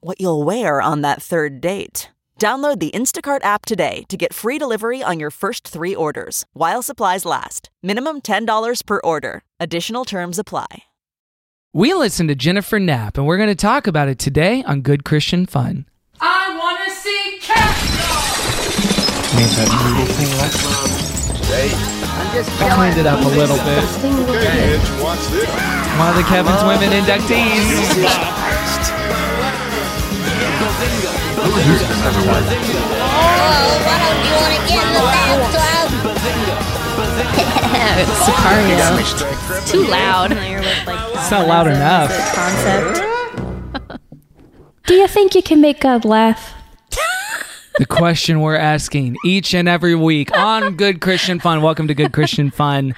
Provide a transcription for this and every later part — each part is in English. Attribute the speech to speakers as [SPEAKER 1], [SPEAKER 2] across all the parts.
[SPEAKER 1] what you'll wear on that third date. Download the Instacart app today to get free delivery on your first three orders while supplies last. Minimum $10 per order. Additional terms apply.
[SPEAKER 2] We listened to Jennifer Knapp, and we're going to talk about it today on Good Christian Fun.
[SPEAKER 3] I want to see Cat
[SPEAKER 2] I cleaned it up a little bit.
[SPEAKER 4] Okay, bitch, watch this.
[SPEAKER 2] One of the Kevin's Women inductees.
[SPEAKER 5] Oh, why don't you want to get in the bathtub?
[SPEAKER 6] Yeah, it's Sicario. It's too loud.
[SPEAKER 2] It's not loud enough.
[SPEAKER 7] Do you think you can make God laugh?
[SPEAKER 2] The question we're asking each and every week on Good Christian Fun. Welcome to Good Christian Fun.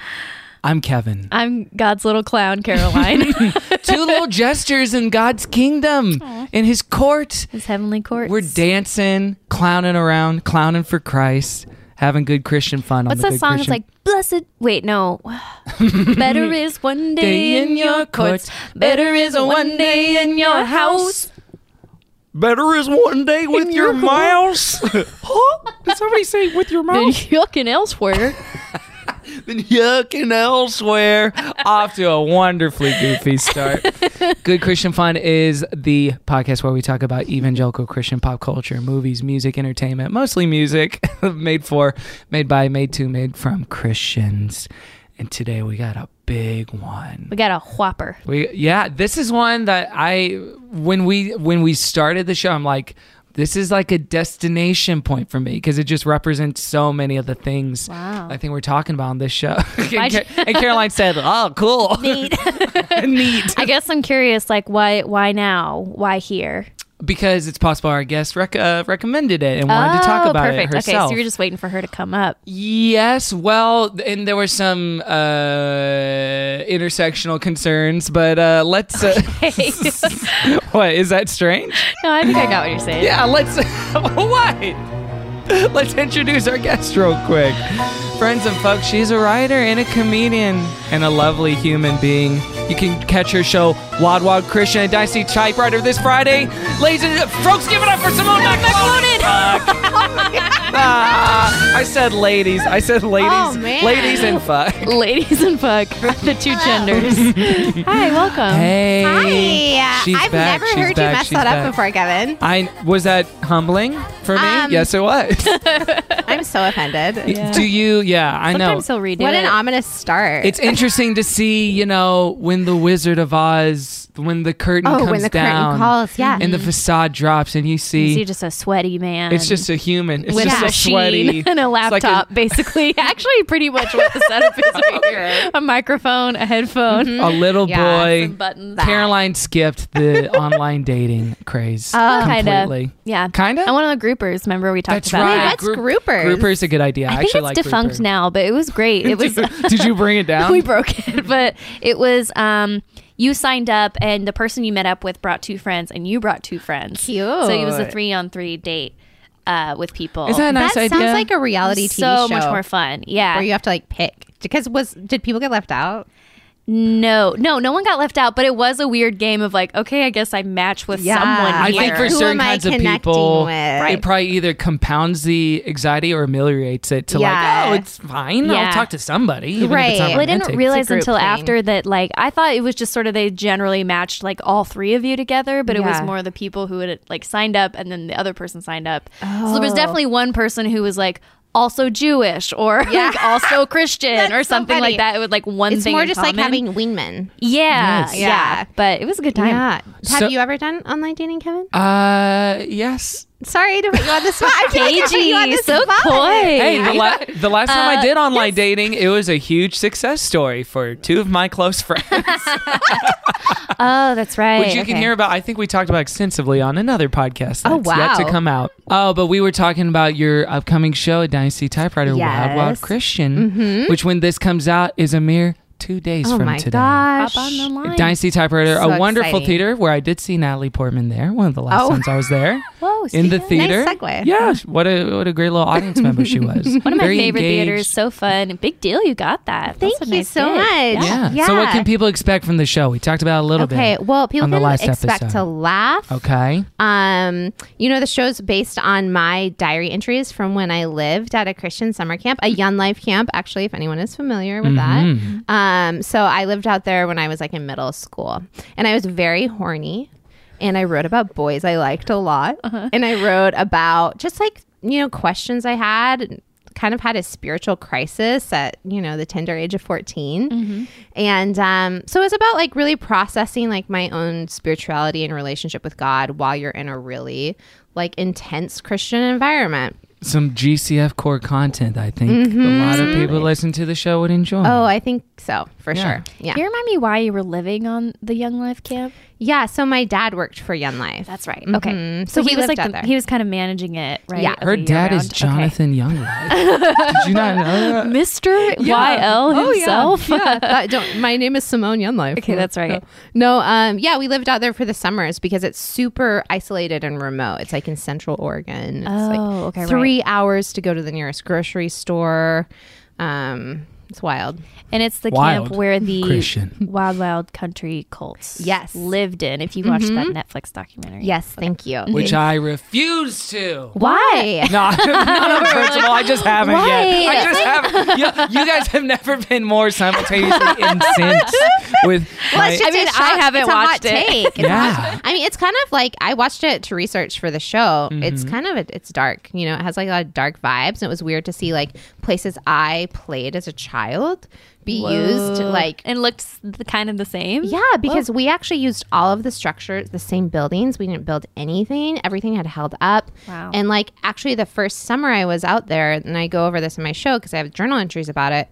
[SPEAKER 2] I'm Kevin.
[SPEAKER 6] I'm God's little clown, Caroline.
[SPEAKER 2] Two little gestures in God's kingdom, in His court.
[SPEAKER 6] His heavenly court.
[SPEAKER 2] We're dancing, clowning around, clowning for Christ, having good Christian fun. on
[SPEAKER 6] What's
[SPEAKER 2] the
[SPEAKER 6] that
[SPEAKER 2] Good
[SPEAKER 6] song?
[SPEAKER 2] Christian-
[SPEAKER 6] It's like blessed. Wait, no. Better is one day in your courts. Better is one day in your house.
[SPEAKER 2] Better is one day with your mouse. huh? Did somebody say with your
[SPEAKER 6] Than
[SPEAKER 2] mouse?
[SPEAKER 6] yucking elsewhere.
[SPEAKER 2] Then yucking elsewhere. Off to a wonderfully goofy start. Good Christian Fun is the podcast where we talk about evangelical Christian pop culture, movies, music, entertainment, mostly music, made for, made by, made to, made from Christians. And today we got a big one.
[SPEAKER 6] We got a whopper.
[SPEAKER 2] We yeah, this is one that I when we when we started the show, I'm like, this is like a destination point for me because it just represents so many of the things
[SPEAKER 6] Wow.
[SPEAKER 2] I think we're talking about on this show. and,
[SPEAKER 6] Why'd
[SPEAKER 2] Ca- and Caroline said, "Oh, cool, neat, neat,"
[SPEAKER 6] I guess I'm curious, like why? Why now? Why here?
[SPEAKER 2] because it's possible our guest rec- uh, recommended it and wanted to talk
[SPEAKER 6] Oh,
[SPEAKER 2] about
[SPEAKER 6] perfect.
[SPEAKER 2] it herself.
[SPEAKER 6] Okay, so you're just waiting for her to come up.
[SPEAKER 2] Yes, well, th- and there were some uh, intersectional concerns, but uh, let's. Uh, what is that strange?
[SPEAKER 6] No, I think I got what you're saying.
[SPEAKER 2] Yeah, let's. what? Let's introduce our guest real quick. Friends and folks, she's a writer and a comedian and a lovely human being. You can catch her show, Wad Wad Christian and Dicey Typewriter, this Friday. Ladies and folks, give it up for Simone McClellan. Ah, I said ladies. I said ladies.
[SPEAKER 6] Oh, man.
[SPEAKER 2] Ladies and fuck.
[SPEAKER 6] Ladies and fuck, the two genders. Hi, welcome.
[SPEAKER 2] Hey.
[SPEAKER 8] Hi.
[SPEAKER 2] She's
[SPEAKER 8] I've
[SPEAKER 2] back.
[SPEAKER 8] never
[SPEAKER 2] She's back.
[SPEAKER 8] heard you mess
[SPEAKER 2] She's
[SPEAKER 8] that
[SPEAKER 2] back.
[SPEAKER 8] up before, Kevin.
[SPEAKER 2] I was that humbling for me.
[SPEAKER 8] Um,
[SPEAKER 2] yes, it was.
[SPEAKER 8] I'm so offended.
[SPEAKER 2] Do you? Yeah, I know.
[SPEAKER 6] Sometimes he'll redo
[SPEAKER 8] What
[SPEAKER 6] it.
[SPEAKER 8] an ominous start.
[SPEAKER 2] it's interesting to see, you know, when the Wizard of Oz, when the curtain
[SPEAKER 8] oh,
[SPEAKER 2] comes
[SPEAKER 8] when the
[SPEAKER 2] down,
[SPEAKER 8] curtain calls. Yeah.
[SPEAKER 2] and the facade drops, and you see,
[SPEAKER 6] He's just a sweaty man.
[SPEAKER 2] it's just a human. It's
[SPEAKER 6] with
[SPEAKER 2] just
[SPEAKER 6] a
[SPEAKER 2] a
[SPEAKER 6] machine
[SPEAKER 2] sweaty
[SPEAKER 6] and a
[SPEAKER 2] it's like a-
[SPEAKER 6] laptop, basically. Actually, pretty much what the setup is right here: a microphone, a headphone,
[SPEAKER 2] a little
[SPEAKER 8] Yeah,
[SPEAKER 2] boy.
[SPEAKER 6] some buttons.
[SPEAKER 2] Caroline skipped the online dating craze
[SPEAKER 6] Oh, kinda.
[SPEAKER 2] completely.
[SPEAKER 6] Yeah,
[SPEAKER 2] Kinda?
[SPEAKER 6] I'm one of the groupers. Remember we talked
[SPEAKER 2] That's
[SPEAKER 6] about
[SPEAKER 2] right.
[SPEAKER 6] that?
[SPEAKER 8] What's groupers?
[SPEAKER 2] Grouper's a good idea. I,
[SPEAKER 6] I think
[SPEAKER 2] actually
[SPEAKER 6] it's
[SPEAKER 2] like
[SPEAKER 6] defunct
[SPEAKER 2] grouper.
[SPEAKER 6] now, but it was great. It was uh,
[SPEAKER 2] Did you bring it down?
[SPEAKER 6] we broke it, but it was um you signed up and the person you met up with brought two friends and you brought two friends.
[SPEAKER 8] Cute.
[SPEAKER 6] So it was a three on three date uh with people.
[SPEAKER 2] Is that a nice
[SPEAKER 8] that sounds
[SPEAKER 2] idea?
[SPEAKER 8] like a reality TV
[SPEAKER 6] so
[SPEAKER 8] show
[SPEAKER 6] much more fun.
[SPEAKER 8] where
[SPEAKER 6] Yeah.
[SPEAKER 8] you have to like pick. Because was did people get left out?
[SPEAKER 6] No, no, no one got left out, but it was a weird game of like, okay, I guess I match with
[SPEAKER 8] Yeah.
[SPEAKER 6] someone
[SPEAKER 2] I
[SPEAKER 6] here.
[SPEAKER 2] think for
[SPEAKER 8] Who
[SPEAKER 2] certain
[SPEAKER 8] am I
[SPEAKER 2] kinds of
[SPEAKER 8] connecting
[SPEAKER 2] people,
[SPEAKER 8] with?
[SPEAKER 2] it probably either compounds the anxiety or ameliorates it to
[SPEAKER 8] Yeah.
[SPEAKER 2] like, oh, it's fine. I'll
[SPEAKER 6] Yeah.
[SPEAKER 2] talk to somebody. even if it's
[SPEAKER 8] Right.
[SPEAKER 2] not
[SPEAKER 8] Well,
[SPEAKER 6] Well, I didn't
[SPEAKER 2] romantic.
[SPEAKER 6] realize
[SPEAKER 8] group
[SPEAKER 6] until
[SPEAKER 8] thing.
[SPEAKER 6] after that, like, I thought it was just sort of they generally matched like all three of you together, but it was
[SPEAKER 8] Yeah.
[SPEAKER 6] more the people who had like signed up and then the other person signed up. So there was
[SPEAKER 8] Oh.
[SPEAKER 6] definitely one person who was like also Jewish or like, also Christian or
[SPEAKER 8] That's so
[SPEAKER 6] something
[SPEAKER 8] funny.
[SPEAKER 6] like that. It was like one
[SPEAKER 8] It's
[SPEAKER 6] thing.
[SPEAKER 8] more
[SPEAKER 6] in
[SPEAKER 8] just like
[SPEAKER 6] common.
[SPEAKER 8] having wingmen.
[SPEAKER 6] Yeah,
[SPEAKER 2] Yes.
[SPEAKER 6] yeah.
[SPEAKER 8] Yeah.
[SPEAKER 6] But it was a good time.
[SPEAKER 8] Yeah. Have
[SPEAKER 2] So-
[SPEAKER 8] you ever done online dating, Kevin?
[SPEAKER 2] Uh, yes.
[SPEAKER 8] Sorry to put you on the spot. I feel like I put you on
[SPEAKER 6] Cagey,
[SPEAKER 8] the
[SPEAKER 6] so
[SPEAKER 8] spot.
[SPEAKER 6] coy.
[SPEAKER 2] Hey, the, la- the last time I
[SPEAKER 6] Uh,
[SPEAKER 2] did online dating, it was a huge success story for two of my close friends,
[SPEAKER 6] Oh, that's right.
[SPEAKER 2] which you can
[SPEAKER 6] Okay.
[SPEAKER 2] hear about. I think we talked about extensively on another podcast that's
[SPEAKER 8] Oh,
[SPEAKER 2] yet to
[SPEAKER 8] wow.
[SPEAKER 2] come out. Oh, but we were talking about your upcoming show at Dynasty Typewriter, Wild Wild
[SPEAKER 8] Yes. Mm-hmm.
[SPEAKER 2] Christian, which when this comes out is a mere two days
[SPEAKER 8] Oh
[SPEAKER 2] from
[SPEAKER 8] my
[SPEAKER 2] today.
[SPEAKER 8] gosh.
[SPEAKER 6] Hop on the line.
[SPEAKER 2] Dynasty Typewriter,
[SPEAKER 8] So
[SPEAKER 2] a wonderful
[SPEAKER 8] exciting.
[SPEAKER 2] theater where I did see Natalie Portman there. One of the last
[SPEAKER 8] Oh.
[SPEAKER 2] times I was there.
[SPEAKER 6] Whoa,
[SPEAKER 2] in the
[SPEAKER 6] speaking of-
[SPEAKER 2] theater.
[SPEAKER 8] segue.
[SPEAKER 2] Yeah, what a what a great little audience member she was.
[SPEAKER 6] One of my favorite theaters. So fun. Big deal. You got that.
[SPEAKER 8] Thank
[SPEAKER 6] That's a
[SPEAKER 8] you
[SPEAKER 6] nice
[SPEAKER 8] so
[SPEAKER 6] gig.
[SPEAKER 8] much.
[SPEAKER 6] Yeah.
[SPEAKER 2] Yeah. So what
[SPEAKER 8] Yeah.
[SPEAKER 2] can people expect from the show? We talked about it a little
[SPEAKER 8] Okay.
[SPEAKER 2] bit.
[SPEAKER 8] Well, people
[SPEAKER 2] on the
[SPEAKER 8] can
[SPEAKER 2] last
[SPEAKER 8] expect
[SPEAKER 2] episode.
[SPEAKER 8] to laugh.
[SPEAKER 2] Okay.
[SPEAKER 8] Um, you know, the show's based on my diary entries from when I lived at a Christian summer camp, a Young Life camp, actually, if anyone is familiar with that. Um, so I lived out there when I was like in middle school, and I was very horny, and I wrote about boys I liked a lot, and I wrote about just like you know questions I had. Kind of had a spiritual crisis at you know the tender age of 14
[SPEAKER 6] Mm-hmm.
[SPEAKER 8] and um, so it's about like really processing like my own spirituality and relationship with God while you're in a really like intense Christian environment.
[SPEAKER 6] Mm-hmm.
[SPEAKER 2] Some GCF core content. I think a lot of people listen to the show would enjoy.
[SPEAKER 8] Mm-hmm. Oh, I think so for
[SPEAKER 2] Yeah.
[SPEAKER 8] sure. Yeah,
[SPEAKER 6] Can you remind me why you were living on the Young Life camp?
[SPEAKER 8] yeah. So my dad worked for Young Life.
[SPEAKER 6] That's right.
[SPEAKER 8] Mhm.
[SPEAKER 6] Okay.
[SPEAKER 8] So
[SPEAKER 6] So,
[SPEAKER 8] we
[SPEAKER 6] he was
[SPEAKER 8] lived
[SPEAKER 6] like
[SPEAKER 8] out
[SPEAKER 6] the-
[SPEAKER 8] there.
[SPEAKER 6] he was kind of managing it, right?
[SPEAKER 8] Yeah.
[SPEAKER 6] of
[SPEAKER 2] Her
[SPEAKER 6] the year
[SPEAKER 2] dad is
[SPEAKER 6] round? Okay.
[SPEAKER 2] Jonathan Younglife. Did you not know that?
[SPEAKER 6] Mr. YL himself.
[SPEAKER 8] Oh, That- don't- my name is Simone Young Life.
[SPEAKER 6] Okay, that's right.
[SPEAKER 8] No, um, yeah, we lived out there for the summers because it's super isolated and remote. It's like in Central Oregon. It's
[SPEAKER 6] Oh,
[SPEAKER 8] like
[SPEAKER 6] okay, right.
[SPEAKER 8] Three hours to go to the nearest grocery store. Um, it's wild.
[SPEAKER 6] And it's the
[SPEAKER 2] Wild
[SPEAKER 6] camp where the
[SPEAKER 2] Christian.
[SPEAKER 6] Wild Wild Country Colts
[SPEAKER 8] Yes.
[SPEAKER 6] lived in, if you watched that Netflix documentary.
[SPEAKER 8] Yes, thank you.
[SPEAKER 2] Which uh, I refuse to.
[SPEAKER 8] Mm-hmm. Why?
[SPEAKER 2] No, not on principle. I just haven't
[SPEAKER 6] Why?
[SPEAKER 2] yet. I just haven't. You, you guys have never been more simultaneously incensed with. my-
[SPEAKER 8] It's just
[SPEAKER 6] I mean,
[SPEAKER 8] a
[SPEAKER 6] I haven't
[SPEAKER 8] it's a hot
[SPEAKER 6] watched it.
[SPEAKER 8] take. It's a
[SPEAKER 2] Yeah.
[SPEAKER 8] hot- I mean, it's kind of like I watched it to research for the show. It's kind of a, it's dark. You know, it has like a lot of dark vibes. And it was weird to see like places I played as a child be used like
[SPEAKER 6] and looked s- the, kind of the same.
[SPEAKER 8] Yeah, because we actually used all of the structures, the same buildings. We didn't build anything. Everything had held up.
[SPEAKER 6] Wow.
[SPEAKER 8] And like actually the first summer I was out there, and I go over this in my show because I have journal entries about it.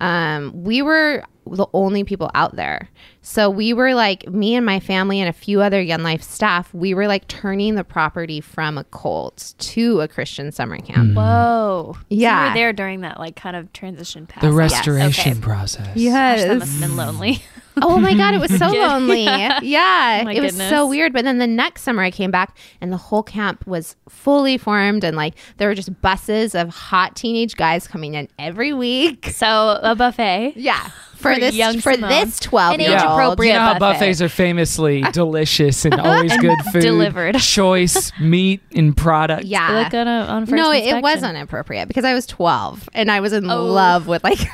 [SPEAKER 8] Um, we were the only people out there. So we were like me and my family and a few other Young Life staff, we were like turning the property from a cult to a Christian summer camp.
[SPEAKER 6] Whoa. So you
[SPEAKER 8] Yeah.
[SPEAKER 6] were there during that like kind of transition past.
[SPEAKER 2] the
[SPEAKER 6] Gosh,
[SPEAKER 2] restoration process.
[SPEAKER 6] that must have been lonely.
[SPEAKER 8] Oh my god, it was so lonely. Yeah,
[SPEAKER 6] My
[SPEAKER 8] it was so
[SPEAKER 6] goodness.
[SPEAKER 8] weird. But then the next summer, I came back and the whole camp was fully formed, and like there were just buses of hot teenage guys coming in every week.
[SPEAKER 6] so a buffet.
[SPEAKER 8] Yeah, for,
[SPEAKER 6] For
[SPEAKER 8] this
[SPEAKER 6] young
[SPEAKER 8] for
[SPEAKER 6] Simone.
[SPEAKER 8] this twelve
[SPEAKER 6] An
[SPEAKER 8] year old.
[SPEAKER 6] age-appropriate
[SPEAKER 2] you know how
[SPEAKER 6] buffet.
[SPEAKER 2] buffets are famously delicious and always good food
[SPEAKER 6] delivered.
[SPEAKER 2] choice meat and product
[SPEAKER 8] Yeah.
[SPEAKER 6] Like on, a, on first
[SPEAKER 8] no, it-
[SPEAKER 6] inspection.
[SPEAKER 8] it wasn't appropriate because I was twelve and I was in love with like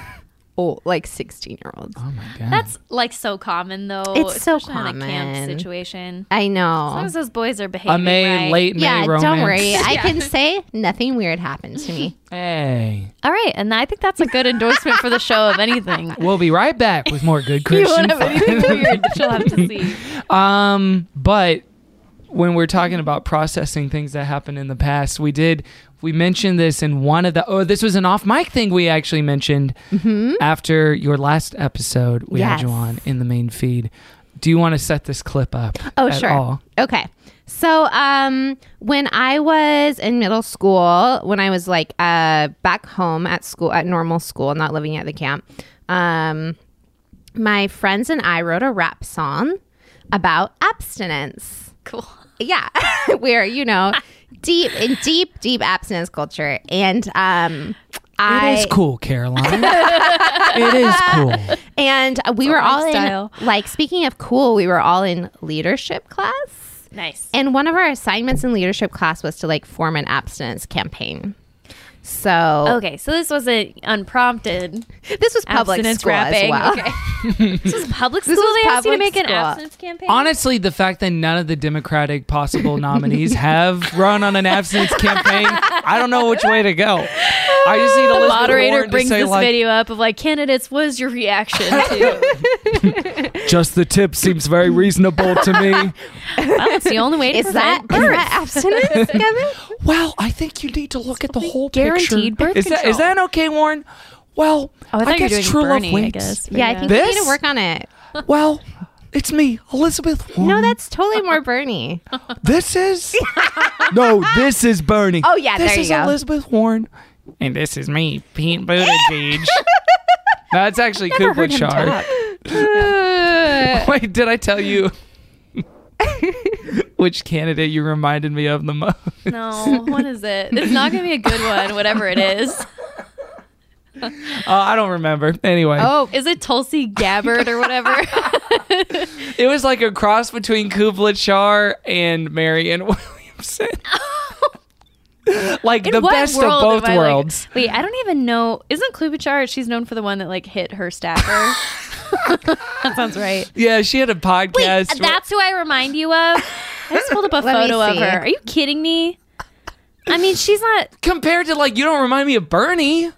[SPEAKER 8] oh like sixteen year olds.
[SPEAKER 2] oh my god
[SPEAKER 6] That's like so common though.
[SPEAKER 8] It's so
[SPEAKER 6] especially in a camp
[SPEAKER 8] common.
[SPEAKER 6] situation.
[SPEAKER 8] I know.
[SPEAKER 6] As long as those boys are behaving
[SPEAKER 2] a may
[SPEAKER 6] right.
[SPEAKER 2] late may
[SPEAKER 8] yeah,
[SPEAKER 2] romance
[SPEAKER 8] don't worry. I can say nothing weird happened to me.
[SPEAKER 2] hey
[SPEAKER 6] All right, and I think that's a good endorsement for the show of anything.
[SPEAKER 2] we'll be right back with more good
[SPEAKER 6] You
[SPEAKER 2] christian
[SPEAKER 6] won't have anything weird that you'll have to see.
[SPEAKER 2] Um, but when we're talking about processing things that happened in the past, we did we mentioned this in one of the oh this was an off mic thing we actually mentioned
[SPEAKER 6] Mm-hmm.
[SPEAKER 2] after your last episode we had you
[SPEAKER 8] Yes.
[SPEAKER 2] on in the main feed. Do you want to set this clip up?
[SPEAKER 8] Oh,
[SPEAKER 2] at
[SPEAKER 8] sure.
[SPEAKER 2] all?
[SPEAKER 8] Okay. So, um, when I was in middle school, when I was like uh, back home at school, at normal school, not living at the camp, um, my friends and I wrote a rap song about abstinence.
[SPEAKER 6] Cool.
[SPEAKER 8] Yeah. We're, you know, deep in deep, deep abstinence culture. And um, I.
[SPEAKER 2] it is cool, Caroline. it is cool.
[SPEAKER 8] And we were all
[SPEAKER 6] lifestyle.
[SPEAKER 8] in, like, speaking of cool, we were all in leadership class.
[SPEAKER 6] Nice.
[SPEAKER 8] And one of our assignments in leadership class was to like form an abstinence campaign. So
[SPEAKER 6] Okay, so this wasn't unprompted.
[SPEAKER 8] this was public
[SPEAKER 6] Abstinence
[SPEAKER 8] school as
[SPEAKER 6] rapping.
[SPEAKER 8] well.
[SPEAKER 6] Okay. this was public school.
[SPEAKER 8] was
[SPEAKER 6] they asked you to
[SPEAKER 8] public
[SPEAKER 6] make an
[SPEAKER 8] school.
[SPEAKER 6] abstinence campaign.
[SPEAKER 2] Honestly, the fact that none of the Democratic possible nominees have run on an abstinence campaign, I don't know which way to go. I just need
[SPEAKER 6] The
[SPEAKER 2] Elizabeth
[SPEAKER 6] moderator
[SPEAKER 2] Warren
[SPEAKER 6] brings
[SPEAKER 2] to say
[SPEAKER 6] this
[SPEAKER 2] like,
[SPEAKER 6] video up of like candidates. What is your reaction to?
[SPEAKER 2] Just the tip seems very reasonable to me.
[SPEAKER 6] well, it's the only way to
[SPEAKER 8] Is that,
[SPEAKER 6] prevent
[SPEAKER 8] is
[SPEAKER 6] birth.
[SPEAKER 8] that abstinence, Kevin?
[SPEAKER 2] Well, I think you need to look at the whole
[SPEAKER 6] guaranteed
[SPEAKER 2] picture.
[SPEAKER 6] birth
[SPEAKER 2] is that is that okay, Warren? Well,
[SPEAKER 6] Oh, I thought
[SPEAKER 2] guess
[SPEAKER 6] you were doing
[SPEAKER 2] true
[SPEAKER 6] Bernie.
[SPEAKER 2] love
[SPEAKER 6] I
[SPEAKER 2] wins.
[SPEAKER 6] guess. but
[SPEAKER 8] Yeah, I think
[SPEAKER 2] This?
[SPEAKER 8] you need to work on it.
[SPEAKER 2] Well, it's me, Elizabeth Warren.
[SPEAKER 8] No, that's totally more Bernie.
[SPEAKER 2] this is no, this is Bernie.
[SPEAKER 8] Oh, yeah,
[SPEAKER 2] this
[SPEAKER 8] there you
[SPEAKER 2] is
[SPEAKER 8] go.
[SPEAKER 2] Elizabeth Warren, and this is me, Pete Buttigieg. that's actually Cooper Chard. Wait, did I tell you which candidate you reminded me of the most?
[SPEAKER 6] No, what is it? It's not gonna be a good one. Whatever it is,
[SPEAKER 2] Uh, I don't remember. Anyway,
[SPEAKER 8] Oh,
[SPEAKER 6] is it Tulsi Gabbard or whatever?
[SPEAKER 2] it was like a cross between Kubla Char and Marianne Williamson. like
[SPEAKER 6] In
[SPEAKER 2] the
[SPEAKER 6] what
[SPEAKER 2] best of
[SPEAKER 6] world
[SPEAKER 2] both
[SPEAKER 6] am I, like-
[SPEAKER 2] worlds.
[SPEAKER 6] wait, I don't even know. Isn't Klobuchar? She's known for the one that like hit her staffer. that sounds right.
[SPEAKER 2] yeah, she had a podcast.
[SPEAKER 6] Wait, that's who I remind you of. I just pulled up a
[SPEAKER 8] Let me
[SPEAKER 6] photo of
[SPEAKER 8] see.
[SPEAKER 6] her. Are you kidding me? I mean, she's not.
[SPEAKER 2] compared to like you don't remind me of Bernie.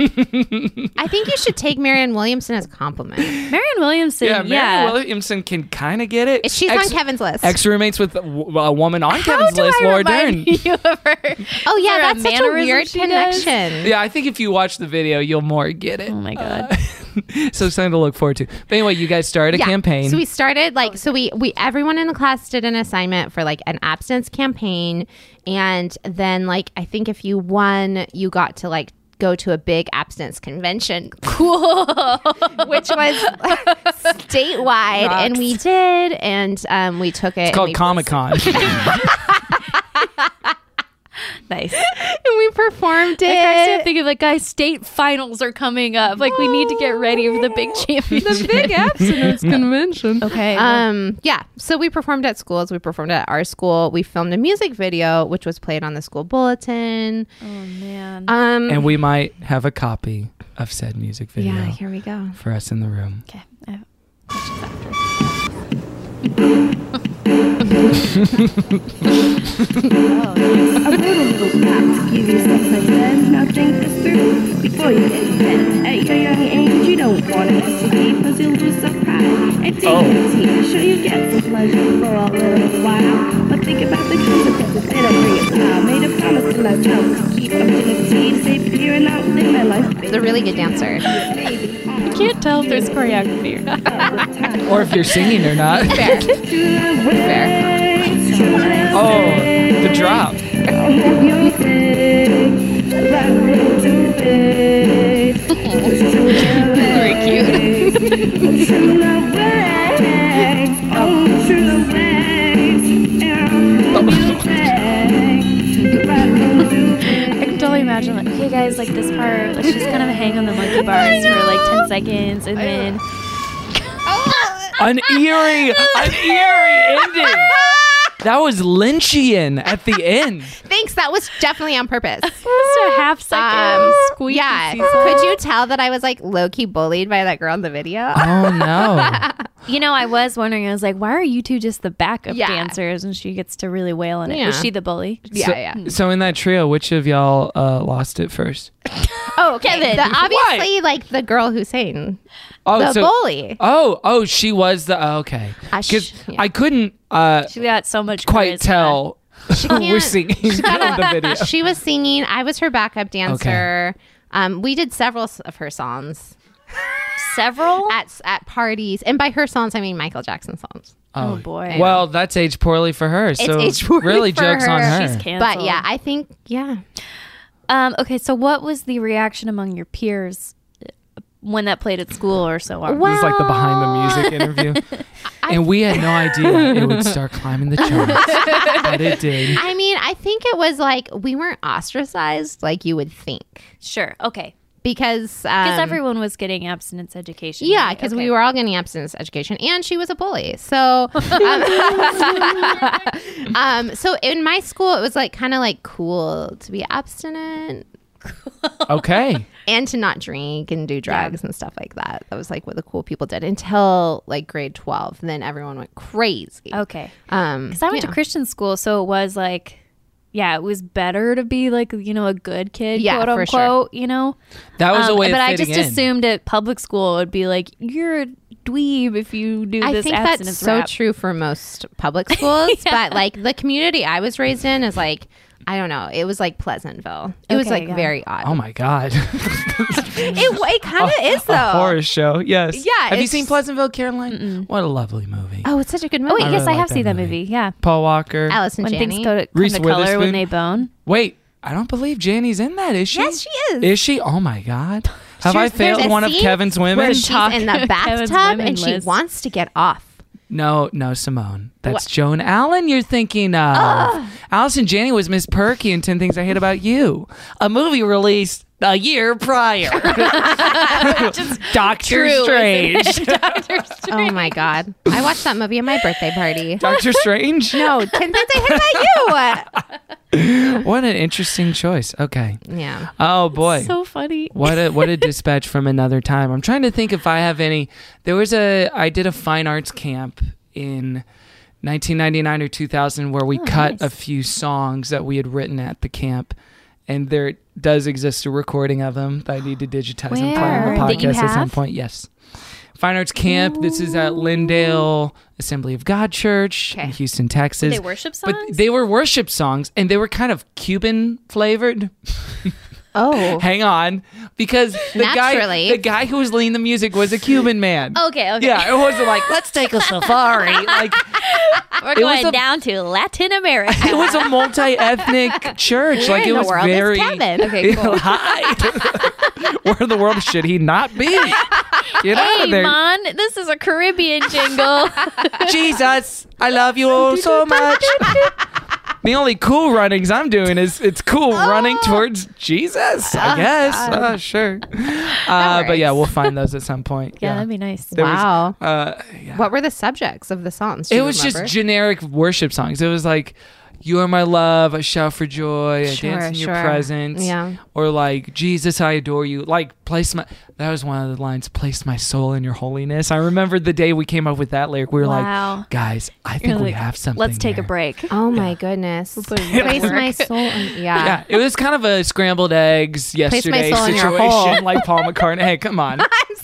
[SPEAKER 8] I think you should take Marianne Williamson as a compliment.
[SPEAKER 6] Marion Williamson.
[SPEAKER 2] Yeah,
[SPEAKER 6] Yeah,
[SPEAKER 2] Marianne Williamson can kind of get it.
[SPEAKER 8] She's
[SPEAKER 2] Ex-
[SPEAKER 8] on Kevin's list.
[SPEAKER 2] Ex roommates with a, w- a woman on Kevin's
[SPEAKER 6] do
[SPEAKER 2] list,
[SPEAKER 6] I
[SPEAKER 2] Laura Dern.
[SPEAKER 6] remind you of her?
[SPEAKER 8] oh yeah,
[SPEAKER 6] Is there a
[SPEAKER 8] that's such a
[SPEAKER 6] mannerism
[SPEAKER 8] weird
[SPEAKER 6] she does?
[SPEAKER 8] connection.
[SPEAKER 2] Yeah, I think if you watch the video, you'll more get it.
[SPEAKER 6] Oh my god.
[SPEAKER 2] so something to look forward to. But anyway, you guys started a campaign.
[SPEAKER 8] So we started
[SPEAKER 6] Oh,
[SPEAKER 8] like so we we everyone in the class did an assignment for like an abstinence campaign, and then like I think if you won, you got to like go to a big abstinence convention, cool, which was statewide, and we did, and um, we took it.
[SPEAKER 2] it's called Comic Con.
[SPEAKER 6] Nice.
[SPEAKER 8] and we performed
[SPEAKER 6] Like, I still
[SPEAKER 8] it.
[SPEAKER 6] think of like, guys, state finals are coming up. Like, we need to get ready for the big championship.
[SPEAKER 8] big abstinence convention.
[SPEAKER 6] okay.
[SPEAKER 8] Um, yeah. So we performed at schools. We performed at our school. We filmed a music video, which was played on the school bulletin.
[SPEAKER 6] oh man.
[SPEAKER 8] Um,
[SPEAKER 2] and we might have a copy of said music video
[SPEAKER 8] yeah, here we go.
[SPEAKER 2] for us in the room.
[SPEAKER 6] okay.
[SPEAKER 4] You use that like that. Now think this through before you get bent. At your young age, you don't want to sleep, cause you'll just surprise. And take oh. your tea. Sure, you get some pleasure for a little while. But think about the consequences in a bring it now. Made a promise to myself to keep up to the tea, safe here and out, live my life.
[SPEAKER 8] He's a really good dancer.
[SPEAKER 6] I can't tell if there's choreography or not.
[SPEAKER 2] Or if you're singing or not.
[SPEAKER 8] Fair.
[SPEAKER 2] oh, the drop.
[SPEAKER 6] I can totally imagine, like, okay, guys, like this part, let's just kind of hang on the monkey bars for like 10 seconds and then.
[SPEAKER 8] Oh,
[SPEAKER 2] An eerie, an eerie ending. That was Lynchian at the end.
[SPEAKER 8] Thanks. That was definitely on purpose.
[SPEAKER 6] Just a half second.
[SPEAKER 8] Um,
[SPEAKER 6] squeak.
[SPEAKER 8] yeah. Could you tell that I was like low key bullied by that girl in the video?
[SPEAKER 2] Oh no.
[SPEAKER 6] You know, I was wondering, I was like, why are you two just the backup
[SPEAKER 8] Yeah.
[SPEAKER 6] dancers? And she gets to really wail on it. Was
[SPEAKER 8] Yeah.
[SPEAKER 6] she the bully?
[SPEAKER 8] Yeah,
[SPEAKER 2] so,
[SPEAKER 8] yeah.
[SPEAKER 2] So in that trio, which of y'all uh, lost it first?
[SPEAKER 8] Oh, okay.
[SPEAKER 6] Kevin.
[SPEAKER 8] The, obviously, like the girl who sang,
[SPEAKER 2] Oh,
[SPEAKER 8] the
[SPEAKER 2] so-
[SPEAKER 8] bully.
[SPEAKER 2] Oh, oh, she was the oh, okay.
[SPEAKER 8] I sh-
[SPEAKER 2] 'Cause
[SPEAKER 8] yeah.
[SPEAKER 2] I couldn't uh,
[SPEAKER 6] She got so much
[SPEAKER 2] quite
[SPEAKER 6] charisma.
[SPEAKER 2] tell who
[SPEAKER 8] can't-
[SPEAKER 2] was singing in the video.
[SPEAKER 8] She was singing. I was her backup dancer. Um, we did several s- of her songs
[SPEAKER 6] Several?
[SPEAKER 8] at s- at parties, and by her songs, I mean Michael Jackson songs.
[SPEAKER 6] Oh, boy.
[SPEAKER 2] Well, that's aged poorly for her. So
[SPEAKER 8] aged poorly
[SPEAKER 2] really
[SPEAKER 8] for
[SPEAKER 2] jokes on
[SPEAKER 8] her.
[SPEAKER 2] her.
[SPEAKER 6] She's canceled.
[SPEAKER 8] But yeah, I think yeah.
[SPEAKER 6] Um, okay, so what was the reaction among your peers uh, when that played at school or so on?
[SPEAKER 2] This is like the behind the music interview. and we had no idea it would start climbing the charts. but it did.
[SPEAKER 8] I mean, I think it was like we weren't ostracized like you would think
[SPEAKER 6] Sure. Okay.
[SPEAKER 8] because
[SPEAKER 6] Because
[SPEAKER 8] um,
[SPEAKER 6] everyone was getting abstinence education.
[SPEAKER 8] Yeah,
[SPEAKER 6] right?
[SPEAKER 8] because
[SPEAKER 6] Okay.
[SPEAKER 8] we were all getting abstinence education, and she was a bully. So, um, um, so in my school, it was like kind of like cool to be abstinent
[SPEAKER 2] Okay.
[SPEAKER 8] and to not drink and do drugs and stuff like that. That was like what the cool people did until like grade twelve. And then everyone went crazy.
[SPEAKER 6] Okay.
[SPEAKER 8] Um,
[SPEAKER 6] Because I went
[SPEAKER 8] yeah.
[SPEAKER 6] to Christian school, so it was like yeah, it was better to be like you know a good kid,
[SPEAKER 8] Yeah,
[SPEAKER 6] quote
[SPEAKER 8] for sure.
[SPEAKER 6] unquote. You know, Um,
[SPEAKER 2] That was a
[SPEAKER 8] Um,
[SPEAKER 2] way of
[SPEAKER 6] But I
[SPEAKER 2] fitting
[SPEAKER 6] just
[SPEAKER 2] in.
[SPEAKER 6] assumed at public school it would be like you're a dweeb if you do
[SPEAKER 8] I
[SPEAKER 6] this.
[SPEAKER 8] think that's
[SPEAKER 6] abstinence
[SPEAKER 8] so
[SPEAKER 6] rap."
[SPEAKER 8] true for most public schools, but like the community I was raised in is like I don't know. It was like Pleasantville. It was
[SPEAKER 6] Okay,
[SPEAKER 8] like
[SPEAKER 6] yeah.
[SPEAKER 8] very odd.
[SPEAKER 2] Oh my god,
[SPEAKER 8] It, it kind of is though.
[SPEAKER 2] a horror show. Yes.
[SPEAKER 8] Yeah,
[SPEAKER 2] Have you
[SPEAKER 8] it's-
[SPEAKER 2] seen Pleasantville, Caroline? What a lovely movie.
[SPEAKER 8] Oh, it's such a good movie.
[SPEAKER 6] Oh wait,
[SPEAKER 2] I
[SPEAKER 6] yes,
[SPEAKER 2] really
[SPEAKER 6] I have
[SPEAKER 2] like that
[SPEAKER 6] seen that
[SPEAKER 2] movie.
[SPEAKER 6] movie. Yeah,
[SPEAKER 2] Paul Walker.
[SPEAKER 8] Alice and
[SPEAKER 6] when
[SPEAKER 8] Janney.
[SPEAKER 6] things go to, come
[SPEAKER 2] Reese
[SPEAKER 6] to color
[SPEAKER 2] Witherspoon.
[SPEAKER 6] when they bone.
[SPEAKER 2] Wait, I don't believe Janie's in that. Is she?
[SPEAKER 8] Yes, she is.
[SPEAKER 2] Is she? Oh my god. Have I
[SPEAKER 8] There's- there's
[SPEAKER 2] failed
[SPEAKER 8] a
[SPEAKER 2] one of
[SPEAKER 8] scene
[SPEAKER 2] Kevin's
[SPEAKER 8] where
[SPEAKER 2] women?
[SPEAKER 8] she's
[SPEAKER 6] Talk-
[SPEAKER 8] in the
[SPEAKER 6] Kevin's
[SPEAKER 8] bathtub
[SPEAKER 6] women
[SPEAKER 8] and she
[SPEAKER 6] list.
[SPEAKER 8] wants to get off.
[SPEAKER 2] No, no, Simone. That's Joan Allen you're thinking of. Allison Janney was Miss Perky in 10 Things I Hate About You, a movie released a year prior. Doctor Strange.
[SPEAKER 8] Oh my god! I watched that movie at my birthday party.
[SPEAKER 2] Doctor Strange?
[SPEAKER 8] No, ten things I hate about
[SPEAKER 2] What an interesting choice. Okay.
[SPEAKER 8] you. yeah.
[SPEAKER 2] Oh, boy.
[SPEAKER 6] So funny.
[SPEAKER 2] what a what a dispatch from another time. I'm trying to think if I have any. There was a I did a fine arts camp in 1999 or 2000 where
[SPEAKER 6] Oh,
[SPEAKER 2] we cut a few songs that we had written at the camp, and there does exist a recording of them that I need to digitize and play on the
[SPEAKER 6] Where? That you
[SPEAKER 2] podcast at some
[SPEAKER 6] have? Oh.
[SPEAKER 2] point. Yes. Fine Arts Camp. This is at Lindale Assembly of God Church in
[SPEAKER 8] Okay.
[SPEAKER 2] Houston, Texas.
[SPEAKER 6] they worship
[SPEAKER 2] But
[SPEAKER 6] songs?
[SPEAKER 2] they were worship songs, and they were kind of Cuban flavored.
[SPEAKER 8] Oh.
[SPEAKER 2] Hang on, because the guy
[SPEAKER 8] Naturally.
[SPEAKER 2] the guy who was leading the music was a Cuban man.
[SPEAKER 6] Okay, okay.
[SPEAKER 2] Yeah, it wasn't like let's take a safari. Like
[SPEAKER 6] We're
[SPEAKER 2] was
[SPEAKER 6] going
[SPEAKER 2] a-
[SPEAKER 6] down to Latin America.
[SPEAKER 2] it was a multi ethnic church. like
[SPEAKER 8] in
[SPEAKER 2] it
[SPEAKER 8] the
[SPEAKER 2] was
[SPEAKER 8] world is
[SPEAKER 2] very
[SPEAKER 8] Kevin? Okay, cool.
[SPEAKER 2] Hi. Where in the world should he not be? Get out of
[SPEAKER 6] hey,
[SPEAKER 2] there,
[SPEAKER 6] Mon, this is a Caribbean jingle.
[SPEAKER 2] Jesus! I love you Oh, so much. The only cool runnings I'm doing is it's cool
[SPEAKER 8] Oh.
[SPEAKER 2] running towards Jesus, I guess. Uh, sure. Uh, but yeah,
[SPEAKER 8] works.
[SPEAKER 2] we'll find those at some point.
[SPEAKER 6] yeah, that'd be nice.
[SPEAKER 2] There was-
[SPEAKER 8] Wow.
[SPEAKER 2] Uh,
[SPEAKER 8] Oh. What were the subjects of the songs? Do
[SPEAKER 2] it
[SPEAKER 8] you
[SPEAKER 2] was
[SPEAKER 8] remember?
[SPEAKER 2] just generic worship songs. It was like, "You are my love, I shout for joy, I
[SPEAKER 8] Sure,
[SPEAKER 2] dance in your
[SPEAKER 8] sure.
[SPEAKER 2] presence,"
[SPEAKER 8] Yeah.
[SPEAKER 2] or like, "Jesus, I adore you." Like, place my that was one of the lines. Place my soul in your holiness. I remember the day we came up with that lyric. We were
[SPEAKER 6] Wow.
[SPEAKER 2] like, "Guys, I think we have something."
[SPEAKER 6] Let's take
[SPEAKER 2] there."
[SPEAKER 6] a break.
[SPEAKER 8] Oh my goodness.
[SPEAKER 6] in
[SPEAKER 8] Place
[SPEAKER 6] work.
[SPEAKER 8] my soul. In, yeah.
[SPEAKER 2] Yeah, it was kind of a scrambled eggs yesterday
[SPEAKER 8] soul in your
[SPEAKER 2] situation,
[SPEAKER 8] hole.
[SPEAKER 2] like Paul McCartney. Hey, come on.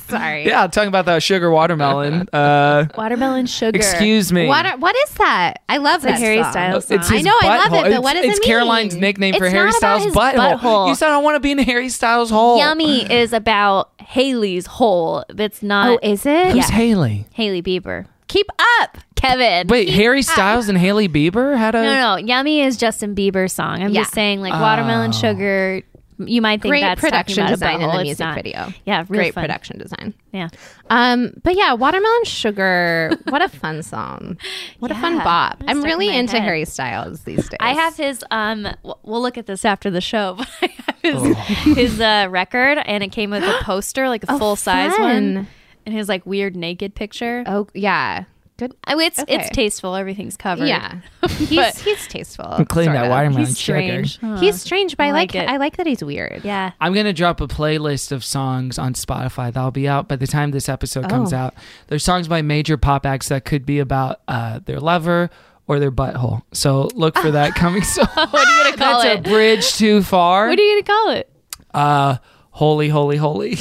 [SPEAKER 8] Sorry.
[SPEAKER 2] Yeah, talking about that sugar watermelon. Uh,
[SPEAKER 6] Watermelon sugar.
[SPEAKER 2] excuse me.
[SPEAKER 8] What are, what is that? I love
[SPEAKER 6] the
[SPEAKER 8] that
[SPEAKER 6] Harry
[SPEAKER 8] song.
[SPEAKER 6] Styles song.
[SPEAKER 2] It's his
[SPEAKER 8] I know, I love
[SPEAKER 2] butthole.
[SPEAKER 8] it, but what
[SPEAKER 2] It's-
[SPEAKER 8] does it
[SPEAKER 2] It's Caroline's
[SPEAKER 8] mean?
[SPEAKER 2] nickname for
[SPEAKER 6] It's
[SPEAKER 2] Harry
[SPEAKER 6] not about
[SPEAKER 2] Styles'
[SPEAKER 6] his
[SPEAKER 2] butthole.
[SPEAKER 6] butthole.
[SPEAKER 2] You said I want to be in Harry Styles' hole.
[SPEAKER 6] Yummy is about Haley's hole. That's
[SPEAKER 8] Oh,
[SPEAKER 6] not
[SPEAKER 8] is it?
[SPEAKER 2] Who's Haley?
[SPEAKER 6] Haley Bieber. Keep up, Kevin.
[SPEAKER 2] Wait, Harry Styles and Haley Bieber had a.
[SPEAKER 6] No, no, Yummy is Justin Bieber's song. I'm
[SPEAKER 8] Yeah.
[SPEAKER 6] just saying, like watermelon
[SPEAKER 2] Oh.
[SPEAKER 6] sugar. You might think
[SPEAKER 8] Great
[SPEAKER 6] that's talking
[SPEAKER 8] production
[SPEAKER 6] about a
[SPEAKER 8] design in
[SPEAKER 6] butthole.
[SPEAKER 8] the
[SPEAKER 6] It's
[SPEAKER 8] music
[SPEAKER 6] not.
[SPEAKER 8] video.
[SPEAKER 6] Yeah, really
[SPEAKER 8] Great
[SPEAKER 6] fun.
[SPEAKER 8] production design.
[SPEAKER 6] Yeah,
[SPEAKER 8] Um, but yeah, Watermelon Sugar. What a fun song. What a fun
[SPEAKER 6] Yeah.
[SPEAKER 8] bop. I'm
[SPEAKER 6] stuck
[SPEAKER 8] really
[SPEAKER 6] in my
[SPEAKER 8] into
[SPEAKER 6] head.
[SPEAKER 8] Harry Styles these days.
[SPEAKER 6] I have his. Um, w- we'll look at this after the show. But I have his his uh, record, and it came with a poster, like a full size one,
[SPEAKER 8] fun.
[SPEAKER 6] and his like weird naked picture.
[SPEAKER 8] Oh yeah. Oh, Good.
[SPEAKER 6] I mean, it's
[SPEAKER 8] okay.
[SPEAKER 6] it's tasteful. Everything's covered.
[SPEAKER 8] Yeah. He's he's tasteful.
[SPEAKER 2] Clean
[SPEAKER 8] sort
[SPEAKER 2] that
[SPEAKER 8] of.
[SPEAKER 2] watermelon
[SPEAKER 6] He's
[SPEAKER 2] sugar.
[SPEAKER 6] strange. Huh.
[SPEAKER 8] He's strange, but I,
[SPEAKER 6] like
[SPEAKER 8] like
[SPEAKER 6] it.
[SPEAKER 8] I like that he's weird.
[SPEAKER 6] yeah.
[SPEAKER 2] I'm gonna drop a playlist of songs on Spotify that'll be out by the time this episode comes
[SPEAKER 8] Oh.
[SPEAKER 2] out. There's songs by major pop acts that could be about uh, their lover or their butthole. So look for that coming soon.
[SPEAKER 6] What are you gonna call
[SPEAKER 2] That's a
[SPEAKER 6] it?
[SPEAKER 2] bridge too far.
[SPEAKER 6] What are you gonna call it?
[SPEAKER 2] uh, holy, holy, holy.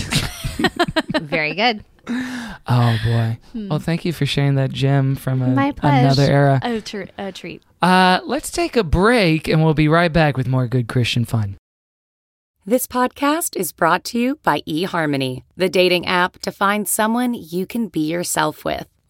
[SPEAKER 8] Very good.
[SPEAKER 2] Oh boy! Well, thank you for sharing that gem from a,
[SPEAKER 8] Hmm. My pleasure.
[SPEAKER 2] another era.
[SPEAKER 6] A, tr- a treat.
[SPEAKER 2] Uh, let's take a break, and we'll be right back with more good Christian fun.
[SPEAKER 9] This podcast is brought to you by eHarmony, the dating app to find someone you can be yourself with.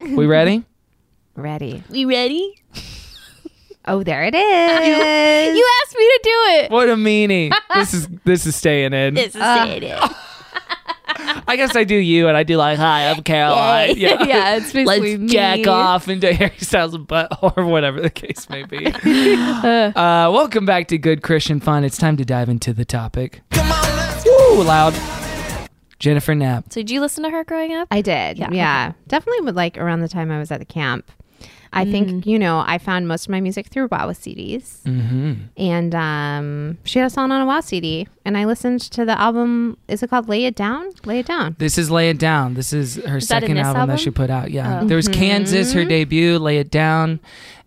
[SPEAKER 2] We ready?
[SPEAKER 8] Ready.
[SPEAKER 6] We ready?
[SPEAKER 8] Oh, there it is.
[SPEAKER 6] you asked me to do it. Uh,
[SPEAKER 2] What a meanie. this is this is staying in.
[SPEAKER 6] This is it.
[SPEAKER 2] I guess I do you and I do like, hi, I'm Caroline.
[SPEAKER 6] Yay. Yeah, it's basically
[SPEAKER 2] Let's
[SPEAKER 6] me.
[SPEAKER 2] jack off into Harry Styles' butt or whatever the case may be. uh, welcome back to Good Christian Fun. It's time to dive into the topic. Come on, Woo, loud. Jennifer Knapp.
[SPEAKER 6] So did you listen to her growing up?
[SPEAKER 8] I did. Yeah. Definitely would like around the time I was at the camp. I think, you know, I found most of my music through Wawa CDs.
[SPEAKER 2] Mm-hmm.
[SPEAKER 8] And um, she had a song on a Wow CD. And I listened to the album. Is it called Lay It Down? Lay It Down.
[SPEAKER 2] This is Lay It Down. This is her
[SPEAKER 6] that in
[SPEAKER 2] second
[SPEAKER 6] this
[SPEAKER 2] album,
[SPEAKER 6] album?
[SPEAKER 2] that she put out. Yeah.
[SPEAKER 6] Oh.
[SPEAKER 2] There was Kansas, her debut, Lay It Down,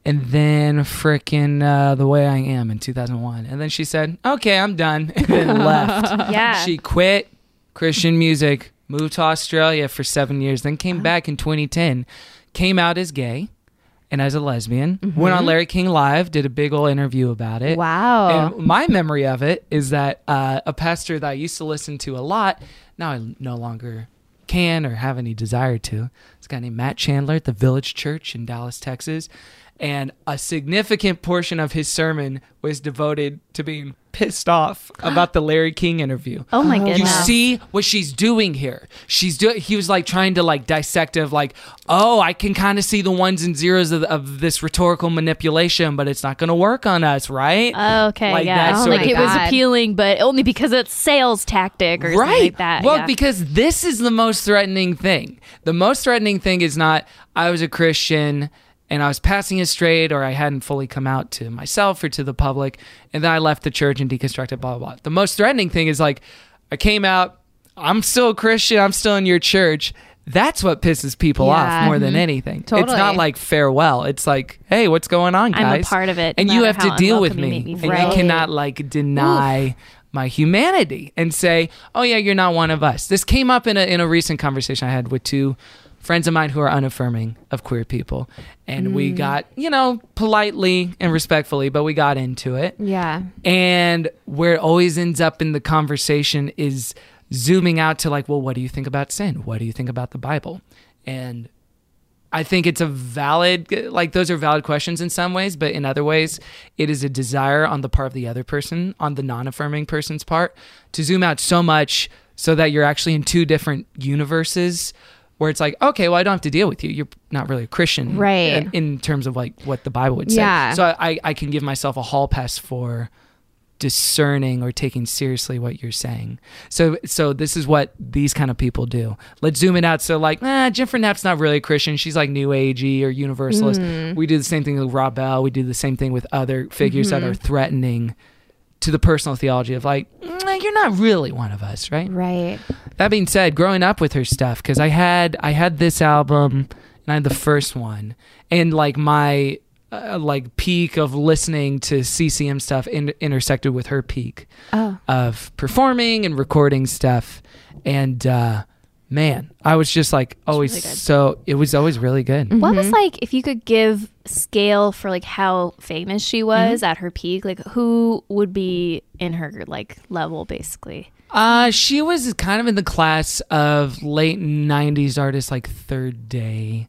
[SPEAKER 2] and then frickin' uh, The Way I Am in 2001. And then she said, okay, I'm done, and then left.
[SPEAKER 6] Yeah.
[SPEAKER 2] She quit Christian music, moved to Australia for seven years, then came back in 2010, came out as gay. And as a lesbian, went
[SPEAKER 6] Mm-hmm.
[SPEAKER 2] on Larry King Live, did a big old interview about it.
[SPEAKER 6] Oh.
[SPEAKER 8] Wow.
[SPEAKER 2] And my memory of it is that uh, a pastor that I used to listen to a lot, now I no longer can or have any desire to. It's a guy named Matt Chandler at the Village Church in Dallas, Texas. And a significant portion of his sermon was devoted to being pissed off about the Larry King interview.
[SPEAKER 6] Oh my goodness.
[SPEAKER 2] You see what she's doing here. She's doing. He was like trying to like dissect of like, oh, I can kind of see the ones and zeros of, of this rhetorical manipulation, but it's not going to work on us, right?
[SPEAKER 6] Oh, okay,
[SPEAKER 2] Like
[SPEAKER 6] yeah.
[SPEAKER 2] that sort
[SPEAKER 6] like
[SPEAKER 2] of
[SPEAKER 6] it was
[SPEAKER 8] thing.
[SPEAKER 6] appealing, but only because it's sales tactic or something like that.
[SPEAKER 2] Well,
[SPEAKER 6] yeah.
[SPEAKER 2] because this is the most threatening thing. The most threatening thing is not I was a Christian and I was passing as straight or I hadn't fully come out to myself or to the public and then I left the church and deconstructed blah blah blah. The most threatening thing is like I came out, I'm still a Christian, I'm still in your church. That's what pisses people
[SPEAKER 8] Yeah.
[SPEAKER 2] off more
[SPEAKER 6] Mm-hmm.
[SPEAKER 2] than anything. It's
[SPEAKER 8] Totally.
[SPEAKER 2] not like farewell. It's like, hey, what's going on,
[SPEAKER 6] I'm a
[SPEAKER 2] guys?
[SPEAKER 6] part of it, no
[SPEAKER 2] and you
[SPEAKER 6] matter
[SPEAKER 2] have
[SPEAKER 6] how
[SPEAKER 2] to deal with
[SPEAKER 6] unwelcome
[SPEAKER 2] me.
[SPEAKER 6] you make me
[SPEAKER 2] and
[SPEAKER 6] feel.
[SPEAKER 2] you
[SPEAKER 6] Right.
[SPEAKER 2] cannot like deny my humanity and say, "Oh yeah, you're not one of us." This came up in a in a recent conversation I had with two friends of mine who are unaffirming of queer people, and
[SPEAKER 6] Mm.
[SPEAKER 2] we got you know politely and respectfully, but we got into it.
[SPEAKER 8] Yeah.
[SPEAKER 2] And where it always ends up in the conversation is zooming out to like, well, what do you think about sin? What do you think about the Bible? And I think it's a valid, like, those are valid questions in some ways, but in other ways, it is a desire on the part of the other person, on the non affirming person's part, to zoom out so much so that you're actually in two different universes where it's like, okay, well, I don't have to deal with you. You're not really a Christian.
[SPEAKER 8] Right.
[SPEAKER 2] In, in terms of like what the Bible would say.
[SPEAKER 8] Yeah.
[SPEAKER 2] So I, I can give myself a hall pass for discerning or taking seriously what you're saying. So so this is what these kind of people do. Let's zoom it out. So like, nah, Jennifer Knapp's not really a Christian. She's like new agey or universalist.
[SPEAKER 8] Mm-hmm.
[SPEAKER 2] We do the same thing with Rob Bell. We do the same thing with other figures that
[SPEAKER 8] Mm-hmm.
[SPEAKER 2] are threatening to the personal theology of like, "Nah, you're not really one of us, right?
[SPEAKER 8] Right.
[SPEAKER 2] That being said, growing up with her stuff, because I had I had this album and I had the first one, and like my uh, like peak of listening to CCM stuff in- intersected with her peak of performing and recording stuff, and uh, man, I was just like always so it was always really good.
[SPEAKER 6] what was like if you could give scale for like how famous she
[SPEAKER 2] Mm-hmm.
[SPEAKER 6] was at her peak, like who would be in her like level basically?
[SPEAKER 2] Uh, she was kind of in the class of late '90s artists like Third Day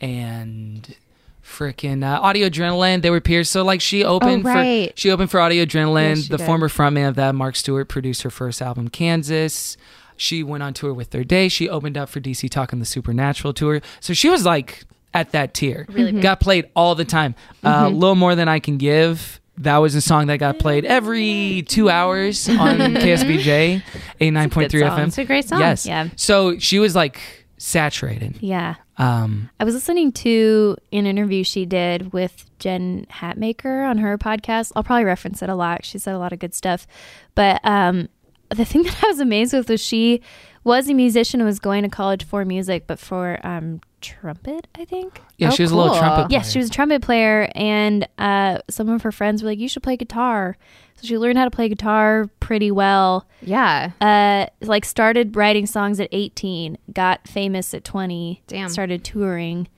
[SPEAKER 2] and freaking uh, Audio Adrenaline. They were peers, so like she opened
[SPEAKER 8] right.
[SPEAKER 2] for she opened for Audio Adrenaline.
[SPEAKER 8] Yeah, she
[SPEAKER 2] the
[SPEAKER 8] did.
[SPEAKER 2] former frontman of that, Mark Stewart, produced her first album, Kansas. She went on tour with Third Day. She opened up for DC Talk on the Supernatural tour. So she was like at that tier. Really got played all the time. Uh,
[SPEAKER 8] Mm-hmm.
[SPEAKER 2] little more than I can give. That was a song that got played every two hours on KSBJ, a nine point three
[SPEAKER 6] song.
[SPEAKER 2] FM.
[SPEAKER 8] It's a great song.
[SPEAKER 2] Yes.
[SPEAKER 6] Yeah.
[SPEAKER 2] So she was like saturated.
[SPEAKER 6] Yeah.
[SPEAKER 2] Um,
[SPEAKER 6] I was listening to an interview she did with Jen Hatmaker on her podcast. I'll probably reference it a lot. She said a lot of good stuff. But um, the thing that I was amazed with was she was a musician and was going to college for music, but for um, trumpet, I think.
[SPEAKER 2] yeah,
[SPEAKER 8] Oh,
[SPEAKER 2] she was a little
[SPEAKER 8] cool.
[SPEAKER 2] trumpet.
[SPEAKER 6] Yes, she was a trumpet player, and uh, some of her friends were like, "You should play guitar." So she learned how to play guitar pretty well.
[SPEAKER 8] Yeah.
[SPEAKER 6] Uh, like started writing songs at 18, got famous at 20.
[SPEAKER 8] Damn.
[SPEAKER 6] Started touring.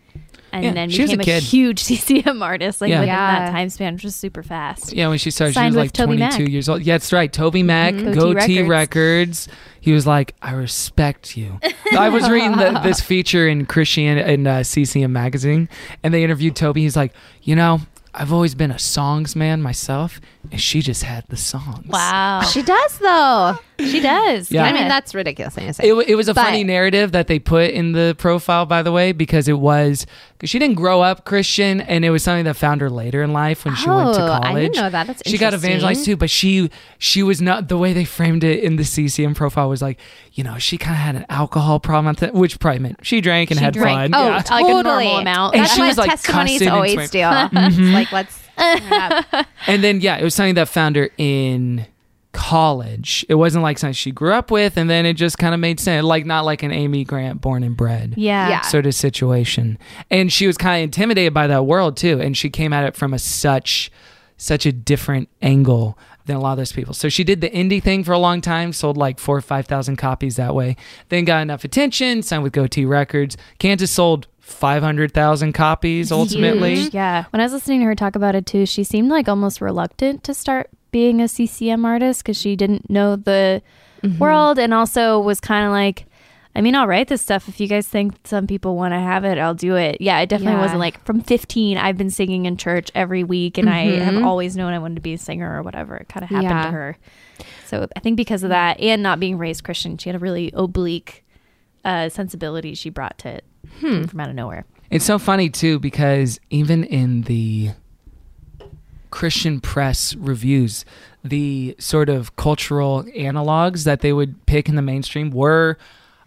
[SPEAKER 6] and
[SPEAKER 2] Yeah,
[SPEAKER 6] then
[SPEAKER 2] she was a
[SPEAKER 6] became a,
[SPEAKER 2] kid.
[SPEAKER 6] huge CCM artist. Like
[SPEAKER 2] Yeah.
[SPEAKER 6] within
[SPEAKER 2] Yeah.
[SPEAKER 6] that time span, which was super fast.
[SPEAKER 2] Yeah, when she started,
[SPEAKER 6] Signed
[SPEAKER 2] she was
[SPEAKER 6] with
[SPEAKER 2] like
[SPEAKER 6] Toby
[SPEAKER 2] 22
[SPEAKER 6] Mac.
[SPEAKER 2] years old. Yeah, that's right. Toby Mac,
[SPEAKER 6] Mhm.
[SPEAKER 2] Go
[SPEAKER 6] Goatee
[SPEAKER 2] T
[SPEAKER 6] Records.
[SPEAKER 2] Records. He was like, I respect you. I was reading the, this feature in Christian in uh, CCM magazine, and they interviewed Toby. He's like, you know, I've always been a songs man myself, and she just had the songs.
[SPEAKER 6] Wow.
[SPEAKER 8] She does though.
[SPEAKER 6] She does.
[SPEAKER 2] Yeah.
[SPEAKER 8] I mean, that's ridiculous. thing to say.
[SPEAKER 2] It, wa- it was a
[SPEAKER 8] But-
[SPEAKER 2] funny narrative that they put in the profile, by the way, because it was because she didn't grow up Christian, and it was something that found her later in life when she went to
[SPEAKER 8] Oh, I
[SPEAKER 2] college.
[SPEAKER 8] didn't know that. That's
[SPEAKER 2] she got
[SPEAKER 8] interesting.
[SPEAKER 2] evangelized too, but she she was not the way they framed it in the CCM profile was like you know she kind of had an alcohol problem, I thi- which probably meant she drank and
[SPEAKER 6] She
[SPEAKER 2] had
[SPEAKER 6] drank.
[SPEAKER 2] fun.
[SPEAKER 6] Oh,
[SPEAKER 2] yeah.
[SPEAKER 6] like a normal amount.
[SPEAKER 2] And
[SPEAKER 8] That's
[SPEAKER 2] she
[SPEAKER 8] what
[SPEAKER 2] was like
[SPEAKER 8] testimonies
[SPEAKER 2] cussing and
[SPEAKER 8] always
[SPEAKER 2] swearing.
[SPEAKER 8] do.
[SPEAKER 2] Mhm.
[SPEAKER 8] It's like let's
[SPEAKER 2] and then yeah, it was something that found her in college. It wasn't like something she grew up with, and then it just kind of made sense. Like not like an Amy Grant born and bred,
[SPEAKER 6] Yeah. Yeah.
[SPEAKER 2] sort of situation. And she was kind of intimidated by that world too, and she came at it from a such such a different angle than a lot of those people. So she did the indie thing for a long time, sold like four or five thousand copies that way. Then got enough attention, signed with Goatee Records. Kansas sold five hundred thousand copies ultimately.
[SPEAKER 6] Huge, Yeah. When I was listening to her talk about it too, she seemed like almost reluctant to start being a CCM artist because she didn't know the world and also was kind of like, I mean, I'll write this stuff. If you guys think some people want to have it, I'll do it. Yeah, it definitely
[SPEAKER 8] Yeah.
[SPEAKER 6] wasn't like from 15, I've been singing in church every week and I have
[SPEAKER 8] Mhm.
[SPEAKER 6] always known I wanted to be a singer or whatever. It kind of happened
[SPEAKER 8] Yeah.
[SPEAKER 6] to her. So I think because of that and not being raised Christian, she had a really oblique uh, sensibility she brought to it
[SPEAKER 2] Hmm.
[SPEAKER 6] from out of nowhere.
[SPEAKER 2] It's so funny too because even in the Christian press reviews, the sort of cultural analogs that they would pick in the mainstream were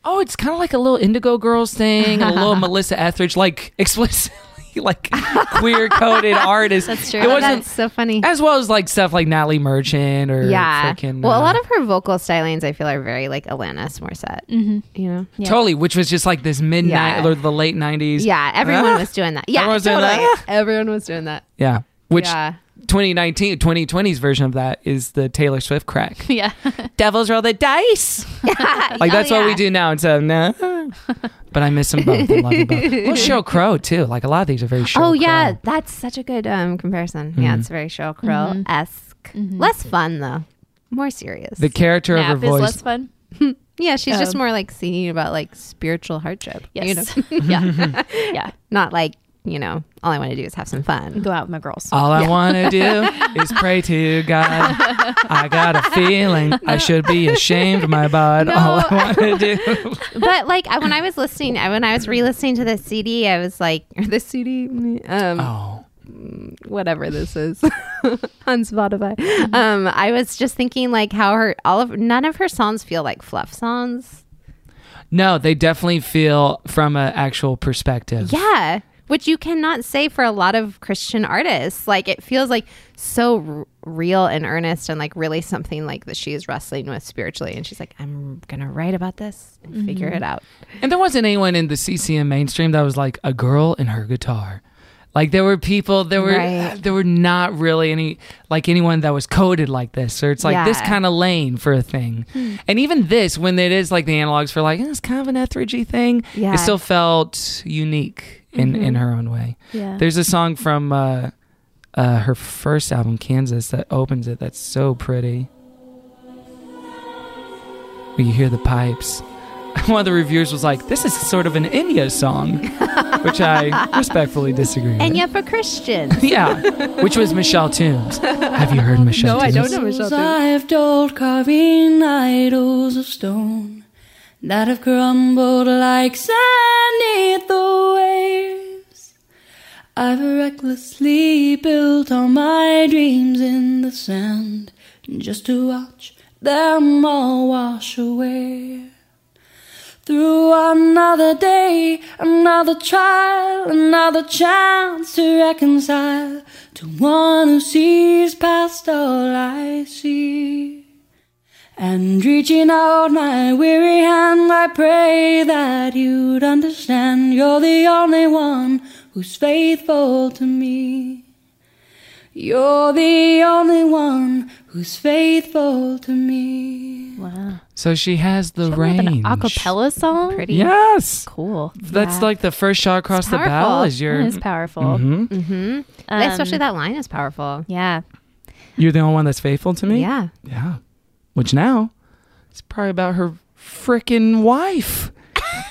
[SPEAKER 2] oh, it's kind of like a little Indigo Girls thing, and a little Melissa Etheridge, like explicitly like queer coded artist.
[SPEAKER 8] That's true. Oh,
[SPEAKER 2] It wasn't
[SPEAKER 8] That's so funny.
[SPEAKER 2] as well as like stuff like Natalie Merchant or
[SPEAKER 8] yeah.
[SPEAKER 2] freaking
[SPEAKER 8] well, a
[SPEAKER 2] uh,
[SPEAKER 8] lot of her vocal stylings, I feel, are very like Alanis Morissette. Mm-hmm. You know,
[SPEAKER 2] Totally, which was just like this midnight
[SPEAKER 8] Yeah.
[SPEAKER 2] or the late nineties.
[SPEAKER 8] Yeah, everyone was doing that. Yeah,
[SPEAKER 2] everyone was
[SPEAKER 8] totally.
[SPEAKER 2] doing that.
[SPEAKER 8] Everyone was doing that.
[SPEAKER 2] Yeah. Which
[SPEAKER 8] Yeah.
[SPEAKER 2] 2019, 2020's version of that is the Taylor Swift crack.
[SPEAKER 6] Yeah.
[SPEAKER 2] Devils roll the dice. Like, that's what we do now. It's a nah. But I miss them both. I love them both. Well, Sheryl Crow, too. Like, a lot of these are very Sheryl
[SPEAKER 8] oh yeah, that's such a good um, comparison. Yeah,
[SPEAKER 2] Mhm.
[SPEAKER 8] it's very Sheryl Crow esque.
[SPEAKER 6] Mm-hmm.
[SPEAKER 8] Less fun though, more serious.
[SPEAKER 2] The character of her
[SPEAKER 8] Nap is
[SPEAKER 2] voice.
[SPEAKER 8] less
[SPEAKER 6] fun.
[SPEAKER 8] yeah, she's just
[SPEAKER 6] Um,
[SPEAKER 8] more like singing about like spiritual hardship.
[SPEAKER 6] Yes.
[SPEAKER 8] You know?
[SPEAKER 6] Yeah. Yeah.
[SPEAKER 8] Not like you know, all I want to do is have some fun.
[SPEAKER 6] Go out with my girls.
[SPEAKER 2] All I
[SPEAKER 8] Yeah.
[SPEAKER 2] want to do is pray to God. I got a feeling I should be ashamed, my bud. All I want to do.
[SPEAKER 8] but like I- when I was listening, I- when I was re-listening to the CD, I was like, or the CD, mm, um,
[SPEAKER 2] Oh.
[SPEAKER 8] mm, whatever this is on Spotify.
[SPEAKER 2] Mm-hmm.
[SPEAKER 8] Um, I was just thinking like how her all of none of her songs feel like fluff songs.
[SPEAKER 2] No, they definitely feel from an actual perspective.
[SPEAKER 8] Yeah, which you cannot say for a lot of Christian artists. Like it feels like so r- real and earnest, and like really something like that she is wrestling with spiritually. And she's like, I'm gonna write about this and figure
[SPEAKER 2] Mhm.
[SPEAKER 8] it out.
[SPEAKER 2] And there wasn't anyone in the CCM mainstream that was like a girl and her guitar. Like there were people, there were
[SPEAKER 8] Right.
[SPEAKER 2] there were not really any like anyone that was coded like this. Or it's like this
[SPEAKER 8] Yeah.
[SPEAKER 2] kind of lane for a thing.
[SPEAKER 8] Hmm.
[SPEAKER 2] And even this, when it is like the analogs for like eh, it's kind of an Etheridgey thing,
[SPEAKER 8] Yeah.
[SPEAKER 2] it still felt unique in in
[SPEAKER 8] Mhm.
[SPEAKER 2] her own way.
[SPEAKER 8] Yeah.
[SPEAKER 2] There's a song from uh, uh, her first album, Kansas, that opens it. That's so pretty. Where you hear the pipes. One of the reviewers was like, "This is sort of an India song," which I respectfully disagree. with.
[SPEAKER 8] And yet for Christians,
[SPEAKER 2] yeah, which was Michelle Toombs. Have you heard Michelle?
[SPEAKER 8] No, I
[SPEAKER 2] Toombs?
[SPEAKER 8] don't know Michelle Toombs.
[SPEAKER 10] I've told carving idols of stone that have crumbled like sand neath the waves. I've recklessly built all my dreams in the sand just to watch them all wash away. Through another day, another trial, another chance to reconcile to one who sees past all I see. And reaching out my weary hand, I pray that you'd understand you're the only one who's faithful to me. You're the only one who's faithful to me.
[SPEAKER 6] Wow.
[SPEAKER 2] So she has the range.
[SPEAKER 6] An acapella song? Pretty.
[SPEAKER 2] Yes.
[SPEAKER 6] Cool.
[SPEAKER 2] That's like the first shot across the bow is your.
[SPEAKER 6] It is powerful. Um,
[SPEAKER 2] Mhm.
[SPEAKER 8] Mm-hmm.
[SPEAKER 2] Um,
[SPEAKER 8] Especially that line is powerful.
[SPEAKER 6] Yeah.
[SPEAKER 2] You're the only one that's faithful to me?
[SPEAKER 8] Yeah.
[SPEAKER 2] Yeah. Which now it's probably about her freaking wife.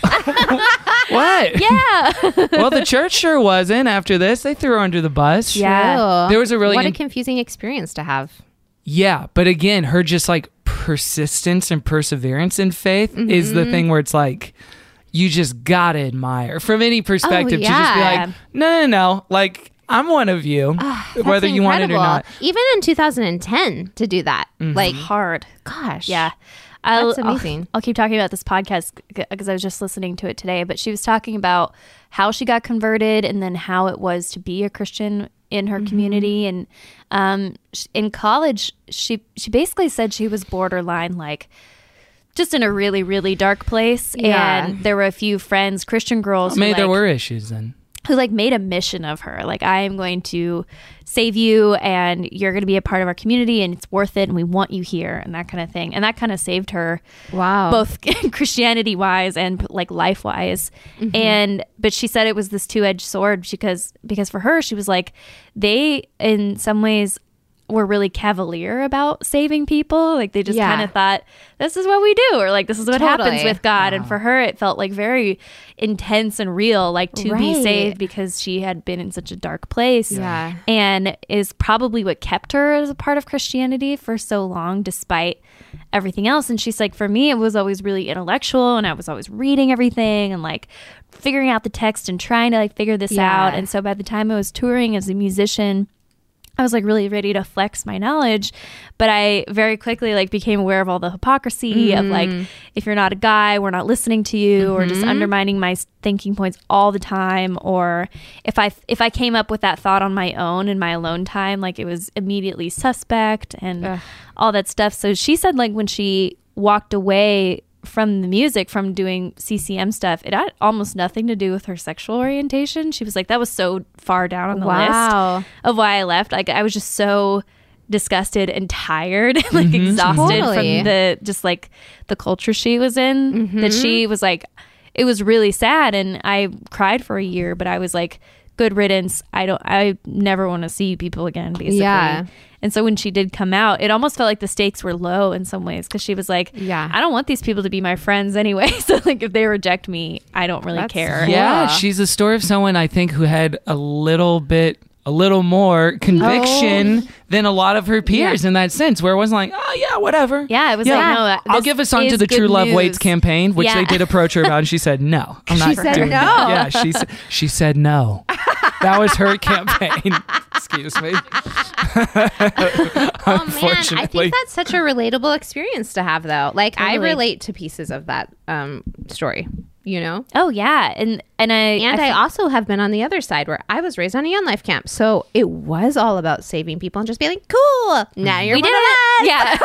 [SPEAKER 2] what?
[SPEAKER 6] Yeah.
[SPEAKER 2] well, the church sure wasn't after this. They threw her under the bus.
[SPEAKER 8] True.
[SPEAKER 2] There was a really
[SPEAKER 8] what
[SPEAKER 2] in-
[SPEAKER 8] a confusing experience to have.
[SPEAKER 2] Yeah, but again, her just like persistence and perseverance in faith is the
[SPEAKER 8] Mhm.
[SPEAKER 2] thing where it's like you just gotta admire from any perspective to just be
[SPEAKER 8] Oh, yeah. Ah,
[SPEAKER 2] like, no, no, no, like I'm one of you,
[SPEAKER 8] That's
[SPEAKER 2] whether you want it or
[SPEAKER 8] incredible.
[SPEAKER 2] not.
[SPEAKER 8] Even in 2010 to do that,
[SPEAKER 2] Mhm.
[SPEAKER 8] like
[SPEAKER 6] hard.
[SPEAKER 8] Gosh,
[SPEAKER 6] Yeah. I'll,
[SPEAKER 8] That's
[SPEAKER 6] I'll-
[SPEAKER 8] amazing.
[SPEAKER 6] I'll, keep talking about this podcast because I was just listening to it today. But she was talking about how she got converted and then how it was to be a Christian in
[SPEAKER 8] Mm-hmm.
[SPEAKER 6] her community. And um, sh- in college, she she basically said she was borderline, like just in a really really dark place.
[SPEAKER 2] Yeah.
[SPEAKER 6] And there were a few friends, Christian girls, who,
[SPEAKER 2] Maybe there
[SPEAKER 6] like,
[SPEAKER 2] were issues then.
[SPEAKER 6] who like made a mission of her like i am going to save you and you're going to be a part of our community and it's worth it and we want you here and that kind of thing and that kind of saved her
[SPEAKER 8] wow
[SPEAKER 6] both christianity wise and like life wise
[SPEAKER 8] Mhm.
[SPEAKER 6] and but she said it was this two-edged sword because because for her she was like they in some ways were really cavalier about saving people like they just
[SPEAKER 8] Yeah.
[SPEAKER 6] kind of thought this is what we do or like this is what happens
[SPEAKER 8] Totally.
[SPEAKER 6] with god and for her it felt like very intense and real like to be
[SPEAKER 8] Right.
[SPEAKER 6] saved because she had been in such a dark place.
[SPEAKER 8] Yeah.
[SPEAKER 6] And is probably what kept her as a part of Christianity for so long, despite everything else. And she's like, for me, it was always really intellectual and I was always reading everything and like figuring out the text and trying to like figure this
[SPEAKER 8] Yeah.
[SPEAKER 6] out. And so by the time I was touring as a musician, I was like really ready to flex my knowledge, but I very quickly like became aware of all the hypocrisy of
[SPEAKER 8] Mhm.
[SPEAKER 6] like if you're not a guy, we're not listening to you or just
[SPEAKER 8] Mhm.
[SPEAKER 6] undermining my s- thinking points all the time or if I if I came up with that thought on my own in my alone time, like it was immediately suspect and
[SPEAKER 8] Ugh.
[SPEAKER 6] all that stuff. So she said like when she walked away from the music from doing CCM stuff, it had almost nothing to do with her sexual orientation. She was like that was so far down on the list
[SPEAKER 8] wow.
[SPEAKER 6] of why I left. Like I was just so disgusted and tired, like
[SPEAKER 8] Mm-hmm.
[SPEAKER 6] exhausted
[SPEAKER 8] Totally.
[SPEAKER 6] from the just like the culture she was in. That
[SPEAKER 8] Mhm.
[SPEAKER 6] she was like, it was really sad, and I cried for a year. But I was like, good riddance. I don't. I never want to see you people again. Basically.
[SPEAKER 8] Yeah.
[SPEAKER 6] And so when she did come out, it almost felt like the stakes were low in some ways because she was like,
[SPEAKER 8] Yeah.
[SPEAKER 6] I don't want these people to be my friends anyway. So like if they reject me, I don't really
[SPEAKER 8] That's-
[SPEAKER 6] care.
[SPEAKER 2] Yeah, she's the story of someone I think who had a little bit, a little more conviction
[SPEAKER 6] Oh.
[SPEAKER 2] than a lot of her peers in that sense, where it wasn't like, oh yeah, whatever.
[SPEAKER 6] Yeah, it was
[SPEAKER 2] Yeah.
[SPEAKER 6] like, no, uh,
[SPEAKER 2] I'll
[SPEAKER 6] this
[SPEAKER 2] give a song to
[SPEAKER 6] is
[SPEAKER 2] the
[SPEAKER 6] good
[SPEAKER 2] True Love
[SPEAKER 6] news.
[SPEAKER 2] Waits campaign, which
[SPEAKER 6] Yeah.
[SPEAKER 2] they did approach her about, and she said no. I'm not
[SPEAKER 8] She said
[SPEAKER 2] doing
[SPEAKER 8] no.
[SPEAKER 2] that." Yeah, she s- she said no. That was her campaign. Excuse me.
[SPEAKER 8] Oh man, I think that's such a relatable experience to have, though. Like I
[SPEAKER 6] Totally.
[SPEAKER 8] relate to pieces of that um, story, you know.
[SPEAKER 6] Oh yeah, and and I
[SPEAKER 8] And
[SPEAKER 6] I
[SPEAKER 8] I,
[SPEAKER 6] think-
[SPEAKER 8] also have been on the other side where I was raised on a young life camp, so it was all about saving people and just being like, "Cool, now you're
[SPEAKER 6] we
[SPEAKER 8] one
[SPEAKER 6] did
[SPEAKER 8] of
[SPEAKER 6] it. Yeah.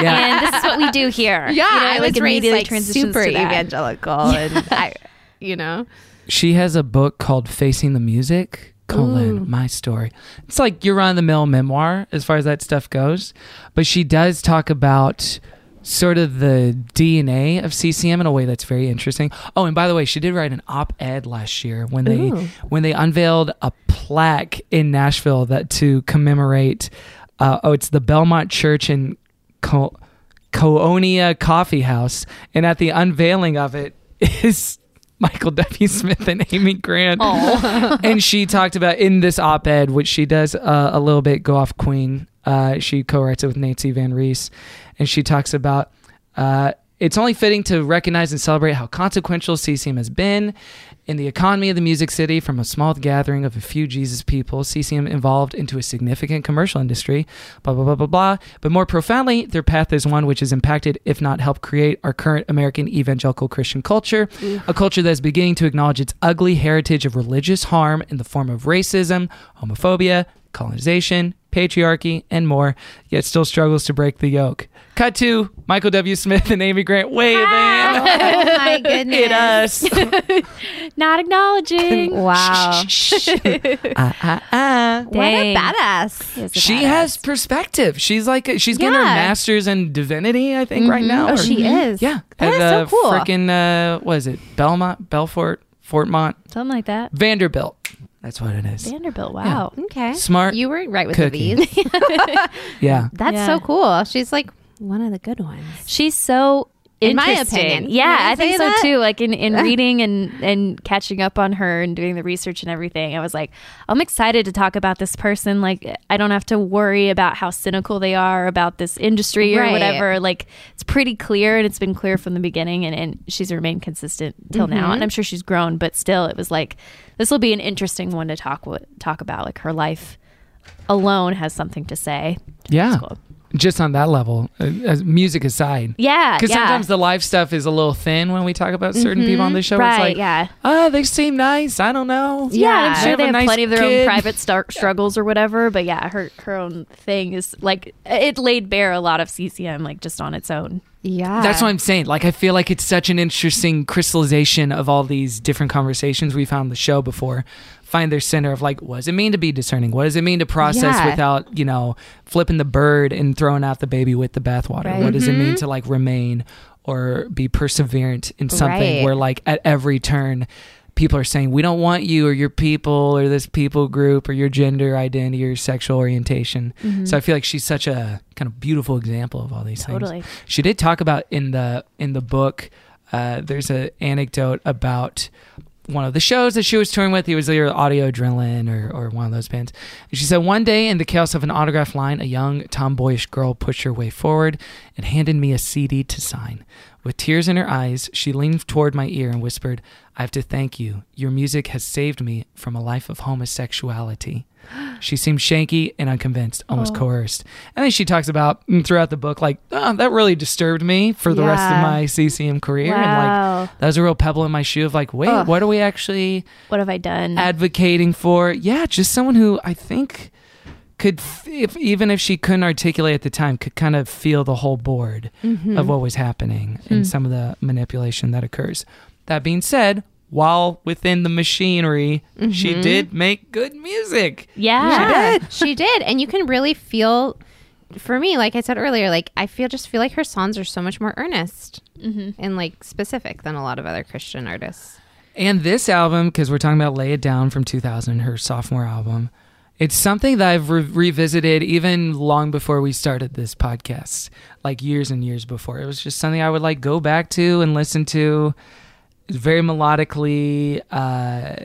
[SPEAKER 2] Yeah.
[SPEAKER 6] and this is what we do here.
[SPEAKER 8] Yeah,
[SPEAKER 6] You know,
[SPEAKER 8] I
[SPEAKER 6] like,
[SPEAKER 8] was raised
[SPEAKER 6] immediately
[SPEAKER 8] like
[SPEAKER 6] transitions
[SPEAKER 8] super
[SPEAKER 6] to that.
[SPEAKER 8] evangelical, and I, you know,
[SPEAKER 2] She has a book called Facing the Music, colon, my story. It's like your run of the mill memoir as far as that stuff goes. But she does talk about sort of the DNA of CCM in a way that's very interesting. Oh, and by the way, she did write an op-ed last year when they
[SPEAKER 8] Ooh.
[SPEAKER 2] when they unveiled a plaque in Nashville that to commemorate uh, oh, it's the Belmont Church in Co- Coonia Coffee House, and at the unveiling of it is Michael W. Smith and Amy Grant. and she talked about in this op-ed, which she does uh, a little bit go off Queen. Uh, she co-writes it with Nancy Van Reese, and she talks about. Uh, it's only fitting to recognize and celebrate how consequential CCM has been in the economy of the music city from a small gathering of a few Jesus people, CCM evolved into a significant commercial industry, blah, blah, blah, blah, blah. But more profoundly, their path is one which has impacted, if not helped create, our current American evangelical Christian culture, a culture that is beginning to acknowledge its ugly heritage of religious harm in the form of racism, homophobia, colonization, patriarchy, and more, yet still struggles to break the yoke. Cut to Michael W. Smith and Amy Grant waving.
[SPEAKER 8] Oh my goodness.
[SPEAKER 2] It us.
[SPEAKER 6] Not acknowledging.
[SPEAKER 8] wow.
[SPEAKER 2] Ah, ah, ah.
[SPEAKER 8] What a
[SPEAKER 6] Dang.
[SPEAKER 8] badass.
[SPEAKER 2] She has perspective. She's like she's getting her
[SPEAKER 8] Yeah.
[SPEAKER 2] master's in divinity, I think, right
[SPEAKER 8] Mhm.
[SPEAKER 2] now. mm-hmm.
[SPEAKER 8] Oh, she is.
[SPEAKER 2] Yeah,
[SPEAKER 8] That
[SPEAKER 2] at
[SPEAKER 8] is so
[SPEAKER 2] uh,
[SPEAKER 8] cool.
[SPEAKER 2] Frickin' uh, what is it? Belmont, Belfort, Fortmont,
[SPEAKER 6] Something like that.
[SPEAKER 2] Vanderbilt. That's what it is.
[SPEAKER 6] Vanderbilt. Wow.
[SPEAKER 8] Okay.
[SPEAKER 2] Smart
[SPEAKER 8] You were right with
[SPEAKER 2] cookie.
[SPEAKER 8] the V's.
[SPEAKER 2] Yeah.
[SPEAKER 8] That's
[SPEAKER 6] Yeah.
[SPEAKER 8] so cool. She's like one of the good ones.
[SPEAKER 6] She's so
[SPEAKER 8] In my
[SPEAKER 6] interesting.
[SPEAKER 8] opinion.
[SPEAKER 6] Yeah,
[SPEAKER 8] Can I
[SPEAKER 6] I think
[SPEAKER 8] say
[SPEAKER 6] so
[SPEAKER 8] that?
[SPEAKER 6] too. Like in, in reading and, and catching up on her and doing the research and everything, I was like, I'm excited to talk about this person. Like I don't have to worry about how cynical they are about this industry or
[SPEAKER 8] Right.
[SPEAKER 6] whatever. Like it's pretty clear and it's been clear from the beginning and, and she's remained consistent till now.
[SPEAKER 8] Mhm.
[SPEAKER 6] And I'm sure she's grown, but still it was like this will be an interesting one to talk with, talk about. Like her life alone has something to say.
[SPEAKER 2] Yeah. Just on that level, uh, as music aside.
[SPEAKER 6] Yeah.
[SPEAKER 2] Because
[SPEAKER 6] Uh, yeah.
[SPEAKER 2] sometimes the live stuff is a little thin when we talk about certain people on
[SPEAKER 6] Mhm.
[SPEAKER 2] the show.
[SPEAKER 6] Right,
[SPEAKER 2] it's like,
[SPEAKER 6] yeah.
[SPEAKER 2] oh, they seem nice. I don't know.
[SPEAKER 6] Yeah, and I'm sure
[SPEAKER 2] have
[SPEAKER 6] they
[SPEAKER 2] a
[SPEAKER 6] have
[SPEAKER 2] nice
[SPEAKER 6] plenty of their
[SPEAKER 2] kid.
[SPEAKER 6] own private star- struggles or whatever. But yeah, her her own thing is like it laid bare a lot of CCM like just on its own.
[SPEAKER 8] Yeah.
[SPEAKER 2] That's what I'm saying. Like, I feel like it's such an interesting crystallization of all these different conversations we found on the show before. Find their center of like, what does it mean to be discerning? What does it mean to process
[SPEAKER 8] Yeah.
[SPEAKER 2] without, you know, flipping the bird and throwing out the baby with the bathwater?
[SPEAKER 8] Right.
[SPEAKER 2] What does it mean
[SPEAKER 8] Mhm.
[SPEAKER 2] to like remain or be perseverant in something
[SPEAKER 8] Right.
[SPEAKER 2] where like at every turn, people are saying we don't want you or your people or this people group or your gender identity or sexual orientation.
[SPEAKER 8] Mm-hmm.
[SPEAKER 6] Mhm.
[SPEAKER 2] So I feel like she's such a kind of beautiful example of all these things.
[SPEAKER 6] Totally.
[SPEAKER 2] She did talk about in the in the book. Uh, there's an anecdote about one of the shows that she was touring with. He was either Audio Adrenaline or, or one of those bands. And she said one day in the chaos of an autograph line, a young tomboyish girl pushed her way forward and handed me a CD to sign. With tears in her eyes, she leaned toward my ear and whispered, "I have to thank you. Your music has saved me from a life of homosexuality." She seemed shanky and unconvinced, almost
[SPEAKER 6] Oh.
[SPEAKER 2] coerced. And then she talks about mm, throughout the book, like, oh, that really disturbed me for the rest of
[SPEAKER 6] Yeah.
[SPEAKER 2] my CCM career. And
[SPEAKER 6] Wow.
[SPEAKER 2] like, that was a real pebble in my shoe of like, wait,
[SPEAKER 6] Oh. Ugh.
[SPEAKER 2] what are we actually
[SPEAKER 6] What have I done?
[SPEAKER 2] advocating for? Yeah, just someone who I think could, f- if, even if she couldn't articulate at the time, could kind of feel the whole board
[SPEAKER 6] Mhm.
[SPEAKER 2] of what was happening
[SPEAKER 6] Hmm.
[SPEAKER 2] and some of the manipulation that occurs. That being said, while within the machinery, she
[SPEAKER 6] Mm-hmm.
[SPEAKER 8] Mhm.
[SPEAKER 2] did make good music.
[SPEAKER 6] yeah.
[SPEAKER 8] She did. she did. And you can really feel for me, like I said earlier, like I feel just feel like her songs are so much more earnest and like specific than a lot of other Christian artists.
[SPEAKER 2] And this album, because we're talking about Lay It Down from 2000, her sophomore album, it's something that I've re- revisited even long before we started this podcast, like years and years before. It was just something I would like go back to and listen to very melodically. Uh,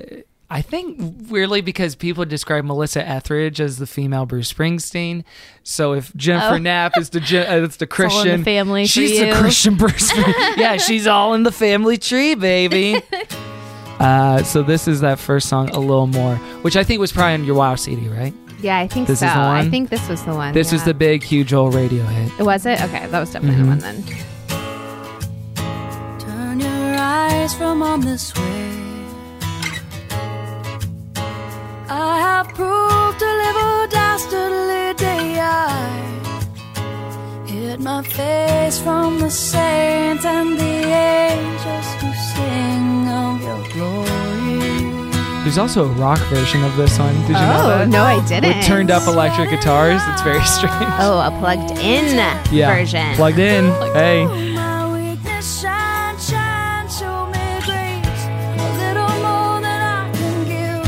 [SPEAKER 2] I think weirdly because people describe Melissa Etheridge as the female Bruce Springsteen. So if Jennifer
[SPEAKER 6] Oh.
[SPEAKER 2] Knapp is the, gen- uh, it's the
[SPEAKER 6] all in the
[SPEAKER 2] Christian
[SPEAKER 6] family for
[SPEAKER 2] she's
[SPEAKER 6] you.
[SPEAKER 2] the Christian Bruce. Spring- yeah, she's all in the family tree, baby. Uh, so this is that first song, a little more, which I think was probably on your Wow CD, right?
[SPEAKER 8] Yeah, I think
[SPEAKER 2] This
[SPEAKER 8] so.
[SPEAKER 2] is the
[SPEAKER 8] I
[SPEAKER 2] one?
[SPEAKER 8] think this was the one.
[SPEAKER 2] This was
[SPEAKER 8] yeah.
[SPEAKER 2] the big, huge old radio hit.
[SPEAKER 8] Was it? Okay, that was definitely
[SPEAKER 2] Mhm.
[SPEAKER 8] the one then.
[SPEAKER 10] Turn your eyes from on this way. I have proved a little dastardly day. I hid my face from the saints and the angels who sing of your glory.
[SPEAKER 2] There's also a rock version of this one. Did you know
[SPEAKER 8] Oh,
[SPEAKER 2] that?
[SPEAKER 8] no, I didn't.
[SPEAKER 2] With turned up electric guitars. It's very strange.
[SPEAKER 8] Oh, a plugged in
[SPEAKER 2] yeah.
[SPEAKER 8] version.
[SPEAKER 2] Plugged in.
[SPEAKER 6] oh.
[SPEAKER 2] Hey.
[SPEAKER 10] My weakness, shine, shine, show me grace. A little more than I can give,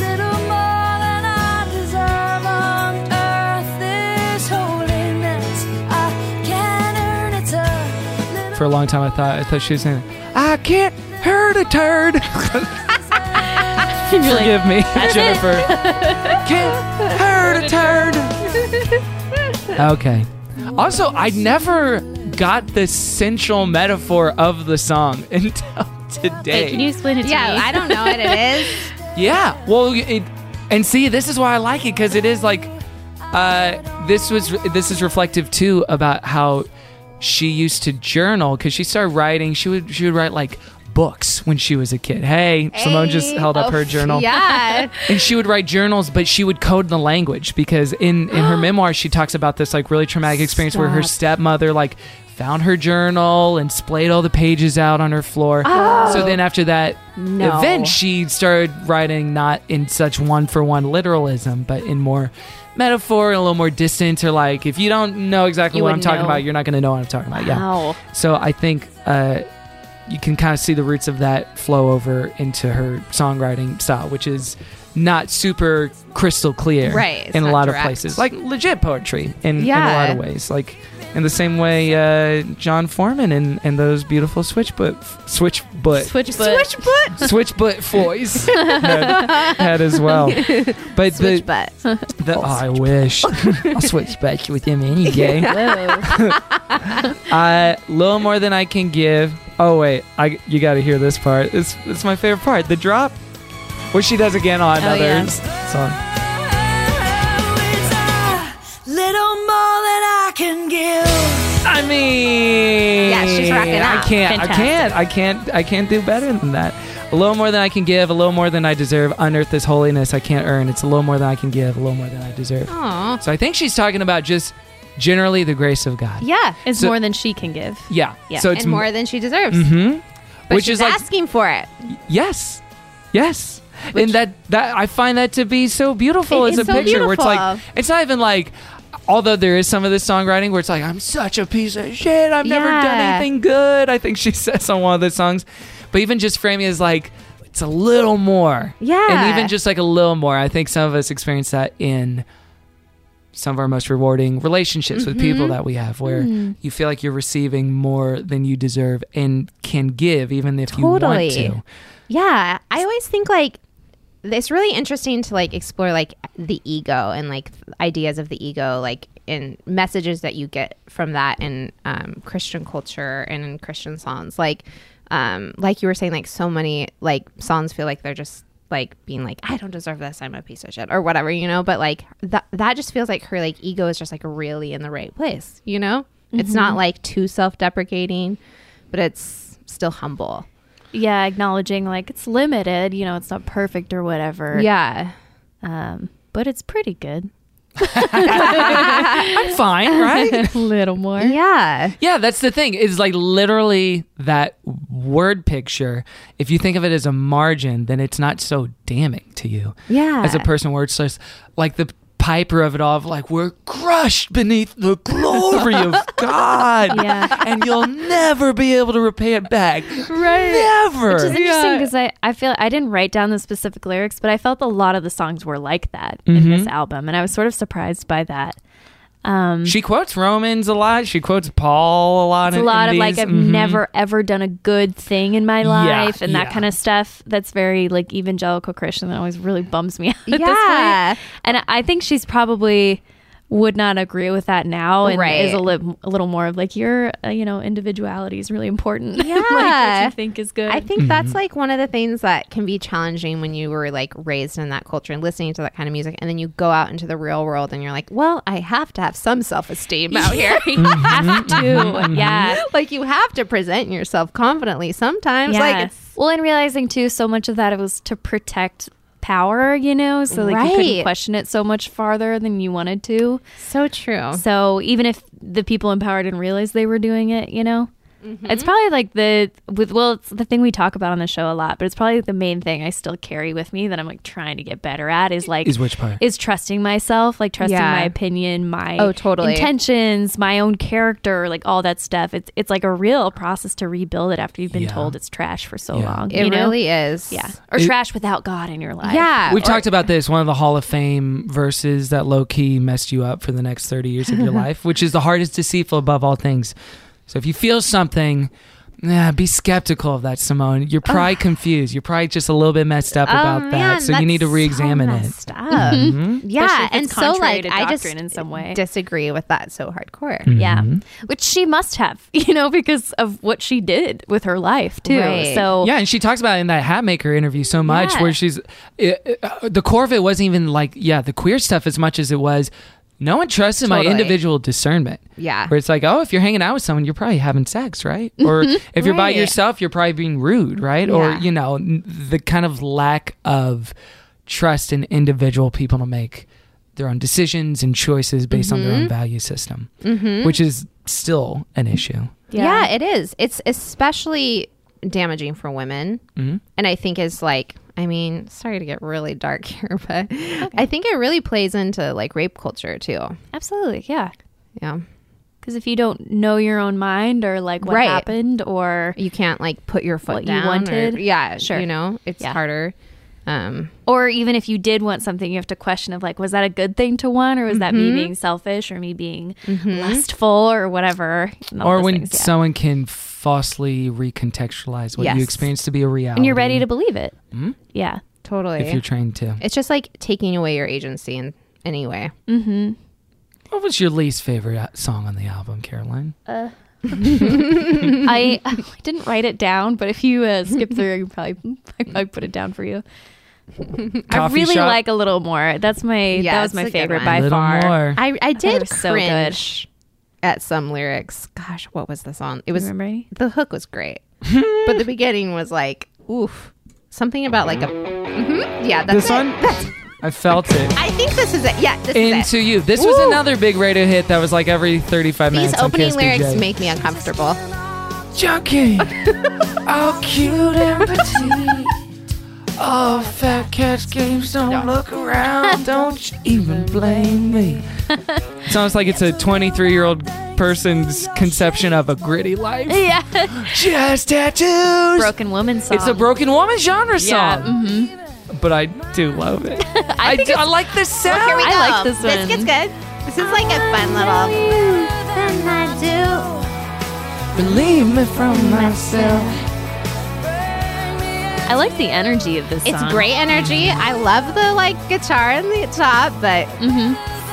[SPEAKER 10] little more than I deserve on earth. This holiness, I can't earn it.
[SPEAKER 2] For a long time, I thought I thought she was saying, "I can't hurt a turd." Forgive me, Jennifer. can't hurt a turd. Okay. Also, I never got the central metaphor of the song until today.
[SPEAKER 6] can you explain it to
[SPEAKER 8] Yeah,
[SPEAKER 6] me?
[SPEAKER 8] I don't know what it is.
[SPEAKER 2] Yeah. Well, it, and see, this is why I like it because it is like, uh, this was this is reflective too about how she used to journal because she started writing. She would she would write like books when she was a kid. Hey, Simone just held up
[SPEAKER 8] Oh,
[SPEAKER 2] her journal.
[SPEAKER 8] yeah.
[SPEAKER 2] and she would write journals, but she would code the language because in in her memoir she talks about this like really traumatic experience where her
[SPEAKER 8] Stop.
[SPEAKER 2] stepmother like found her journal and splayed all the pages out on her floor.
[SPEAKER 8] Oh.
[SPEAKER 2] So then after that
[SPEAKER 8] No.
[SPEAKER 2] event, she started writing not in such one for one literalism, but in more metaphor and a little more distant or like if you don't know exactly
[SPEAKER 6] You
[SPEAKER 2] what I'm
[SPEAKER 6] wouldn't
[SPEAKER 2] talking
[SPEAKER 6] know.
[SPEAKER 2] about, you're not going to know what I'm talking about.
[SPEAKER 8] Oh,
[SPEAKER 6] Wow.
[SPEAKER 2] Yeah. So I think uh, you can kind of see the roots of that flow over into her songwriting style, which is not super crystal clear
[SPEAKER 8] Right, it's
[SPEAKER 2] in a
[SPEAKER 8] not
[SPEAKER 2] lot of
[SPEAKER 8] direct.
[SPEAKER 2] places. Like legit poetry in, in a lot
[SPEAKER 8] Yeah.
[SPEAKER 2] of ways. Like in the same way uh, John Foreman and, and those beautiful switch but switch but
[SPEAKER 6] Switch butt.
[SPEAKER 8] Switch butt.
[SPEAKER 2] switch but voice had, had as well. But
[SPEAKER 8] Switch
[SPEAKER 2] the,
[SPEAKER 8] butt.
[SPEAKER 2] the oh, I wish I'll switch back with him any day. Uh, little more than I can give. Oh wait, I you got to hear this part. It's it's my favorite part. The drop, which she does again on
[SPEAKER 3] Oh,
[SPEAKER 2] another
[SPEAKER 3] yeah.
[SPEAKER 2] s- song.
[SPEAKER 3] Little more than I can give.
[SPEAKER 2] I mean,
[SPEAKER 3] Yeah, she's rocking
[SPEAKER 2] I
[SPEAKER 3] out.
[SPEAKER 2] can't.
[SPEAKER 3] Fantastic.
[SPEAKER 2] I can't. I can't. I can't do better than that. A little more than I can give. A little more than I deserve. Unearth this holiness I can't earn. It's a little more than I can give. A little more than I deserve.
[SPEAKER 6] Aw.
[SPEAKER 2] So I think she's talking about just generally the grace of God.
[SPEAKER 6] Yeah, it's
[SPEAKER 2] So-
[SPEAKER 6] more than she can give.
[SPEAKER 2] Yeah.
[SPEAKER 6] Yeah.
[SPEAKER 2] So it's
[SPEAKER 8] and more than she deserves.
[SPEAKER 2] hmm
[SPEAKER 8] But
[SPEAKER 2] Which
[SPEAKER 8] she's
[SPEAKER 2] is like
[SPEAKER 8] asking for it.
[SPEAKER 2] Yes. Yes. and that that I find that to be so beautiful
[SPEAKER 8] It
[SPEAKER 2] as
[SPEAKER 8] is
[SPEAKER 2] a
[SPEAKER 8] so
[SPEAKER 2] picture where it's like
[SPEAKER 8] beautiful.
[SPEAKER 2] it's not even like although there is some of this songwriting where it's like I'm such a piece of shit. I've never done
[SPEAKER 8] Yeah.
[SPEAKER 2] anything good. I think she says on one of the songs. But even just framing it as like it's a little more.
[SPEAKER 8] Yeah.
[SPEAKER 2] And even just like a little more. I think some of us experience that in some of our most rewarding relationships with people
[SPEAKER 8] Mhm.
[SPEAKER 2] that we have where
[SPEAKER 8] Mhm.
[SPEAKER 2] you feel like you're receiving more than you deserve and can give even if
[SPEAKER 8] Totally.
[SPEAKER 2] you want to.
[SPEAKER 8] Yeah, I always think like it's really interesting to like explore like the ego and like ideas of the ego, like and messages that you get from that in um, Christian culture and in Christian songs. Like, um, like you were saying, like so many like songs feel like they're just like being like I don't deserve this, I'm a piece of shit or whatever, you know. But like that that just feels like her like ego is just like really in the right place, you know. It's not
[SPEAKER 2] Mm-hmm.
[SPEAKER 6] Mhm.
[SPEAKER 8] like too self deprecating, but it's still humble.
[SPEAKER 6] Yeah, acknowledging like it's limited, you know, it's not perfect or whatever.
[SPEAKER 8] Yeah.
[SPEAKER 6] Um, but it's pretty good.
[SPEAKER 2] I'm fine, right?
[SPEAKER 6] A little more.
[SPEAKER 8] Yeah.
[SPEAKER 2] Yeah, that's the thing. Is like literally that word picture. If you think of it as a margin, then it's not so damning to you.
[SPEAKER 8] Yeah.
[SPEAKER 2] As a person where it's just like the piper of it all of like we're crushed beneath the glory of God.
[SPEAKER 6] Yeah.
[SPEAKER 2] And you'll never be able to repay it back.
[SPEAKER 6] Right.
[SPEAKER 2] Never.
[SPEAKER 6] Which is interesting
[SPEAKER 2] Yeah.
[SPEAKER 6] because I, I feel I didn't write down the specific lyrics, but I felt a lot of the songs were like that in this
[SPEAKER 2] Mhm.
[SPEAKER 6] album. And I was sort of surprised by that. Um,
[SPEAKER 2] She quotes Romans a lot. She quotes Paul a lot.
[SPEAKER 6] it's a
[SPEAKER 2] in-
[SPEAKER 6] lot
[SPEAKER 2] in
[SPEAKER 6] of like
[SPEAKER 2] these.
[SPEAKER 6] I've
[SPEAKER 2] Mhm.
[SPEAKER 6] never ever done a good thing in my
[SPEAKER 2] Yeah,
[SPEAKER 6] life and that
[SPEAKER 2] yeah.
[SPEAKER 6] kind of stuff. That's very like evangelical Christian that always really bums me out. at this point.
[SPEAKER 8] Yeah.
[SPEAKER 6] and I- I think she's probably would not agree with that now and
[SPEAKER 8] Right.
[SPEAKER 6] is a, li- a little more of like your uh, you know individuality is really important.
[SPEAKER 8] Yeah.
[SPEAKER 6] like what you think is good.
[SPEAKER 8] I think that's
[SPEAKER 6] Mhm.
[SPEAKER 8] like one of the things that can be challenging when you were like raised in that culture and listening to that kind of music. And then you go out into the real world and you're like, well, I have to have some self esteem out here. you have
[SPEAKER 6] to. Yeah.
[SPEAKER 8] Like you have to present yourself confidently sometimes. Like it's
[SPEAKER 6] well, and realizing too, so much of that it was to protect power, you know, so like you couldn't
[SPEAKER 8] Right.
[SPEAKER 6] question it so much farther than you wanted to.
[SPEAKER 8] So true.
[SPEAKER 6] So even if the people in power didn't realize they were doing it, you know,
[SPEAKER 8] Mm-hmm.
[SPEAKER 6] it's probably like the with well, it's the thing we talk about on the show a lot, but it's probably the main thing I still carry with me that I'm like trying to get better at is like
[SPEAKER 2] Is which part?
[SPEAKER 6] is trusting myself, like trusting
[SPEAKER 8] Yeah.
[SPEAKER 6] my opinion, my
[SPEAKER 8] Oh, totally.
[SPEAKER 6] intentions, my own character, like all that stuff. It's it's like a real process to rebuild it after you've been
[SPEAKER 2] Yeah.
[SPEAKER 6] told it's trash for so
[SPEAKER 2] Yeah.
[SPEAKER 6] long.
[SPEAKER 8] It
[SPEAKER 6] you know?
[SPEAKER 8] really is.
[SPEAKER 6] Yeah. Or
[SPEAKER 2] It-
[SPEAKER 6] trash without God in your life.
[SPEAKER 8] Yeah.
[SPEAKER 2] We've talked about this one of the Hall of Fame verses that low key messed you up for the next 30 years of your life, which is the heart is deceitful above all things. So if you feel something, nah, be skeptical of that, Simone. You're probably confused. You're probably just a little bit messed up
[SPEAKER 8] Oh,
[SPEAKER 2] about
[SPEAKER 8] man,
[SPEAKER 2] that. So you need to
[SPEAKER 8] that's so
[SPEAKER 2] re examine it.
[SPEAKER 8] messed up.
[SPEAKER 2] Mhm.
[SPEAKER 8] Yeah,
[SPEAKER 6] Mm-hmm. Especially if
[SPEAKER 8] and
[SPEAKER 6] it's
[SPEAKER 8] so
[SPEAKER 6] contrary
[SPEAKER 8] like
[SPEAKER 6] to
[SPEAKER 8] I just
[SPEAKER 6] doctrine in some way.
[SPEAKER 8] disagree with that so hardcore.
[SPEAKER 6] Yeah.
[SPEAKER 2] Mm-hmm.
[SPEAKER 6] Which she must have, you know, because of what she did with her life too.
[SPEAKER 8] Right.
[SPEAKER 6] So
[SPEAKER 2] Yeah, and she talks about it in that Hatmaker interview so much
[SPEAKER 6] Yeah.
[SPEAKER 2] where she's it, it, uh, the core of it wasn't even like yeah the queer stuff as much as it was No one trusts in my
[SPEAKER 8] Totally.
[SPEAKER 2] individual discernment.
[SPEAKER 8] Yeah.
[SPEAKER 2] Where it's like, oh, if you're hanging out with someone, you're probably having sex, right? Or if you're by
[SPEAKER 8] Right.
[SPEAKER 2] yourself, you're probably being rude, right? Or,
[SPEAKER 8] Yeah.
[SPEAKER 2] you know, n- the kind of lack of trust in individual people to make their own decisions and choices based on their own
[SPEAKER 8] Mhm.
[SPEAKER 2] value system,
[SPEAKER 8] Mhm.
[SPEAKER 2] which is still an issue.
[SPEAKER 8] Yeah. it is. It's especially damaging for women.
[SPEAKER 6] Mm-hmm.
[SPEAKER 2] Mhm.
[SPEAKER 8] And I think is like, I mean, sorry to get really dark here, but I think it really plays into like rape culture too.
[SPEAKER 6] Absolutely. Yeah.
[SPEAKER 8] Yeah.
[SPEAKER 6] Because if you don't know your own mind or like what
[SPEAKER 8] Right.
[SPEAKER 6] happened or
[SPEAKER 8] you can't like put your foot
[SPEAKER 6] what
[SPEAKER 8] down
[SPEAKER 6] you
[SPEAKER 8] or-
[SPEAKER 6] wanted,
[SPEAKER 8] yeah,
[SPEAKER 6] sure.
[SPEAKER 8] you know, it's harder. Um,
[SPEAKER 6] or even if you did want something, you have to question of like, was that a good thing to want, or was that me
[SPEAKER 2] Mm-hmm.
[SPEAKER 8] Mhm.
[SPEAKER 6] being selfish, or me being
[SPEAKER 8] Mhm.
[SPEAKER 6] lustful, or whatever? and all
[SPEAKER 2] Or
[SPEAKER 6] those
[SPEAKER 2] when
[SPEAKER 6] things, yeah.
[SPEAKER 2] someone can falsely recontextualize what you
[SPEAKER 6] Yes.
[SPEAKER 2] experience to be a reality.
[SPEAKER 6] and you're ready to believe it.
[SPEAKER 2] Mhm.
[SPEAKER 6] Yeah.
[SPEAKER 8] Totally.
[SPEAKER 2] If you're trained to.
[SPEAKER 8] It's just like taking away your agency in any way.
[SPEAKER 6] Mm-hmm.
[SPEAKER 2] What was your least favorite uh, song on the album, Caroline?
[SPEAKER 6] Uh, I I didn't write it down, but if you uh, skip through, I can probably I probably put it down for you. I
[SPEAKER 2] Coffee
[SPEAKER 6] really
[SPEAKER 2] Shop?
[SPEAKER 6] like a little more. That's my
[SPEAKER 8] Yeah,
[SPEAKER 6] that was
[SPEAKER 8] it's
[SPEAKER 6] my
[SPEAKER 8] a good
[SPEAKER 6] favorite
[SPEAKER 8] one.
[SPEAKER 6] by
[SPEAKER 2] Little
[SPEAKER 6] far.
[SPEAKER 2] More.
[SPEAKER 8] I, I
[SPEAKER 6] thought it
[SPEAKER 8] did
[SPEAKER 6] was so good.
[SPEAKER 8] cringe at some lyrics. Gosh, what was the song? It was
[SPEAKER 6] remember any?
[SPEAKER 8] the hook was great, but the beginning was like oof, something about like a Mhm. yeah. That's
[SPEAKER 2] This
[SPEAKER 8] it.
[SPEAKER 2] one?
[SPEAKER 8] That's-
[SPEAKER 2] I felt it.
[SPEAKER 8] I think this is it. Yeah, this is
[SPEAKER 2] Into
[SPEAKER 8] it.
[SPEAKER 2] you. This was
[SPEAKER 8] Woo!
[SPEAKER 2] another big radio hit that was like every 35
[SPEAKER 8] These
[SPEAKER 2] minutes. on
[SPEAKER 8] opening
[SPEAKER 2] KSBJ.
[SPEAKER 8] lyrics make me uncomfortable.
[SPEAKER 2] Junkie!
[SPEAKER 3] All cute and petite. Oh, fat cat's games don't look around. Don't you even blame me.
[SPEAKER 2] It sounds like it's a 23 year old person's conception of a gritty life.
[SPEAKER 6] Yeah.
[SPEAKER 2] Just tattoos!
[SPEAKER 6] Broken woman song.
[SPEAKER 2] It's a broken woman genre song.
[SPEAKER 6] Yeah. mhm.
[SPEAKER 2] But I do love it. I,
[SPEAKER 8] think
[SPEAKER 2] do, I
[SPEAKER 8] it's-
[SPEAKER 2] like this sound.
[SPEAKER 8] Here we go.
[SPEAKER 6] I like this
[SPEAKER 8] Oh, This
[SPEAKER 6] one.
[SPEAKER 8] gets good. This is like a fun little.
[SPEAKER 2] Believe me from
[SPEAKER 6] I like the energy of this
[SPEAKER 8] It's
[SPEAKER 6] song.
[SPEAKER 8] great energy. I love the like guitar in the top, but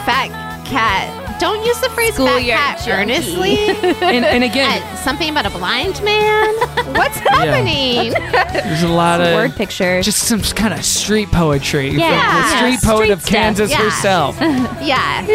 [SPEAKER 8] fat cat. Don't use the phrase fat
[SPEAKER 6] Schoolyard
[SPEAKER 8] cat
[SPEAKER 6] junkie.
[SPEAKER 8] earnestly.
[SPEAKER 2] And, and again,
[SPEAKER 8] Uh, something about a blind man. What's happening?
[SPEAKER 2] there's a lot of.
[SPEAKER 6] word picture.
[SPEAKER 2] Just some kind of street poetry. from
[SPEAKER 6] Yeah.
[SPEAKER 2] The street poet
[SPEAKER 6] Street
[SPEAKER 2] of
[SPEAKER 6] stuff.
[SPEAKER 2] Kansas
[SPEAKER 8] Yeah.
[SPEAKER 2] herself.
[SPEAKER 8] yeah.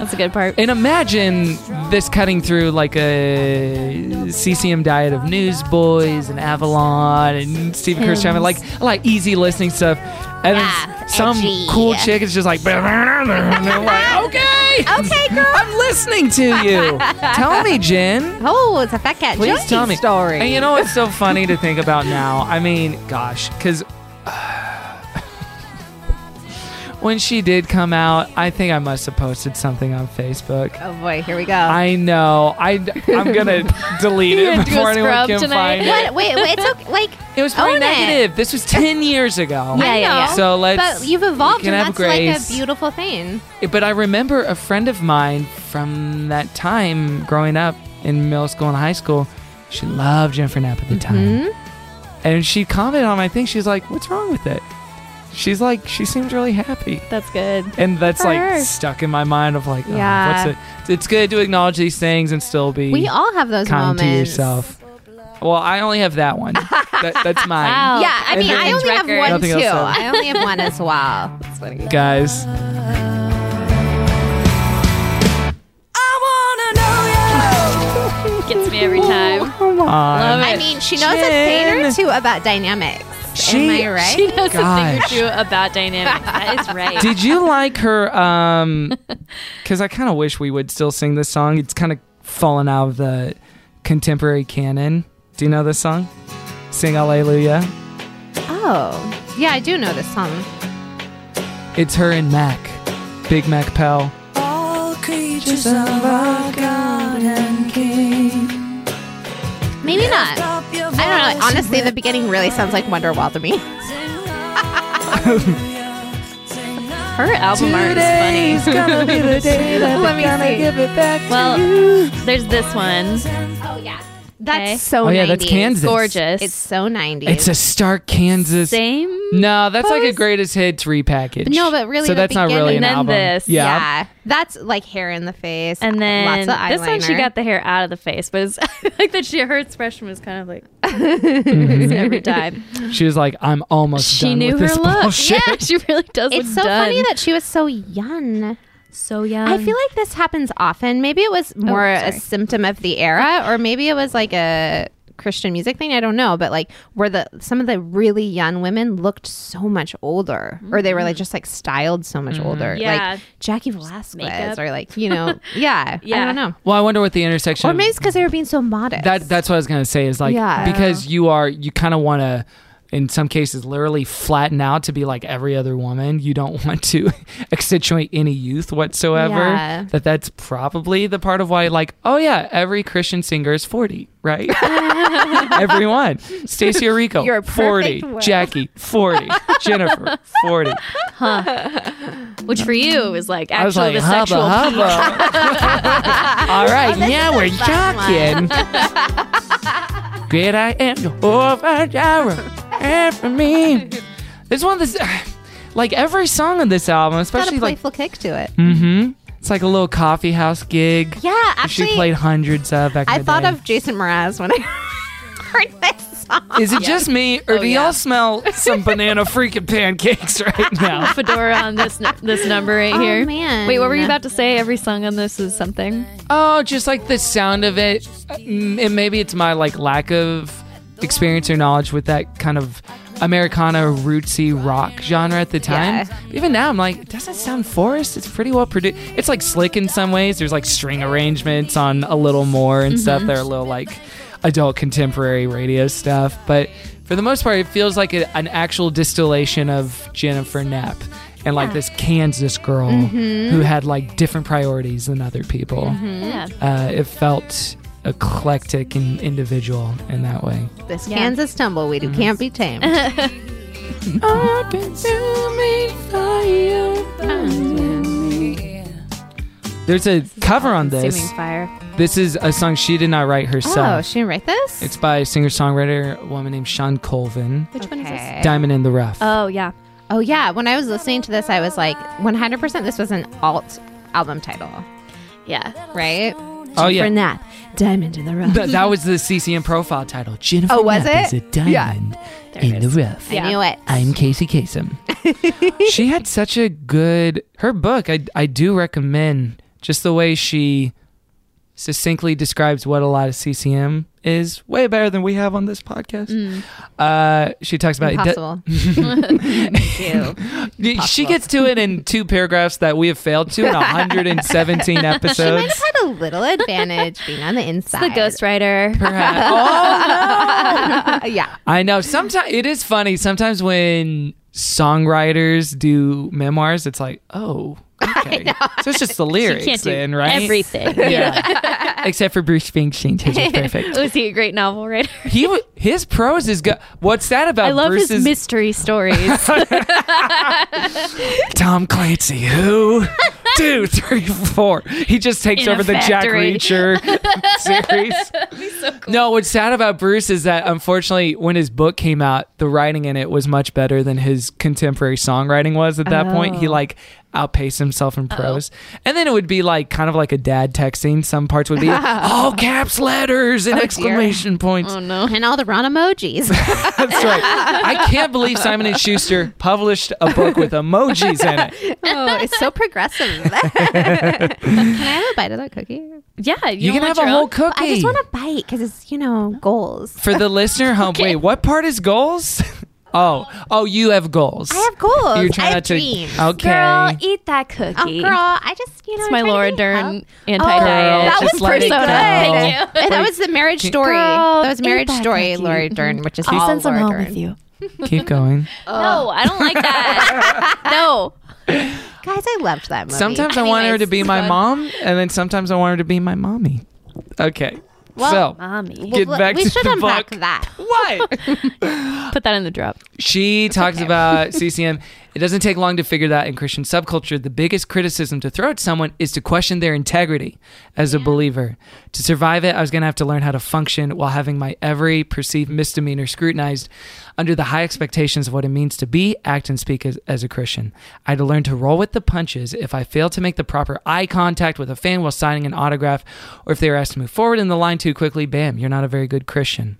[SPEAKER 6] That's a good part.
[SPEAKER 2] And imagine this cutting through like a CCM diet of Newsboys and Avalon and Steve Kerr
[SPEAKER 6] Films.
[SPEAKER 2] Chapman, like a lot of easy listening stuff. And
[SPEAKER 8] Yeah,
[SPEAKER 2] then some
[SPEAKER 8] edgy.
[SPEAKER 2] cool chick is just like, like okay,
[SPEAKER 8] Okay, girl.
[SPEAKER 2] I'm listening to you. Tell me, Jen.
[SPEAKER 8] Oh, it's a fat cat
[SPEAKER 2] Please
[SPEAKER 8] junkie
[SPEAKER 2] tell me.
[SPEAKER 8] story.
[SPEAKER 2] And you know what's so funny to think about now? I mean, gosh, because when she did come out, I think I must have posted something on Facebook.
[SPEAKER 8] Oh boy, here we go.
[SPEAKER 2] I know. I I'm gonna delete
[SPEAKER 6] You're
[SPEAKER 2] it
[SPEAKER 6] gonna do a
[SPEAKER 2] before anyone
[SPEAKER 6] scrub
[SPEAKER 2] can
[SPEAKER 6] tonight?
[SPEAKER 2] find it.
[SPEAKER 8] what? Wait, wait. It's okay. Like
[SPEAKER 2] It was probably
[SPEAKER 8] Own it.
[SPEAKER 2] negative. This was ten years ago.
[SPEAKER 6] Yeah,
[SPEAKER 8] I
[SPEAKER 6] yeah, yeah.
[SPEAKER 8] know,
[SPEAKER 2] So let's-
[SPEAKER 8] But you've evolved,
[SPEAKER 2] we can
[SPEAKER 8] and
[SPEAKER 2] have
[SPEAKER 8] that's like a
[SPEAKER 2] grace.
[SPEAKER 8] beautiful thing.
[SPEAKER 2] But I remember a friend of mine from that time growing up in middle school and high school. She loved Jennifer Knapp at the time,
[SPEAKER 8] Mm-hmm.
[SPEAKER 2] and she commented on my thing. She's like, "What's wrong with it?" She's like, "She seems really happy."
[SPEAKER 6] That's good.
[SPEAKER 2] And that's
[SPEAKER 6] For
[SPEAKER 2] like
[SPEAKER 6] her.
[SPEAKER 2] stuck in my mind of like, oh,
[SPEAKER 8] Yeah.
[SPEAKER 2] what's it? It's good to acknowledge these things and still be
[SPEAKER 8] We all have those
[SPEAKER 2] kind
[SPEAKER 8] moments.
[SPEAKER 2] to yourself. Well, I only have that one. that, that's mine.
[SPEAKER 6] Wow.
[SPEAKER 8] Yeah, I
[SPEAKER 2] And
[SPEAKER 8] mean,
[SPEAKER 2] then-
[SPEAKER 8] I only
[SPEAKER 6] Record.
[SPEAKER 8] have one
[SPEAKER 2] Nothing
[SPEAKER 8] too.
[SPEAKER 2] else said.
[SPEAKER 8] I only have one as well.
[SPEAKER 2] Guys,
[SPEAKER 3] I wanna know you.
[SPEAKER 6] Gets me every time.
[SPEAKER 2] come on.
[SPEAKER 6] Love
[SPEAKER 8] I
[SPEAKER 6] it.
[SPEAKER 8] mean, she knows a thing or
[SPEAKER 2] Jen.
[SPEAKER 8] two about dynamics.
[SPEAKER 2] She-
[SPEAKER 8] Am I right?
[SPEAKER 6] She knows a
[SPEAKER 2] Gosh.
[SPEAKER 6] thing or two about dynamics. That is right.
[SPEAKER 2] Did you like her? Um, because I kind of wish we would still sing this song. It's kind of fallen out of the contemporary canon. Do you know this song? Sing Alleluia.
[SPEAKER 8] oh, yeah, I do know this song.
[SPEAKER 2] It's her and Mac, Big Mac Pal.
[SPEAKER 3] All creatures of our God and King.
[SPEAKER 8] Maybe not. I don't know. Honestly, the beginning really sounds like Wonderwall to me.
[SPEAKER 6] Her album art is funny.
[SPEAKER 3] Today's gonna be the day that
[SPEAKER 8] Let me
[SPEAKER 3] we're gonna
[SPEAKER 8] see.
[SPEAKER 3] give it back to
[SPEAKER 6] Well,
[SPEAKER 3] you.
[SPEAKER 6] There's this one.
[SPEAKER 8] Oh yeah,
[SPEAKER 6] Okay.
[SPEAKER 8] that's so.
[SPEAKER 2] Oh, yeah, that's
[SPEAKER 8] 90s.
[SPEAKER 2] Kansas.
[SPEAKER 6] Gorgeous.
[SPEAKER 8] It's so 90s.
[SPEAKER 2] It's a Stark Kansas.
[SPEAKER 6] Same.
[SPEAKER 2] No, that's like a
[SPEAKER 6] Person?
[SPEAKER 2] greatest hits repackage.
[SPEAKER 8] But no, but really
[SPEAKER 2] so
[SPEAKER 8] the
[SPEAKER 2] that's not really
[SPEAKER 8] beginning-
[SPEAKER 2] an
[SPEAKER 6] And then
[SPEAKER 2] album.
[SPEAKER 6] this.
[SPEAKER 2] Yeah.
[SPEAKER 8] yeah, that's like hair in the face,
[SPEAKER 6] And then
[SPEAKER 8] lots of eyeliner.
[SPEAKER 6] this one, she got the hair out of the face, but it's I like that she her expression was kind of like
[SPEAKER 2] Mhm.
[SPEAKER 6] every time.
[SPEAKER 2] She was like, I'm almost
[SPEAKER 6] She
[SPEAKER 2] done
[SPEAKER 6] knew
[SPEAKER 2] with
[SPEAKER 6] her
[SPEAKER 2] this
[SPEAKER 6] look.
[SPEAKER 2] bullshit.
[SPEAKER 6] Yeah, she really does.
[SPEAKER 8] It's so funny that she was so young.
[SPEAKER 6] So young.
[SPEAKER 8] I feel like this happens often. Maybe it was more a symptom of the era, or maybe it was like a Christian music thing. I don't know, but like where the some of the really young women looked so much older, or they were like just like styled so much older,
[SPEAKER 6] Yeah.
[SPEAKER 8] like Jackie Velasquez, or like you know, yeah, I don't know,
[SPEAKER 2] Well, I wonder what the intersection
[SPEAKER 8] or maybe it's because they were being so modest.
[SPEAKER 2] that that's what I was gonna say is like
[SPEAKER 8] Yeah.
[SPEAKER 2] because you are you kind of want to in some cases literally flatten out to be like every other woman you don't want to accentuate any youth whatsoever
[SPEAKER 8] Yeah.
[SPEAKER 2] that that's probably the part of why like oh yeah every christian singer is 40 right everyone stacy Rico,
[SPEAKER 3] You're a perfect
[SPEAKER 2] 40
[SPEAKER 3] world.
[SPEAKER 2] jackie 40 jennifer 40
[SPEAKER 6] huh? Which for you is like
[SPEAKER 2] I was
[SPEAKER 6] actually
[SPEAKER 2] like,
[SPEAKER 6] the sexual
[SPEAKER 2] "Hubba,
[SPEAKER 6] peak."
[SPEAKER 2] all right
[SPEAKER 6] This
[SPEAKER 2] now
[SPEAKER 6] is
[SPEAKER 2] we're
[SPEAKER 6] a fun
[SPEAKER 2] talking Great I am Jehovah Jireh, and for me. There's one that's like every song on this album,
[SPEAKER 8] It's got
[SPEAKER 2] especially
[SPEAKER 8] a
[SPEAKER 2] like
[SPEAKER 8] playful kick to it.
[SPEAKER 2] mm-hmm. It's like a little coffee house gig.
[SPEAKER 8] Yeah,
[SPEAKER 2] She
[SPEAKER 8] actually-
[SPEAKER 2] played hundreds of back in
[SPEAKER 8] I
[SPEAKER 2] the
[SPEAKER 8] thought
[SPEAKER 2] day.
[SPEAKER 8] of Jason Mraz when I heard this song.
[SPEAKER 2] Is it just me, or do y'all smell some banana freaking pancakes right now?
[SPEAKER 6] Fedora on this n- this number right
[SPEAKER 8] Oh,
[SPEAKER 6] here.
[SPEAKER 8] man. Hmm?
[SPEAKER 6] Wait, what were you about to say? Every song on this is something.
[SPEAKER 2] Oh, just like the sound of it. Mm, And maybe it's my like lack of experience or knowledge with that kind of Americana rootsy rock genre at the time.
[SPEAKER 3] Yeah.
[SPEAKER 2] But Even now, I'm like, does that sound forest? It's pretty well produced. It's like slick in some ways. There's like string arrangements on a little more and stuff.
[SPEAKER 3] Mhm.
[SPEAKER 2] They're a little like adult contemporary radio stuff. But for the most part, it feels like a, an actual distillation of Jennifer Knapp and like
[SPEAKER 3] Yeah.
[SPEAKER 2] this Kansas girl
[SPEAKER 3] Mhm.
[SPEAKER 2] who had like different priorities than other people.
[SPEAKER 3] Mm-hmm.
[SPEAKER 8] Mhm. Yeah.
[SPEAKER 2] Uh, it felt eclectic and individual in that way.
[SPEAKER 8] This Kansas tumbleweed
[SPEAKER 2] Mm-hmm.
[SPEAKER 8] who can't be tamed.
[SPEAKER 2] There's a cover on this.
[SPEAKER 8] consuming fire.
[SPEAKER 2] This is a song she did not write
[SPEAKER 8] oh,
[SPEAKER 2] herself.
[SPEAKER 8] she didn't write this?
[SPEAKER 2] it's by singer-songwriter a woman named Sean Colvin.
[SPEAKER 8] Which one is this?
[SPEAKER 2] Diamond in the Rough.
[SPEAKER 8] Oh, yeah. Oh, yeah. When I was listening to this, I was like, 100% this was an alt album title.
[SPEAKER 6] Yeah.
[SPEAKER 8] Right?
[SPEAKER 2] Oh, yeah.
[SPEAKER 8] For Nat, Diamond in the Rough.
[SPEAKER 2] Th- that was the CCM profile title. Jennifer
[SPEAKER 8] Oh, was
[SPEAKER 2] Knapp is
[SPEAKER 8] it?
[SPEAKER 2] a diamond in the rough.
[SPEAKER 8] I knew it.
[SPEAKER 2] I'm Casey Kasem. she had such a good her book. I I do recommend just the way she succinctly describes what a lot of CCM is way better than we have on this podcast. Uh, she talks about
[SPEAKER 8] Mm. Impossible.
[SPEAKER 2] Y- She gets to it in two paragraphs that we have failed to in 117
[SPEAKER 8] She might
[SPEAKER 2] episodes.
[SPEAKER 8] have had a little advantage being on the inside. the
[SPEAKER 6] ghostwriter.
[SPEAKER 8] Perhaps. yeah.
[SPEAKER 2] I know. Sometimes it is funny. Sometimes when songwriters do memoirs, it's like, oh, okay. So it's just the lyrics,
[SPEAKER 6] can't do
[SPEAKER 2] then, right?
[SPEAKER 6] everything.
[SPEAKER 2] yeah. Except for Bruce Springsteen, which is perfect.
[SPEAKER 6] Was he a great novel writer?
[SPEAKER 2] He wa- his prose is good. What's that about?
[SPEAKER 6] I love
[SPEAKER 2] Bruce's
[SPEAKER 6] his mystery stories.
[SPEAKER 2] Tom Clancy? Who? Two, three, four. He just takes
[SPEAKER 6] In a
[SPEAKER 2] over the Jack
[SPEAKER 6] factory.
[SPEAKER 2] Reacher series. No, what's sad about Bruce is that unfortunately, when his book came out, the writing in it was much better than his contemporary songwriting was at that point. He
[SPEAKER 3] Oh.
[SPEAKER 2] like outpaced himself in prose, and then it would be like kind of like a dad texting. Some parts would be all caps letters and
[SPEAKER 8] Oh, dear.
[SPEAKER 2] exclamation
[SPEAKER 8] Oh,
[SPEAKER 2] points.
[SPEAKER 6] Oh, no.
[SPEAKER 8] And all the wrong emojis.
[SPEAKER 2] That's right. I can't believe Simon and Schuster published a book with emojis in it.
[SPEAKER 8] oh, it's so progressive. Can I have a bite of that cookie?
[SPEAKER 6] Yeah,
[SPEAKER 2] You don't can want have a your whole own? cookie.
[SPEAKER 8] I just want a bite because it's you know goals.
[SPEAKER 2] For the listener home, wait, what part is goals? Oh, oh, you have goals. I have
[SPEAKER 8] goals.
[SPEAKER 2] You're
[SPEAKER 8] I
[SPEAKER 2] trying
[SPEAKER 8] have
[SPEAKER 2] not to.
[SPEAKER 8] dreams.
[SPEAKER 2] Okay.
[SPEAKER 6] Girl, eat that
[SPEAKER 8] Oh,
[SPEAKER 6] cookie.
[SPEAKER 8] girl, I just you know.
[SPEAKER 6] It's my Laura Dern anti-diet.
[SPEAKER 8] Oh, that
[SPEAKER 6] Just
[SPEAKER 8] was
[SPEAKER 6] let it
[SPEAKER 8] persona.
[SPEAKER 6] go.
[SPEAKER 8] Thank you.
[SPEAKER 6] Like,
[SPEAKER 8] that was the marriage
[SPEAKER 6] Girl,
[SPEAKER 8] story. that Mm-hmm. was
[SPEAKER 6] eat
[SPEAKER 8] marriage
[SPEAKER 6] that
[SPEAKER 8] story,
[SPEAKER 6] cookie.
[SPEAKER 8] Laura Dern, which is
[SPEAKER 6] I'll
[SPEAKER 8] all
[SPEAKER 6] send some
[SPEAKER 8] Laura
[SPEAKER 6] home
[SPEAKER 8] Dern.
[SPEAKER 6] with you.
[SPEAKER 2] Keep going.
[SPEAKER 8] Oh.
[SPEAKER 6] No, I don't like that. no.
[SPEAKER 8] Guys, I loved that movie.
[SPEAKER 2] Sometimes I want her to be my mom, and then sometimes I want her to be my mommy. Okay. so, get back to the book.
[SPEAKER 8] that.
[SPEAKER 2] What?
[SPEAKER 6] Put that in the drop.
[SPEAKER 2] She talks about CCM. It doesn't take long to figure that in Christian subculture, the biggest criticism to throw at someone is to question their integrity as a believer. To survive it, I was going to have to learn how to function while having my every perceived misdemeanor scrutinized under the high expectations of what it means to be, act, and speak as, as a Christian. I had to learn to roll with the punches if I failed to make the proper eye contact with a fan while signing an autograph, or if they were asked to move forward in the line too quickly, bam, you're not a very good Christian.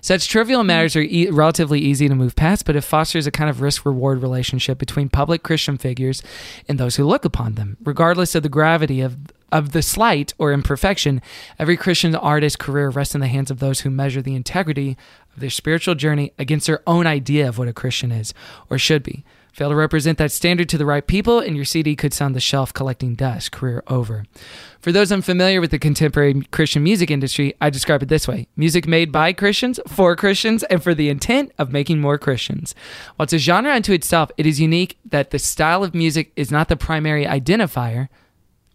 [SPEAKER 2] Such trivial matters are e- relatively easy to move past, but it fosters a kind of risk reward relationship between public Christian figures and those who look upon them. Regardless of the gravity of, of the slight or imperfection, every Christian artist's career rests in the hands of those who measure the integrity of their spiritual journey against their own idea of what a Christian is or should be. Fail to represent that standard to the right people, and your CD could sound the shelf collecting dust, career over. For those unfamiliar with the contemporary Christian music industry, I describe it this way music made by Christians, for Christians, and for the intent of making more Christians. While it's a genre unto itself, it is unique that the style of music is not the primary identifier.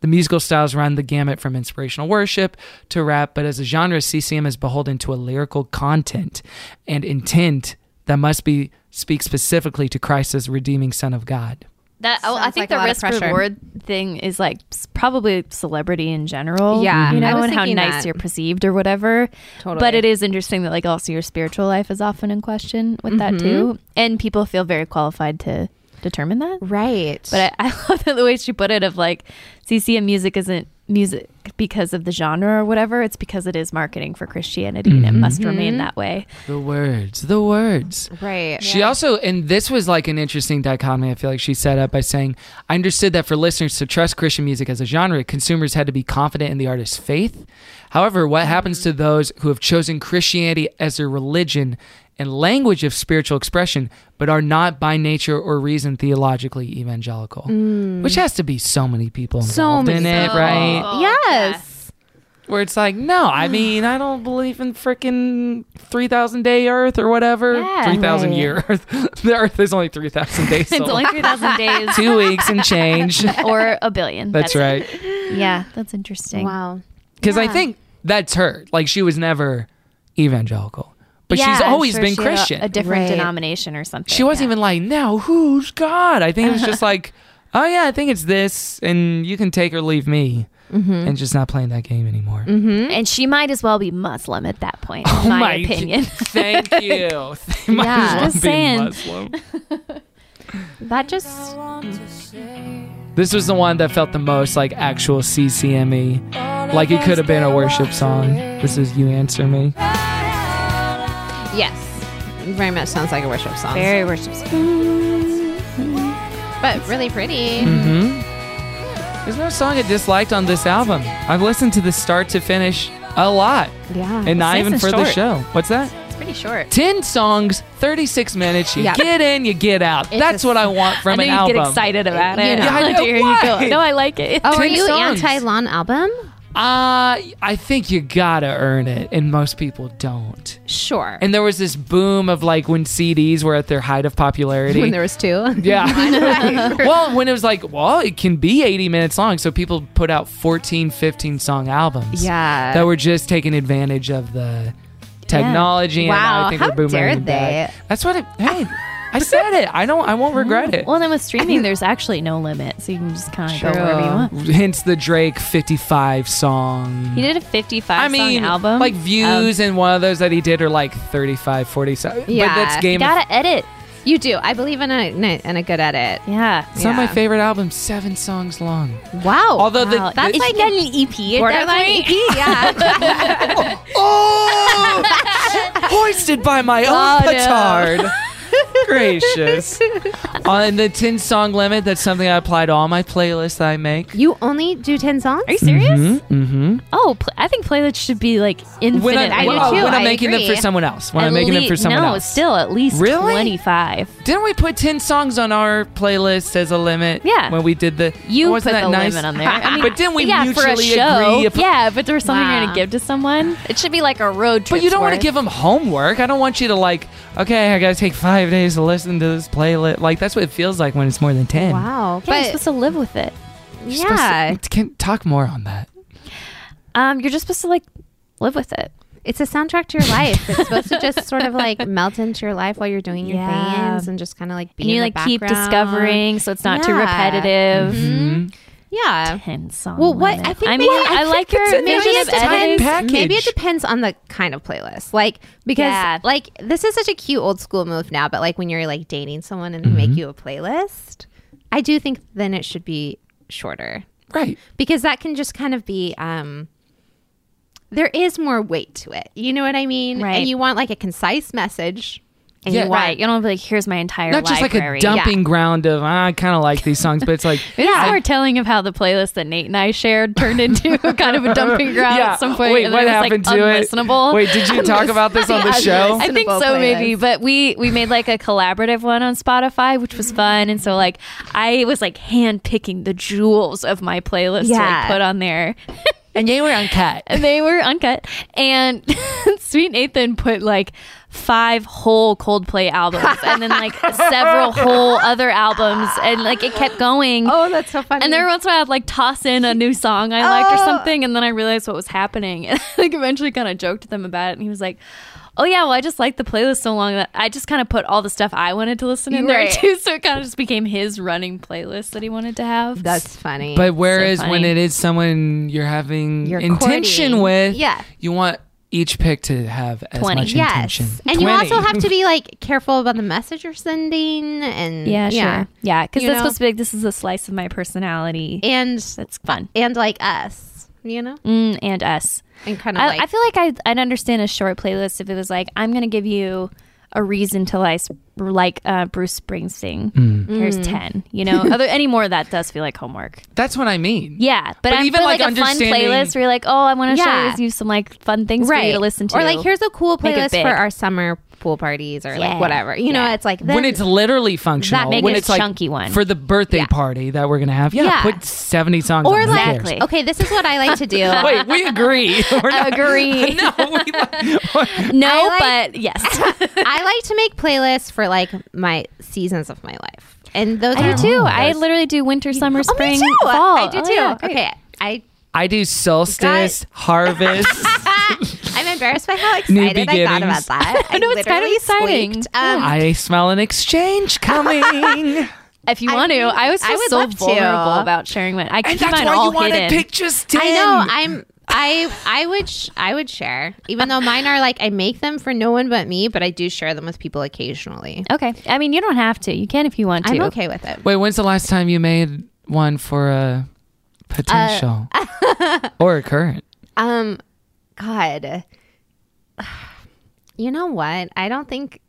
[SPEAKER 2] The musical styles run the gamut from inspirational worship to rap, but as a genre, CCM is beholden to a lyrical content and intent that must be speak specifically to Christ as redeeming Son of God.
[SPEAKER 6] That oh, I
[SPEAKER 8] Sounds like
[SPEAKER 6] think
[SPEAKER 8] a lot of
[SPEAKER 6] the risk
[SPEAKER 8] pressure.
[SPEAKER 6] reward thing is like s- probably celebrity in general.
[SPEAKER 8] Yeah,
[SPEAKER 6] Mm-hmm. you
[SPEAKER 8] I
[SPEAKER 6] know,
[SPEAKER 8] was
[SPEAKER 6] and how
[SPEAKER 8] thinking
[SPEAKER 6] nice
[SPEAKER 8] that.
[SPEAKER 6] you're perceived or whatever.
[SPEAKER 8] Totally.
[SPEAKER 6] But it is interesting that like also your spiritual life is often in question with that too,
[SPEAKER 8] Mm-hmm.
[SPEAKER 6] and people feel very qualified to determine that.
[SPEAKER 8] Right.
[SPEAKER 6] But I, I love that the way she put it of like CCM music isn't music because of the genre or whatever. It's because it is marketing for Christianity and it
[SPEAKER 2] Mhm.
[SPEAKER 6] must remain
[SPEAKER 8] Mhm.
[SPEAKER 6] that way.
[SPEAKER 2] The words, the words.
[SPEAKER 8] Right.
[SPEAKER 2] She also, and this was like an interesting dichotomy I feel like she set up by saying, I understood that for listeners to trust Christian music as a genre, consumers had to be confident in the artist's faith. However, what
[SPEAKER 8] Mm-hmm.
[SPEAKER 2] happens to those who have chosen Christianity as their religion and language of spiritual expression, but are not by nature or reason theologically evangelical? Which has to be so many people
[SPEAKER 8] Mm. so
[SPEAKER 2] involved
[SPEAKER 8] many
[SPEAKER 2] in it,
[SPEAKER 8] people.
[SPEAKER 2] right?
[SPEAKER 6] Oh,
[SPEAKER 8] Yes.
[SPEAKER 2] Where it's like, no, I mean, I don't believe in freaking 3,000 day earth or whatever.
[SPEAKER 6] Yeah,
[SPEAKER 2] 3,000
[SPEAKER 6] right.
[SPEAKER 2] year earth. the earth is only 3,000 days
[SPEAKER 6] It's
[SPEAKER 2] old.
[SPEAKER 6] only 3,000 days.
[SPEAKER 2] Two weeks and change.
[SPEAKER 6] or a billion.
[SPEAKER 2] That's right.
[SPEAKER 6] right. Yeah, that's interesting.
[SPEAKER 8] Wow.
[SPEAKER 2] Because I
[SPEAKER 6] Yeah.
[SPEAKER 2] think that's her. Like, she was never evangelical, but
[SPEAKER 6] Yeah,
[SPEAKER 2] she's
[SPEAKER 6] I'm
[SPEAKER 2] always
[SPEAKER 6] sure
[SPEAKER 2] been
[SPEAKER 6] she had a-
[SPEAKER 2] Christian.
[SPEAKER 6] A, different
[SPEAKER 8] Right.
[SPEAKER 6] denomination or something.
[SPEAKER 2] she wasn't even like, now who's God? I think it was just like, oh, yeah, I think it's this, and you can take or leave me,
[SPEAKER 6] Mm-hmm.
[SPEAKER 2] and just not playing that game anymore.
[SPEAKER 6] even.
[SPEAKER 2] Mm.
[SPEAKER 6] And she might as well be Muslim at that point,
[SPEAKER 2] Oh
[SPEAKER 6] in my, opinion.
[SPEAKER 2] Thank you. Might
[SPEAKER 6] Yeah,
[SPEAKER 2] as well
[SPEAKER 6] just
[SPEAKER 2] be
[SPEAKER 6] saying.
[SPEAKER 2] Muslim.
[SPEAKER 8] That just
[SPEAKER 2] This was the one that felt the most like actual CCME. E. Like it could have been a worship song. This is You Answer Me.
[SPEAKER 8] yes, very much sounds like a worship song.
[SPEAKER 6] Very worship.
[SPEAKER 8] but really pretty.
[SPEAKER 2] hmm There's no song I disliked on this album. I've listened to the start to finish a lot,
[SPEAKER 8] Yeah.
[SPEAKER 2] and not
[SPEAKER 6] nice
[SPEAKER 2] even
[SPEAKER 6] and
[SPEAKER 2] for the
[SPEAKER 6] short.
[SPEAKER 2] show. What's that?
[SPEAKER 6] It's pretty short.
[SPEAKER 2] 10 songs, 36 minutes. You
[SPEAKER 8] Yeah.
[SPEAKER 2] get in, you get out.
[SPEAKER 8] It's
[SPEAKER 2] That's
[SPEAKER 8] a-
[SPEAKER 2] what I want from
[SPEAKER 6] I know
[SPEAKER 2] an
[SPEAKER 6] you
[SPEAKER 2] album.
[SPEAKER 6] get excited about it.
[SPEAKER 8] You know. Yeah,
[SPEAKER 2] I
[SPEAKER 6] Like,
[SPEAKER 2] know.
[SPEAKER 6] here you go.
[SPEAKER 2] Why?
[SPEAKER 6] No, I like it.
[SPEAKER 8] Oh, are
[SPEAKER 2] Ten
[SPEAKER 8] you
[SPEAKER 2] songs.
[SPEAKER 8] anti Lon album?
[SPEAKER 2] Uh, I think you gotta earn it, and most people don't.
[SPEAKER 8] Sure.
[SPEAKER 2] And there was this boom of like when CDs were at their height of popularity.
[SPEAKER 8] when there was two.
[SPEAKER 2] yeah. well, when it was like, well, it can be 80 minutes long. So people put out 14, 15 song albums.
[SPEAKER 8] Yeah.
[SPEAKER 2] That were just taking advantage of the technology. And now
[SPEAKER 8] Wow,
[SPEAKER 2] I think
[SPEAKER 8] how
[SPEAKER 2] we're boomerang
[SPEAKER 8] dare
[SPEAKER 2] it back.
[SPEAKER 8] they?
[SPEAKER 2] That's what it, hey, I said it. I don't, I won't regret it.
[SPEAKER 6] Well, then with streaming, there's actually no limit, so you can just kind of go
[SPEAKER 8] True.
[SPEAKER 6] wherever you want.
[SPEAKER 2] Hence the Drake 55 song.
[SPEAKER 6] He did a 55
[SPEAKER 2] I mean,
[SPEAKER 6] song album. Um,
[SPEAKER 2] like views
[SPEAKER 8] Oh.
[SPEAKER 2] and one of those that he did are like 35, 47. But
[SPEAKER 8] Yeah.
[SPEAKER 2] that's
[SPEAKER 6] you
[SPEAKER 2] Game of
[SPEAKER 6] gotta edit.
[SPEAKER 8] You do. I believe in a in a, in a good edit.
[SPEAKER 6] Yeah.
[SPEAKER 2] It's not my
[SPEAKER 8] Yeah.
[SPEAKER 2] favorite album, seven songs long.
[SPEAKER 8] Wow.
[SPEAKER 2] Although the,
[SPEAKER 6] Wow,
[SPEAKER 2] the- E
[SPEAKER 6] that's like an EP. At that
[SPEAKER 8] Borderline
[SPEAKER 6] point.
[SPEAKER 8] EP. Yeah.
[SPEAKER 2] Oh! Hoisted by my
[SPEAKER 6] Oh,
[SPEAKER 2] own petard. Gracious. On the 10 song limit, that's something I apply to all my playlists that I make.
[SPEAKER 8] you only do ten songs.
[SPEAKER 6] Are you serious?
[SPEAKER 2] Mm-hmm.
[SPEAKER 6] Oh, pl- I think playlists should be like infinite.
[SPEAKER 2] When, I,
[SPEAKER 8] I do
[SPEAKER 2] when,
[SPEAKER 8] too,
[SPEAKER 2] oh, when I'm
[SPEAKER 8] I
[SPEAKER 2] making them
[SPEAKER 8] agree.
[SPEAKER 2] for someone else. When I'm making them for someone
[SPEAKER 6] no,
[SPEAKER 2] else.
[SPEAKER 6] still at least
[SPEAKER 2] Really?
[SPEAKER 6] 25.
[SPEAKER 2] Didn't we put 10 songs on our playlist as a limit?
[SPEAKER 6] Yeah.
[SPEAKER 2] When we did the.
[SPEAKER 6] You
[SPEAKER 2] wasn't
[SPEAKER 6] put
[SPEAKER 2] that
[SPEAKER 6] the
[SPEAKER 2] nice?
[SPEAKER 6] limit on there. I mean,
[SPEAKER 2] but didn't we
[SPEAKER 6] yeah,
[SPEAKER 2] mutually
[SPEAKER 6] for a show,
[SPEAKER 2] agree? if-
[SPEAKER 6] yeah, if there was something you're
[SPEAKER 8] Wow.
[SPEAKER 6] gonna give to someone, it should be like a road trip.
[SPEAKER 2] But you don't want to give them homework. I don't want you to like, okay, I gotta take five days to listen to this playlist. Like that's what it feels like when it's more than ten.
[SPEAKER 8] Wow.
[SPEAKER 6] Yeah, you're supposed to live with it.
[SPEAKER 8] but
[SPEAKER 2] You're supposed to-
[SPEAKER 8] yeah,
[SPEAKER 2] can talk more on that.
[SPEAKER 6] Um, you're just supposed to like live with it.
[SPEAKER 8] it's a soundtrack to your life. It's supposed to just sort of like melt into your life while you're doing your
[SPEAKER 6] Yeah.
[SPEAKER 8] things and just kind of like be.
[SPEAKER 6] and
[SPEAKER 8] in
[SPEAKER 6] you
[SPEAKER 8] the
[SPEAKER 6] like keep
[SPEAKER 8] background.
[SPEAKER 6] discovering, so it's not too
[SPEAKER 8] Yeah.
[SPEAKER 6] repetitive.
[SPEAKER 2] Mm-hmm.
[SPEAKER 6] Mm-hmm.
[SPEAKER 8] Yeah.
[SPEAKER 6] Ten song.
[SPEAKER 8] Well, what
[SPEAKER 6] limit.
[SPEAKER 8] I think
[SPEAKER 6] I
[SPEAKER 8] maybe-
[SPEAKER 6] mean, I,
[SPEAKER 8] I
[SPEAKER 6] like your
[SPEAKER 2] it's a
[SPEAKER 6] vision
[SPEAKER 2] nice
[SPEAKER 6] of
[SPEAKER 2] time
[SPEAKER 6] editing.
[SPEAKER 2] pack. package.
[SPEAKER 8] Maybe it depends on the kind of playlist. Like because
[SPEAKER 6] Yeah.
[SPEAKER 8] like this is such a cute old school move now, but like when you're like dating someone and
[SPEAKER 2] Mm-hmm.
[SPEAKER 8] they make you a playlist, I do think then it should be shorter
[SPEAKER 2] Right.
[SPEAKER 8] because that can just kind of be um there is more weight to it. You know what I mean?
[SPEAKER 6] Right.
[SPEAKER 8] And you want like a concise message. And
[SPEAKER 6] Yeah.
[SPEAKER 8] you want,
[SPEAKER 6] Right. You don't be like, here's my entire
[SPEAKER 2] Not just like a dumping ground of "Ah, I kind of like these songs, but it's like
[SPEAKER 6] It is our telling of how the playlist that Nate and I shared turned into kind of a dumping ground
[SPEAKER 2] Yeah.
[SPEAKER 6] at some point.
[SPEAKER 2] Wait,
[SPEAKER 6] and then
[SPEAKER 2] what
[SPEAKER 6] it was,
[SPEAKER 2] happened
[SPEAKER 6] like,
[SPEAKER 2] to it?
[SPEAKER 6] unlistenable.
[SPEAKER 2] Wait, did you talk about this on the show?
[SPEAKER 6] I think so,
[SPEAKER 2] Unlistenable
[SPEAKER 6] maybe. But we we made like a collaborative one on Spotify, which was fun. And so like I was like hand picking the jewels of my playlist to
[SPEAKER 11] Yeah.
[SPEAKER 6] like, put on there.
[SPEAKER 11] And they were uncut.
[SPEAKER 6] And they were uncut. And Sweet Nathan put like five whole Coldplay albums and then like several whole other albums. And like it kept going. Oh,
[SPEAKER 8] that's so funny. Oh.
[SPEAKER 6] And every once in a while I'd like toss in a new song I liked or something. And then I realized what was happening. And I like eventually kind of joked to them about it. And he was like, Oh yeah, well I just liked the playlist so long that I just kind of put all the stuff I wanted to listen in
[SPEAKER 8] Right.
[SPEAKER 6] there too. So it kind of just became his running playlist that he wanted to have.
[SPEAKER 8] That's funny.
[SPEAKER 2] But whereas when it is someone you're having intention
[SPEAKER 8] courting.
[SPEAKER 2] with,
[SPEAKER 8] Yeah.
[SPEAKER 2] you want each pick to have as much
[SPEAKER 8] yes.
[SPEAKER 2] intention.
[SPEAKER 8] And you
[SPEAKER 2] 20.
[SPEAKER 8] also have to be like careful about the message you're sending. And
[SPEAKER 6] Yeah, sure. Yeah, because
[SPEAKER 8] You
[SPEAKER 6] that's
[SPEAKER 8] know?
[SPEAKER 6] supposed to be like this is a slice of my personality,
[SPEAKER 8] and
[SPEAKER 6] that's fun.
[SPEAKER 8] And like us, you know,
[SPEAKER 6] Mm, and us.
[SPEAKER 8] and kind of
[SPEAKER 6] I,
[SPEAKER 8] like
[SPEAKER 6] I feel like I'd, I'd understand a short playlist if it was like I'm going to give you a reason to like like uh, Bruce Springsteen.
[SPEAKER 2] Mm.
[SPEAKER 6] Here's
[SPEAKER 2] Mm.
[SPEAKER 6] ten. You know, other any more of that does feel like homework.
[SPEAKER 2] That's what I mean.
[SPEAKER 6] Yeah, but,
[SPEAKER 2] But
[SPEAKER 6] I'm
[SPEAKER 2] even,
[SPEAKER 6] for,
[SPEAKER 2] like,
[SPEAKER 6] like, a fun
[SPEAKER 2] understanding-
[SPEAKER 6] playlist where you're like, oh, I want to
[SPEAKER 8] Yeah.
[SPEAKER 6] show you some like fun things for you to listen to,
[SPEAKER 8] Or like, here's a cool
[SPEAKER 6] Make it
[SPEAKER 8] playlist
[SPEAKER 6] big.
[SPEAKER 8] for our summer pool parties or
[SPEAKER 6] Yeah.
[SPEAKER 8] like whatever. You know, it's like
[SPEAKER 2] when it's literally functional,
[SPEAKER 8] make
[SPEAKER 2] when
[SPEAKER 8] it a
[SPEAKER 2] it's like
[SPEAKER 8] chunky one.
[SPEAKER 2] for the birthday party that we're gonna have, yeah,
[SPEAKER 8] Yeah.
[SPEAKER 2] put seventy songs.
[SPEAKER 8] or
[SPEAKER 2] on, who cares?
[SPEAKER 8] like okay, this is what I like to do.
[SPEAKER 2] Wait, we agree. We're not-
[SPEAKER 6] agree.
[SPEAKER 2] no,
[SPEAKER 6] no,
[SPEAKER 8] like-
[SPEAKER 6] but yes,
[SPEAKER 8] I like to make playlists for like my seasons of my life, and those
[SPEAKER 6] I
[SPEAKER 8] are
[SPEAKER 6] do too.
[SPEAKER 8] those-
[SPEAKER 6] I literally do winter, summer,
[SPEAKER 8] Oh, me
[SPEAKER 6] spring,
[SPEAKER 8] too.
[SPEAKER 6] fall.
[SPEAKER 8] I do
[SPEAKER 6] Oh,
[SPEAKER 8] too.
[SPEAKER 6] yeah, great.
[SPEAKER 8] okay, I
[SPEAKER 2] I do solstice, harvest.
[SPEAKER 8] I'm embarrassed by how
[SPEAKER 2] New
[SPEAKER 8] excited I got
[SPEAKER 2] beginnings.
[SPEAKER 8] about that. I know
[SPEAKER 6] it's kind of exciting.
[SPEAKER 8] Um,
[SPEAKER 2] I smell an exchange coming.
[SPEAKER 6] If you want to, I always feel
[SPEAKER 8] I would
[SPEAKER 6] so
[SPEAKER 8] love to.
[SPEAKER 6] vulnerable about sharing mine. I keep
[SPEAKER 8] that's
[SPEAKER 6] mine
[SPEAKER 8] why you
[SPEAKER 6] all
[SPEAKER 8] wanted
[SPEAKER 6] hidden.
[SPEAKER 2] pictures,
[SPEAKER 8] I know. I'm. I I would sh- I would share, even though mine are like I make them for no one but me, but I do share them with people occasionally.
[SPEAKER 6] Okay, I mean you don't have to. You can if you want to.
[SPEAKER 8] I'm okay with it.
[SPEAKER 2] Wait, when's the last time you made one for a
[SPEAKER 8] Uh,
[SPEAKER 2] potential or a current?
[SPEAKER 8] Um, God, you know what? I don't think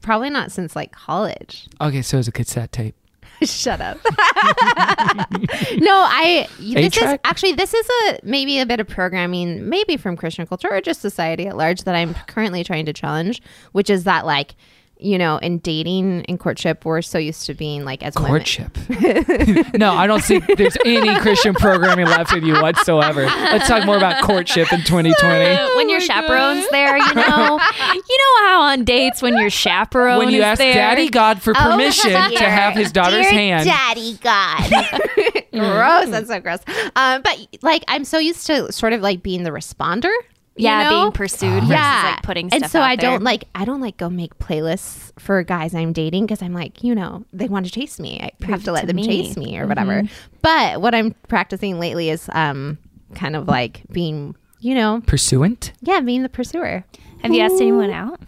[SPEAKER 8] probably not since like college.
[SPEAKER 2] Okay, so it was a cassette tape.
[SPEAKER 8] Shut up. no, I. This is
[SPEAKER 2] A-track?
[SPEAKER 8] actually this is a maybe a bit of programming, maybe from Christian culture or just society at large that I'm currently trying to challenge, which is that like. You know, in dating and courtship, we're so used to being like as women.
[SPEAKER 2] Courtship. no, I don't see there's any Christian programming left in you whatsoever. Let's talk more about courtship in 2020.
[SPEAKER 6] when your chaperone's there, you know, you know how on dates when your chaperone
[SPEAKER 2] When you
[SPEAKER 6] is
[SPEAKER 2] ask
[SPEAKER 6] there- Oh,
[SPEAKER 2] Daddy God for permission to have his daughter's
[SPEAKER 8] Dear
[SPEAKER 2] hand.
[SPEAKER 8] Daddy God. gross. That's so gross. Um, but like, I'm so used to sort of like being the responder. you
[SPEAKER 6] Yeah,
[SPEAKER 8] know?
[SPEAKER 6] being
[SPEAKER 2] Oh.
[SPEAKER 6] pursued versus, like, putting
[SPEAKER 8] and
[SPEAKER 6] stuff
[SPEAKER 8] so
[SPEAKER 6] out
[SPEAKER 8] I don't
[SPEAKER 6] there.
[SPEAKER 8] like I don't like go make playlists for guys I'm dating because I'm like you know they want to chase me I
[SPEAKER 6] Prove
[SPEAKER 8] have to
[SPEAKER 6] it
[SPEAKER 8] let
[SPEAKER 6] to
[SPEAKER 8] them
[SPEAKER 6] me.
[SPEAKER 8] chase me or whatever
[SPEAKER 6] Mhm.
[SPEAKER 8] but what I'm practicing lately is um kind of like being you know
[SPEAKER 2] Pursuant?
[SPEAKER 8] yeah being the pursuer
[SPEAKER 6] Have you asked anyone out?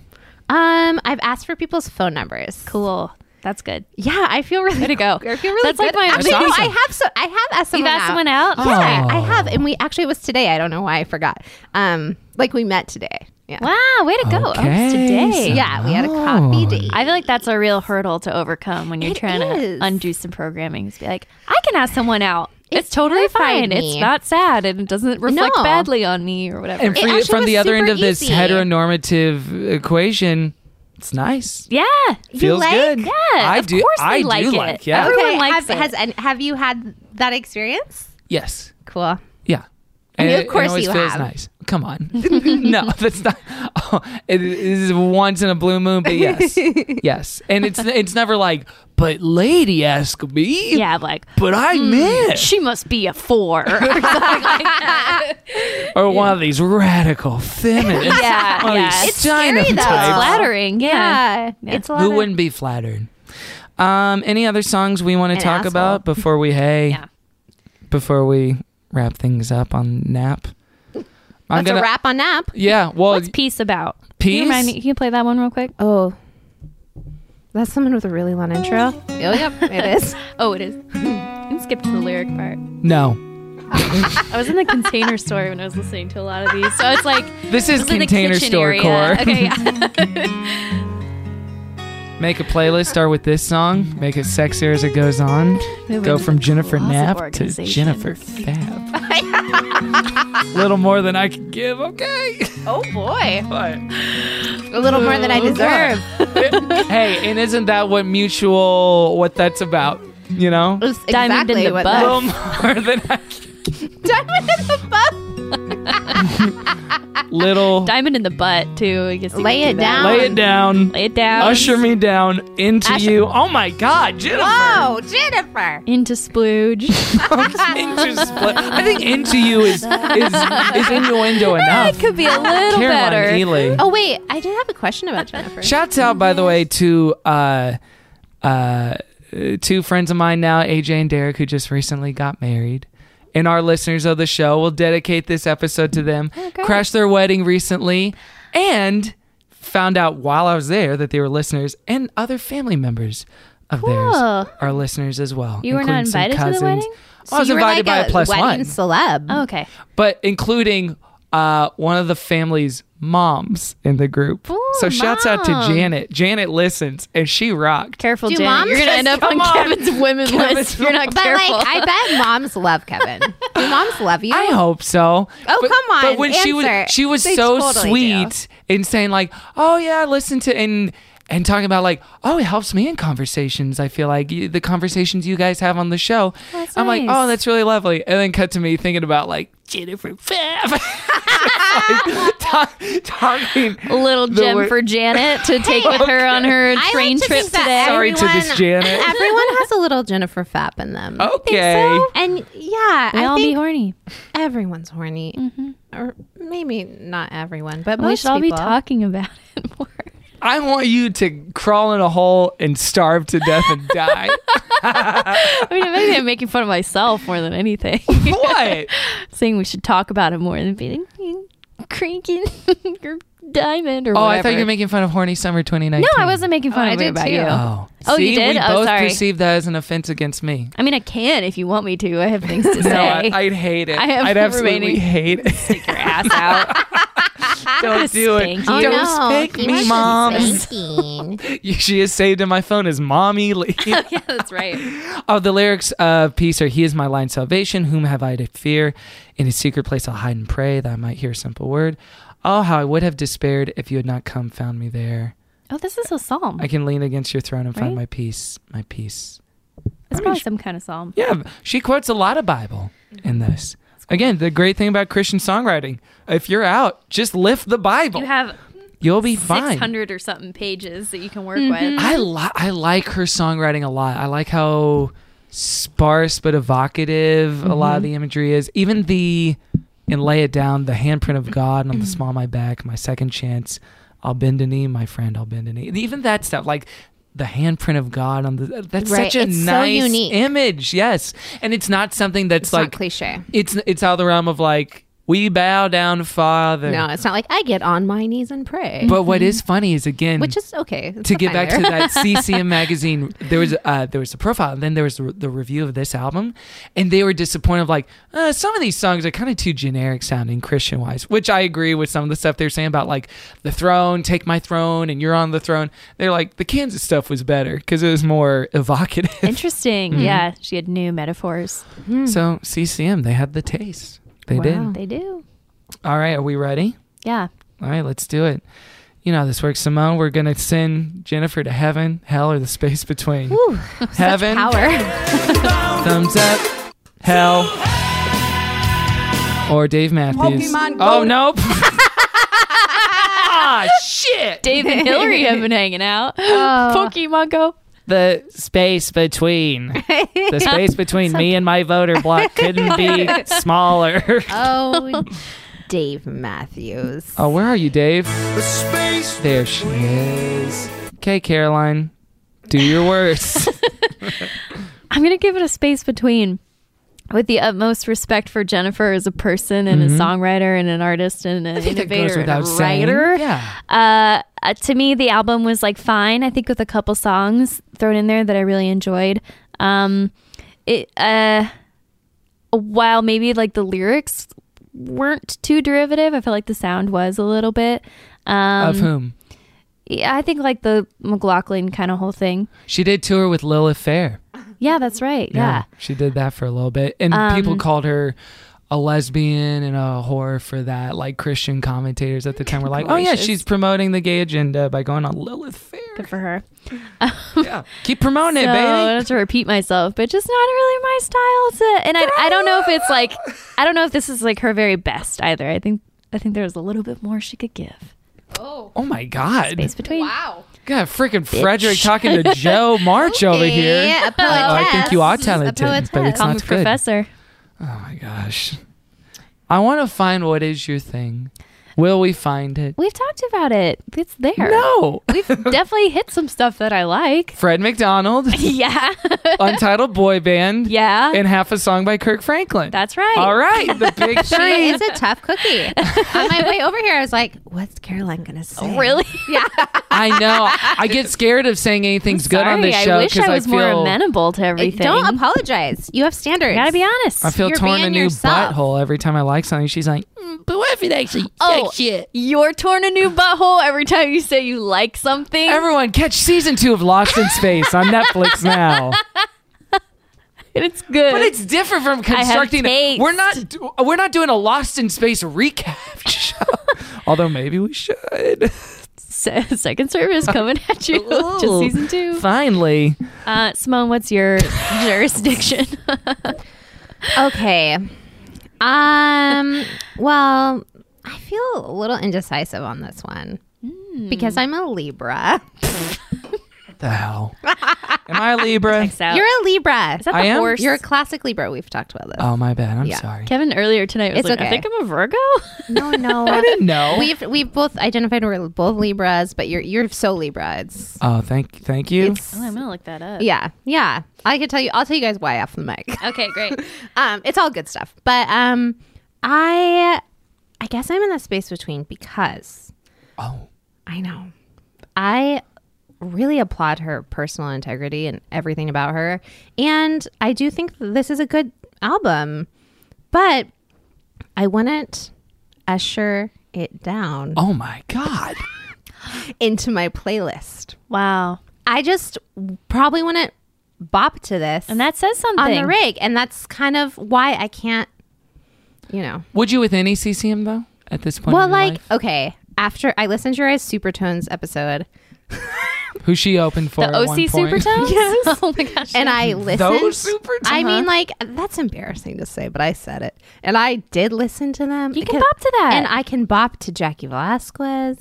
[SPEAKER 8] um I've asked for people's phone numbers
[SPEAKER 6] cool that's good
[SPEAKER 8] yeah I feel really
[SPEAKER 6] Way to go.
[SPEAKER 8] I feel really
[SPEAKER 6] That's like
[SPEAKER 8] good.
[SPEAKER 6] my
[SPEAKER 8] Actually,
[SPEAKER 6] only-
[SPEAKER 8] no, I have so I have asked
[SPEAKER 6] You've
[SPEAKER 8] someone
[SPEAKER 6] asked
[SPEAKER 8] out.
[SPEAKER 6] someone out?
[SPEAKER 8] Yeah,
[SPEAKER 6] Oh.
[SPEAKER 8] I have, and we actually it was today. I don't know why I forgot. Um, like we met today. Yeah.
[SPEAKER 6] Wow, way to go. Oh, it's
[SPEAKER 8] Okay,
[SPEAKER 6] today.
[SPEAKER 8] Yeah, we had a coffee date.
[SPEAKER 6] I feel like that's a real hurdle to overcome when you're trying
[SPEAKER 8] is.
[SPEAKER 6] to undo some programming. Is be like, I can ask someone out. It's, totally fine.
[SPEAKER 8] terrified
[SPEAKER 6] It's
[SPEAKER 8] me.
[SPEAKER 6] not sad and it doesn't reflect
[SPEAKER 8] No.
[SPEAKER 6] badly on me or whatever.
[SPEAKER 2] And free, from the other end of this heteronormative equation, it's nice.
[SPEAKER 6] Yeah.
[SPEAKER 2] Feels good.
[SPEAKER 6] Yeah.
[SPEAKER 2] I
[SPEAKER 6] of
[SPEAKER 2] do-
[SPEAKER 6] course they
[SPEAKER 2] I do
[SPEAKER 6] like it.
[SPEAKER 2] like- yeah.
[SPEAKER 6] Everyone
[SPEAKER 8] Okay,
[SPEAKER 6] likes
[SPEAKER 8] have,
[SPEAKER 6] it.
[SPEAKER 8] Has, and have you had that experience?
[SPEAKER 2] Yes.
[SPEAKER 8] Cool. Uh,
[SPEAKER 2] Yeah.
[SPEAKER 8] And
[SPEAKER 2] it-
[SPEAKER 8] of course
[SPEAKER 2] it always
[SPEAKER 8] you
[SPEAKER 2] feels
[SPEAKER 8] have.
[SPEAKER 2] nice. Come on. no, that's not. Oh, it is once in a blue moon, but yes, yes, and it's it's never like, but lady ask me.
[SPEAKER 6] Yeah, like,
[SPEAKER 2] but I
[SPEAKER 6] Mm,
[SPEAKER 2] missed,
[SPEAKER 6] She must be a four. or something like that.
[SPEAKER 2] or one of these radical feminists.
[SPEAKER 6] Yeah,
[SPEAKER 2] one of
[SPEAKER 6] yeah.
[SPEAKER 2] these
[SPEAKER 6] Oh, It's scary,
[SPEAKER 2] Steinem
[SPEAKER 6] though.
[SPEAKER 2] types.
[SPEAKER 6] It's flattering, yeah. Yeah.
[SPEAKER 8] It's a lot
[SPEAKER 2] Who
[SPEAKER 8] of-
[SPEAKER 2] wouldn't be flattered? Um, any other songs we want
[SPEAKER 8] An
[SPEAKER 2] to talk
[SPEAKER 8] asshole.
[SPEAKER 2] about before we hey, before we wrap things up on nap?
[SPEAKER 8] That's a wrap on nap.
[SPEAKER 2] Yeah. Well,
[SPEAKER 6] What's peace about? Can
[SPEAKER 2] Peace?
[SPEAKER 6] you, remind me, can you play that one real quick?
[SPEAKER 8] Oh. That's someone with a really long intro. Oh, yep, it is.
[SPEAKER 6] Hmm. oh, it is. Let's skip to the lyric part.
[SPEAKER 2] No.
[SPEAKER 6] I was in the container store when I was listening to a lot of these, so it's like
[SPEAKER 2] This is
[SPEAKER 6] I was in the
[SPEAKER 2] Container
[SPEAKER 6] kitchen
[SPEAKER 2] Store
[SPEAKER 6] area.
[SPEAKER 2] core.
[SPEAKER 6] Okay, yeah.
[SPEAKER 2] Make a playlist, start with this song, make it sexier as it goes on.
[SPEAKER 6] Moving
[SPEAKER 2] Go
[SPEAKER 6] to
[SPEAKER 2] from
[SPEAKER 6] the
[SPEAKER 2] Jennifer
[SPEAKER 6] laws of
[SPEAKER 2] Knapp to
[SPEAKER 6] organization.
[SPEAKER 2] Jennifer Fab. Little more than I can give, okay?
[SPEAKER 8] Oh boy.
[SPEAKER 2] What?
[SPEAKER 8] A little more than I
[SPEAKER 2] Oh, God.
[SPEAKER 8] deserve.
[SPEAKER 2] hey, and isn't that what mutual, what that's about? You know?
[SPEAKER 8] It's
[SPEAKER 6] Diamond in
[SPEAKER 8] exactly
[SPEAKER 6] the
[SPEAKER 8] what
[SPEAKER 6] butt.
[SPEAKER 2] Little more than I
[SPEAKER 8] Diamond in the butt.
[SPEAKER 2] Little.
[SPEAKER 6] Diamond in the butt too. I guess you
[SPEAKER 8] Lay
[SPEAKER 6] could
[SPEAKER 8] it
[SPEAKER 6] do that.
[SPEAKER 8] down.
[SPEAKER 2] Lay it down.
[SPEAKER 6] Lay it down.
[SPEAKER 2] Usher me down into
[SPEAKER 6] Usher-
[SPEAKER 2] you. Oh my God, Jennifer.
[SPEAKER 8] Whoa, Oh, Jennifer.
[SPEAKER 6] into splooge.
[SPEAKER 2] Into split. I think into you is is, is innuendo enough.
[SPEAKER 6] it could be a little
[SPEAKER 2] Caroline
[SPEAKER 6] better.
[SPEAKER 2] Healy.
[SPEAKER 8] Oh wait, I did have a question about Jennifer.
[SPEAKER 2] Shouts out, by the way, to uh, uh, two friends of mine now, AJ and Derek, who just recently got married. And our listeners of the show will dedicate this episode to them.
[SPEAKER 6] Oh,
[SPEAKER 2] Crashed their wedding recently and found out while I was there that they were listeners and other family members of theirs
[SPEAKER 6] Cool.
[SPEAKER 2] are listeners as well.
[SPEAKER 6] You were not
[SPEAKER 2] including some
[SPEAKER 6] invited to the
[SPEAKER 2] cousins.
[SPEAKER 6] wedding?
[SPEAKER 2] I was
[SPEAKER 8] you were
[SPEAKER 2] invited
[SPEAKER 8] like
[SPEAKER 2] by a, plus
[SPEAKER 8] wedding
[SPEAKER 2] one
[SPEAKER 8] celeb.
[SPEAKER 6] Oh, okay.
[SPEAKER 2] but including uh, one of the family's moms in the group. so shouts out to
[SPEAKER 6] mom.
[SPEAKER 2] Janet. Janet listens, and she rocked.
[SPEAKER 6] Careful,
[SPEAKER 8] Do
[SPEAKER 6] Janet.
[SPEAKER 8] moms
[SPEAKER 6] You're gonna end
[SPEAKER 8] just-
[SPEAKER 6] up on,
[SPEAKER 2] come on.
[SPEAKER 6] Kevin's women
[SPEAKER 2] Kevin's
[SPEAKER 6] list. if You're not
[SPEAKER 8] But
[SPEAKER 6] careful.
[SPEAKER 8] like, I bet moms love Kevin. Do moms love you?
[SPEAKER 2] I hope so.
[SPEAKER 8] Oh,
[SPEAKER 2] But-
[SPEAKER 8] come on,
[SPEAKER 2] But when she was
[SPEAKER 8] answer.
[SPEAKER 2] she was
[SPEAKER 8] They
[SPEAKER 2] so
[SPEAKER 8] totally
[SPEAKER 2] sweet in saying like, "Oh yeah, I listen to and and talking about like, "Oh, it helps me in conversations." I feel like you, the conversations you guys have on the show.
[SPEAKER 6] That's
[SPEAKER 2] I'm like,
[SPEAKER 6] nice.
[SPEAKER 2] "Oh, that's really lovely." And then cut to me thinking about like Jennifer Fab. Like, talk- talking
[SPEAKER 6] a little
[SPEAKER 2] the
[SPEAKER 6] gem
[SPEAKER 2] word-
[SPEAKER 6] for Janet to take with her on her
[SPEAKER 8] I
[SPEAKER 6] train
[SPEAKER 8] like to
[SPEAKER 6] trip
[SPEAKER 8] think that
[SPEAKER 6] today.
[SPEAKER 2] Sorry to this
[SPEAKER 8] everyone-
[SPEAKER 2] Janet.
[SPEAKER 8] Everyone has a little Jennifer Fap in them.
[SPEAKER 2] Okay.
[SPEAKER 8] And yeah,
[SPEAKER 6] We
[SPEAKER 8] I
[SPEAKER 6] all be
[SPEAKER 8] think
[SPEAKER 6] horny.
[SPEAKER 8] everyone's horny, or maybe not everyone, but
[SPEAKER 6] We
[SPEAKER 8] most
[SPEAKER 6] should all be
[SPEAKER 8] people.
[SPEAKER 6] talking about it more.
[SPEAKER 2] I want you to crawl in a hole and starve to death and die.
[SPEAKER 6] I mean, maybe I'm making fun of myself more than anything.
[SPEAKER 2] what?
[SPEAKER 6] Saying we should talk about it more than being cranking or diamond or
[SPEAKER 2] Oh,
[SPEAKER 6] whatever.
[SPEAKER 2] I thought you were making fun of horny summer 2019.
[SPEAKER 6] No, I wasn't making fun
[SPEAKER 8] Oh, I
[SPEAKER 6] of it
[SPEAKER 8] did
[SPEAKER 6] about
[SPEAKER 8] too.
[SPEAKER 6] you.
[SPEAKER 2] Oh,
[SPEAKER 6] Oh, you
[SPEAKER 2] See,
[SPEAKER 6] did?
[SPEAKER 2] We
[SPEAKER 6] Oh,
[SPEAKER 2] both
[SPEAKER 6] sorry.
[SPEAKER 2] perceived that as an offense against me.
[SPEAKER 6] I mean, I can if you want me to. I have things to say.
[SPEAKER 2] No, I, I'd hate it.
[SPEAKER 6] I am
[SPEAKER 2] I'd absolutely
[SPEAKER 6] remaining-
[SPEAKER 2] hate it.
[SPEAKER 6] your ass out.
[SPEAKER 2] Don't do it.
[SPEAKER 6] spank you.
[SPEAKER 8] Oh,
[SPEAKER 2] Don't
[SPEAKER 8] no,
[SPEAKER 2] spank
[SPEAKER 8] he
[SPEAKER 2] me,
[SPEAKER 8] wasn't
[SPEAKER 2] mom.
[SPEAKER 8] spanking.
[SPEAKER 2] She is saved in my phone as mommy Lee.
[SPEAKER 6] yeah, that's right.
[SPEAKER 2] Oh, the lyrics of peace are He is my line salvation. Whom have I to fear? In his secret place I'll hide and pray that I might hear a simple word. Oh, how I would have despaired if you had not come, found me there.
[SPEAKER 6] Oh, this is a psalm.
[SPEAKER 2] I can lean against your throne and find
[SPEAKER 6] Right?
[SPEAKER 2] my peace, my peace.
[SPEAKER 6] It's probably some kind of psalm.
[SPEAKER 2] Yeah, she quotes a lot of Bible
[SPEAKER 6] Mm-hmm.
[SPEAKER 2] in this. Again, the great thing about Christian songwriting, if you're out, just lift the Bible.
[SPEAKER 6] You have
[SPEAKER 2] You'll be fine.
[SPEAKER 6] 600 or something pages that you can work with.
[SPEAKER 2] I li- I like her songwriting a lot. I like how sparse but evocative a lot
[SPEAKER 8] Mm-hmm.
[SPEAKER 2] of the imagery is. Even the and lay it down, the handprint of God on the
[SPEAKER 8] Mm-hmm.
[SPEAKER 2] small of my back, my second chance. I'll bend a knee, my friend. I'll bend a knee. Even that stuff, like the handprint of God on the that's
[SPEAKER 8] Right,
[SPEAKER 2] such a
[SPEAKER 8] it's so
[SPEAKER 2] nice
[SPEAKER 8] unique.
[SPEAKER 2] image. Yes, and it's not something that's
[SPEAKER 8] It's
[SPEAKER 2] like
[SPEAKER 8] not cliche.
[SPEAKER 2] It's it's out of the realm of like we bow down to Father.
[SPEAKER 8] No, it's not like I get on my knees and pray,
[SPEAKER 2] But what is funny is again
[SPEAKER 8] which is okay.
[SPEAKER 2] to get back to that CCM magazine, there was uh, there was a profile, and then there was the, the review of this album, and they were disappointed. Of like uh, some of these songs are kind of too generic sounding Christian wise, which I agree with some of the stuff they're saying about like the throne, take my throne, and you're on the throne. They're like the Kansas stuff was better because it was more evocative.
[SPEAKER 6] Interesting. Yeah, she had new metaphors.
[SPEAKER 2] so CCM, they had the taste. They did.
[SPEAKER 6] They do.
[SPEAKER 2] All right, are we ready?
[SPEAKER 6] Yeah.
[SPEAKER 2] All right, let's do it. You know how this works, Simone. We're gonna send Jennifer to heaven, hell, or the space between. heaven,
[SPEAKER 8] power.
[SPEAKER 2] Thumbs up. Hell. Or Dave Matthews. oh, nope. ah, shit.
[SPEAKER 6] Dave and Hillary have been hanging out. Pokemon Go.
[SPEAKER 2] The space between. The space between me and my voter block couldn't be smaller.
[SPEAKER 8] Oh, Dave Matthews.
[SPEAKER 2] Oh, where are you, Dave? The space. There she is. Okay, Caroline. Do your worst.
[SPEAKER 6] I'm going to give it a space between. With the utmost respect for Jennifer as a person and a songwriter and an artist and an
[SPEAKER 2] think that goes
[SPEAKER 6] innovator and a
[SPEAKER 2] without saying.
[SPEAKER 6] writer.
[SPEAKER 2] Yeah.
[SPEAKER 6] Uh, uh, to me, the album was like fine. I think with a couple songs thrown in there that I really enjoyed. Um, it uh, while maybe like the lyrics weren't too derivative, I felt like the sound was a little bit. Um,
[SPEAKER 2] of whom?
[SPEAKER 6] Yeah, I think like the McLaughlin kind of whole thing.
[SPEAKER 2] She did tour with Lilith Fair.
[SPEAKER 6] Yeah, that's right. Yeah.
[SPEAKER 2] She did that for a little bit. And
[SPEAKER 6] Um,
[SPEAKER 2] people called her a lesbian and a whore for that. Like Christian commentators at the time were like, oh, yeah,
[SPEAKER 6] Gracious.
[SPEAKER 2] she's promoting the gay agenda by going on Lilith Fair.
[SPEAKER 6] Good for her.
[SPEAKER 2] yeah. Keep promoting it,
[SPEAKER 6] So, I don't
[SPEAKER 2] baby.
[SPEAKER 6] have to repeat myself, but just not really my style to. And I, I don't know if it's like, I don't know if this is like her very best either. I think, I think there was a little bit more she could give.
[SPEAKER 2] Oh, my God.
[SPEAKER 6] Space between.
[SPEAKER 8] Wow.
[SPEAKER 2] God, freaking Frederick talking to Joe March over here.
[SPEAKER 8] Okay, a
[SPEAKER 2] Like, oh, I think you are
[SPEAKER 8] poetess. A
[SPEAKER 2] talented, but
[SPEAKER 8] poetess.
[SPEAKER 2] it's
[SPEAKER 8] Call
[SPEAKER 2] not
[SPEAKER 8] me
[SPEAKER 2] good.
[SPEAKER 6] professor.
[SPEAKER 2] Oh my gosh. I want to find what is your thing. Will we find it?
[SPEAKER 6] We've talked about it. It's there.
[SPEAKER 2] No.
[SPEAKER 6] We've definitely hit some stuff that I like.
[SPEAKER 2] Fred McDonald,
[SPEAKER 6] Yeah.
[SPEAKER 2] Untitled Boy Band,
[SPEAKER 6] Yeah.
[SPEAKER 2] and half a song by Kirk Franklin.
[SPEAKER 6] That's right.
[SPEAKER 2] All right, the big
[SPEAKER 8] she
[SPEAKER 2] three.
[SPEAKER 8] is a tough cookie. On my way over here, I was like, "What's Caroline gonna say?"
[SPEAKER 6] Really?
[SPEAKER 8] Yeah.
[SPEAKER 2] I know. I get scared of saying anything's good on
[SPEAKER 6] Sorry,
[SPEAKER 2] this show
[SPEAKER 6] I wish I was
[SPEAKER 2] feel
[SPEAKER 6] more amenable to everything.
[SPEAKER 8] Uh, Don't apologize. You have standards.
[SPEAKER 6] Gotta be honest.
[SPEAKER 2] I feel torn a new butthole every time I like something. She's like,
[SPEAKER 6] But what if it actually oh, You're torn a new butthole every time you say you like something.
[SPEAKER 2] everyone catch season two of Lost in Space on Netflix now.
[SPEAKER 6] And it's good.
[SPEAKER 2] But it's different from
[SPEAKER 6] have
[SPEAKER 2] constructing.
[SPEAKER 6] taste.
[SPEAKER 2] We're not do- we're not doing a Lost in Space recap show. Although maybe we should.
[SPEAKER 6] Se- second service coming at you. Just
[SPEAKER 2] Ooh,
[SPEAKER 6] season two.
[SPEAKER 2] Finally.
[SPEAKER 6] Uh, Simone, what's your jurisdiction?
[SPEAKER 8] okay. Um. Well, I feel a little indecisive on this one because I'm a Libra.
[SPEAKER 2] The hell. Am I a Libra?
[SPEAKER 8] You're a Libra. Is
[SPEAKER 2] that the I am? horse?
[SPEAKER 8] You're a classic Libra. We've talked about this.
[SPEAKER 2] Oh my bad. I'm
[SPEAKER 8] Yeah.
[SPEAKER 2] sorry.
[SPEAKER 6] Kevin earlier tonight was
[SPEAKER 8] It's
[SPEAKER 6] like,
[SPEAKER 8] okay.
[SPEAKER 6] I think I'm a Virgo.
[SPEAKER 8] No, no,
[SPEAKER 2] I didn't know.
[SPEAKER 8] We've we've both identified we're both Libras, but you're you're so Libra. It's
[SPEAKER 2] Oh, thank thank you.
[SPEAKER 6] Oh, I'm gonna look that up.
[SPEAKER 8] yeah, yeah. I could tell you. I'll tell you guys why after the mic.
[SPEAKER 6] Okay, great.
[SPEAKER 8] um, it's all good stuff. But um, I I guess I'm in the space between because
[SPEAKER 2] oh,
[SPEAKER 8] I know I really applaud her personal integrity and everything about her, and I do think this is a good album, but I wouldn't usher it down
[SPEAKER 2] Oh my god.
[SPEAKER 8] into my playlist.
[SPEAKER 6] Wow.
[SPEAKER 8] I just probably wouldn't bop to this
[SPEAKER 6] And that says something.
[SPEAKER 8] on the rig, and that's kind of why I can't, you know.
[SPEAKER 2] Would you with any CCM though? At this point.
[SPEAKER 8] well,
[SPEAKER 2] in your
[SPEAKER 8] like
[SPEAKER 2] life?
[SPEAKER 8] okay, after I listened to your guys' Supertones episode,
[SPEAKER 2] who she opened for
[SPEAKER 6] The
[SPEAKER 2] at
[SPEAKER 6] OC
[SPEAKER 2] one point.
[SPEAKER 6] Supertones?
[SPEAKER 8] Yes.
[SPEAKER 6] oh my gosh.
[SPEAKER 8] and I listened.
[SPEAKER 2] Those Supertones?
[SPEAKER 8] I mean,
[SPEAKER 6] Uh-huh.
[SPEAKER 8] like that's embarrassing to say, but I said it, and I did listen to them.
[SPEAKER 6] You can
[SPEAKER 8] Because-
[SPEAKER 6] bop to that.
[SPEAKER 8] and I can bop to Jackie Velasquez.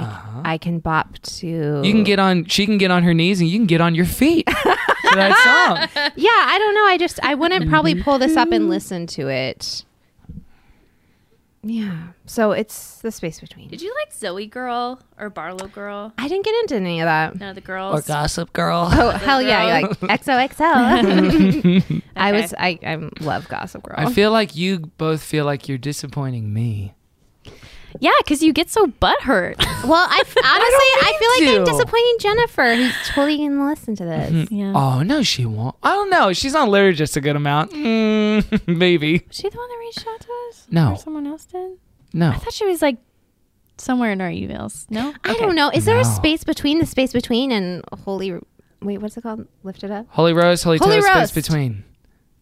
[SPEAKER 8] I, I can bop to
[SPEAKER 2] Uh-huh. You can get on. She can get on her knees, and you can get on your feet to that song.
[SPEAKER 8] yeah i don't know i just i wouldn't probably pull this up and listen to it yeah so it's the space between
[SPEAKER 6] Did you like Zoe Girl or Barlow Girl?
[SPEAKER 8] i didn't get into any of that
[SPEAKER 6] No, the girls.
[SPEAKER 2] Gossip Girl.
[SPEAKER 8] oh hell yeah
[SPEAKER 6] Girl.
[SPEAKER 8] like xoxo i was i i love gossip girl
[SPEAKER 2] I feel like you both feel like you're disappointing me.
[SPEAKER 6] Yeah, because you get so butthurt.
[SPEAKER 8] well i honestly i, feel like i'm
[SPEAKER 2] to.
[SPEAKER 8] disappointing jennifer who's totally gonna listen to this
[SPEAKER 6] yeah.
[SPEAKER 2] Oh no, she won't. I don't know. She's on literally just a good amount. Mm, maybe.
[SPEAKER 6] Was she the one that reached out to us?
[SPEAKER 2] No.
[SPEAKER 6] Or someone else did?
[SPEAKER 2] No.
[SPEAKER 6] I thought she was like somewhere in our emails. No?
[SPEAKER 8] i don't know is there a
[SPEAKER 2] No.
[SPEAKER 8] space between the space between and holy wait what's it called lift it up
[SPEAKER 2] Holy Rose, Holy,
[SPEAKER 8] Holy
[SPEAKER 2] Toast,
[SPEAKER 8] Roast.
[SPEAKER 2] Space Between.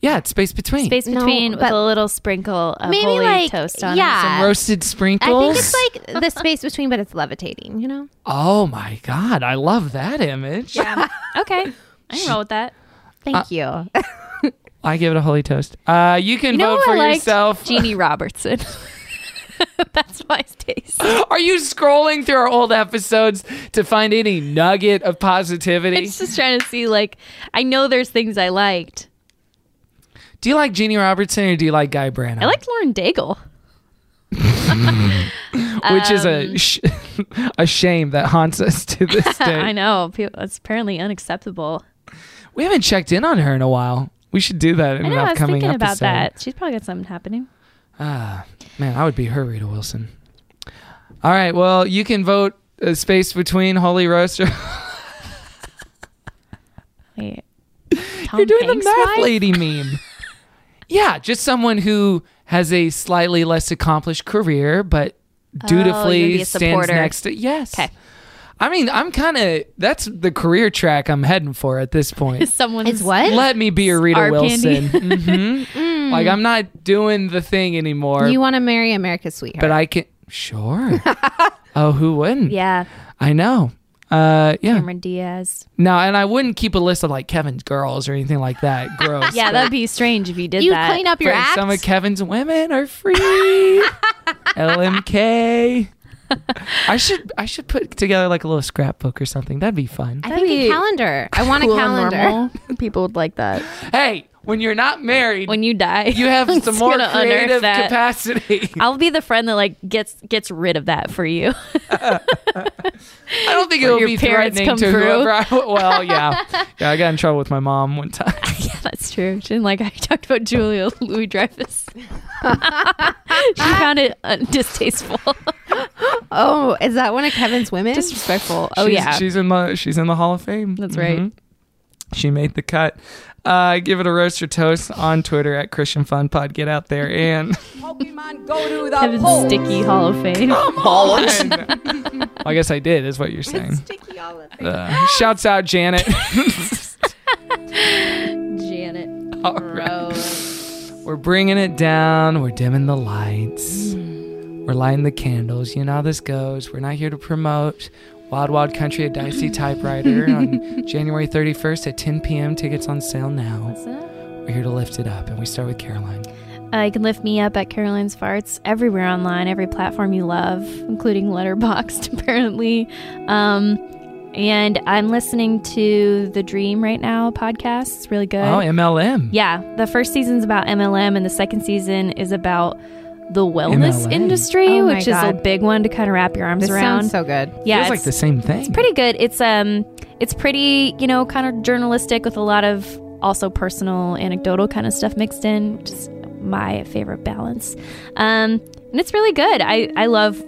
[SPEAKER 2] Yeah, it's Space Between.
[SPEAKER 6] Space
[SPEAKER 8] No,
[SPEAKER 6] between with
[SPEAKER 8] but-
[SPEAKER 6] a little sprinkle of
[SPEAKER 8] Maybe,
[SPEAKER 6] holy
[SPEAKER 8] like,
[SPEAKER 6] toast on
[SPEAKER 8] yeah.
[SPEAKER 6] it.
[SPEAKER 2] Some roasted
[SPEAKER 8] I
[SPEAKER 2] sprinkles.
[SPEAKER 8] think it's like the space between, but it's levitating, you know?
[SPEAKER 2] Oh my god, I love that image.
[SPEAKER 6] Okay. I can roll with that.
[SPEAKER 8] Thank you.
[SPEAKER 2] I give it a holy toast. Uh, you can
[SPEAKER 6] You know
[SPEAKER 2] vote
[SPEAKER 6] who
[SPEAKER 2] for
[SPEAKER 6] I liked?
[SPEAKER 2] yourself.
[SPEAKER 6] Jeannie Robertson. That's my taste.
[SPEAKER 2] Are you scrolling through our old episodes to find any nugget of positivity?
[SPEAKER 6] It's just trying to see, like, I know there's things I liked.
[SPEAKER 2] do you like Jeannie Robertson or do you like Guy Branum?
[SPEAKER 6] I liked Lauren Daigle.
[SPEAKER 2] which is a sh- a shame that haunts us to this day.
[SPEAKER 6] um, I know. People, it's apparently unacceptable.
[SPEAKER 2] We haven't checked in on her in a while. We should do that in
[SPEAKER 6] I know.
[SPEAKER 2] an
[SPEAKER 6] I was
[SPEAKER 2] upcoming
[SPEAKER 6] thinking about
[SPEAKER 2] episode.
[SPEAKER 6] that. She's probably got something happening.
[SPEAKER 2] Ah, man, I would be her Rita Wilson. All right, well, you can vote uh, space between Holy Roaster.
[SPEAKER 6] Oh, Wait. Tom
[SPEAKER 2] You're doing
[SPEAKER 6] Hanks
[SPEAKER 2] the math
[SPEAKER 6] wife?
[SPEAKER 2] lady meme. Yeah, just someone who has a slightly less accomplished career, but
[SPEAKER 6] Oh, you'd be
[SPEAKER 2] dutifully
[SPEAKER 6] a
[SPEAKER 2] stands
[SPEAKER 6] supporter.
[SPEAKER 2] next to. Yes. Okay. I mean, I'm kind of that's the career track I'm heading for at this point.
[SPEAKER 6] Someone's it's what?
[SPEAKER 2] Let me be a Rita
[SPEAKER 6] Our
[SPEAKER 2] Wilson.
[SPEAKER 6] candy. Mm.
[SPEAKER 2] Mhm. Like I'm not doing the thing anymore.
[SPEAKER 8] you want to marry America's sweetheart?
[SPEAKER 2] but I can. Sure. oh, who wouldn't?
[SPEAKER 6] yeah,
[SPEAKER 2] I know. Uh, yeah.
[SPEAKER 6] Cameron Diaz.
[SPEAKER 2] No, and I wouldn't keep a list of like Kevin's girls or anything like that. Gross.
[SPEAKER 6] Yeah,
[SPEAKER 2] But-
[SPEAKER 6] that'd be strange if you did
[SPEAKER 8] You
[SPEAKER 6] that.
[SPEAKER 8] clean up
[SPEAKER 2] But Some of Kevin's women are free. LMK. I should I should put together like a little scrapbook or something. That'd be fun.
[SPEAKER 8] I think a calendar. I want
[SPEAKER 6] cool
[SPEAKER 8] a
[SPEAKER 6] and
[SPEAKER 8] calendar.
[SPEAKER 6] normal. People would like that.
[SPEAKER 2] Hey, when you're not married,
[SPEAKER 6] when you die,
[SPEAKER 2] you have
[SPEAKER 6] I'm
[SPEAKER 2] some
[SPEAKER 6] just
[SPEAKER 2] more
[SPEAKER 6] gonna unearth
[SPEAKER 2] creative
[SPEAKER 6] that.
[SPEAKER 2] capacity.
[SPEAKER 6] I'll be the friend that like gets gets rid of that for you.
[SPEAKER 2] I don't think
[SPEAKER 6] Or
[SPEAKER 2] it'll
[SPEAKER 6] your
[SPEAKER 2] be
[SPEAKER 6] parents
[SPEAKER 2] threatening
[SPEAKER 6] come
[SPEAKER 2] to
[SPEAKER 6] through.
[SPEAKER 2] whoever. I, well, yeah, yeah. I got in trouble with my mom one time.
[SPEAKER 6] yeah, that's true. She didn't like I talked about Julia Louis Dreyfus. she found it uh, distasteful.
[SPEAKER 8] oh, is that one of Kevin's women?
[SPEAKER 6] Disrespectful. Oh
[SPEAKER 2] She's-
[SPEAKER 6] yeah.
[SPEAKER 2] she's in the she's in the Hall of Fame. That's
[SPEAKER 6] right.
[SPEAKER 2] She made the cut. Uh, give it a roast or toast on Twitter at Christian Fun Pod. Get out there and
[SPEAKER 5] Go to
[SPEAKER 6] Kevin's sticky Hall of Fame.
[SPEAKER 5] Olives.
[SPEAKER 2] I guess I did is what you're saying. Uh, shouts out Janet.
[SPEAKER 6] Janet.
[SPEAKER 2] All We're bringing it down. We're dimming the lights. We're lighting the candles. You know how this goes. We're not here to promote Wild Wild Country at Dicey Typewriter on January 31st at 10 p.m. Tickets on sale now. We're here to lift it up, and we start with Caroline.
[SPEAKER 6] Uh, you can lift me up at Caroline's Farts everywhere online, every platform you love, including Letterboxd, apparently. Um, and I'm listening to the Dream right now podcast. It's really good.
[SPEAKER 2] Oh, MLM.
[SPEAKER 6] Yeah, the first season's about MLM, and the second season is about the wellness
[SPEAKER 2] MLM.
[SPEAKER 6] industry,
[SPEAKER 8] Oh my
[SPEAKER 6] which is a
[SPEAKER 8] God.
[SPEAKER 6] big one to kind of wrap your arms
[SPEAKER 8] This
[SPEAKER 6] around.
[SPEAKER 8] sounds so good.
[SPEAKER 6] Yeah,
[SPEAKER 2] Feels like
[SPEAKER 6] it's-
[SPEAKER 2] the same thing.
[SPEAKER 6] it's pretty good. It's um, it's pretty, you know, kind of journalistic with a lot of also personal, anecdotal kind of stuff mixed in, which is my favorite balance. Um, and it's really good. I I love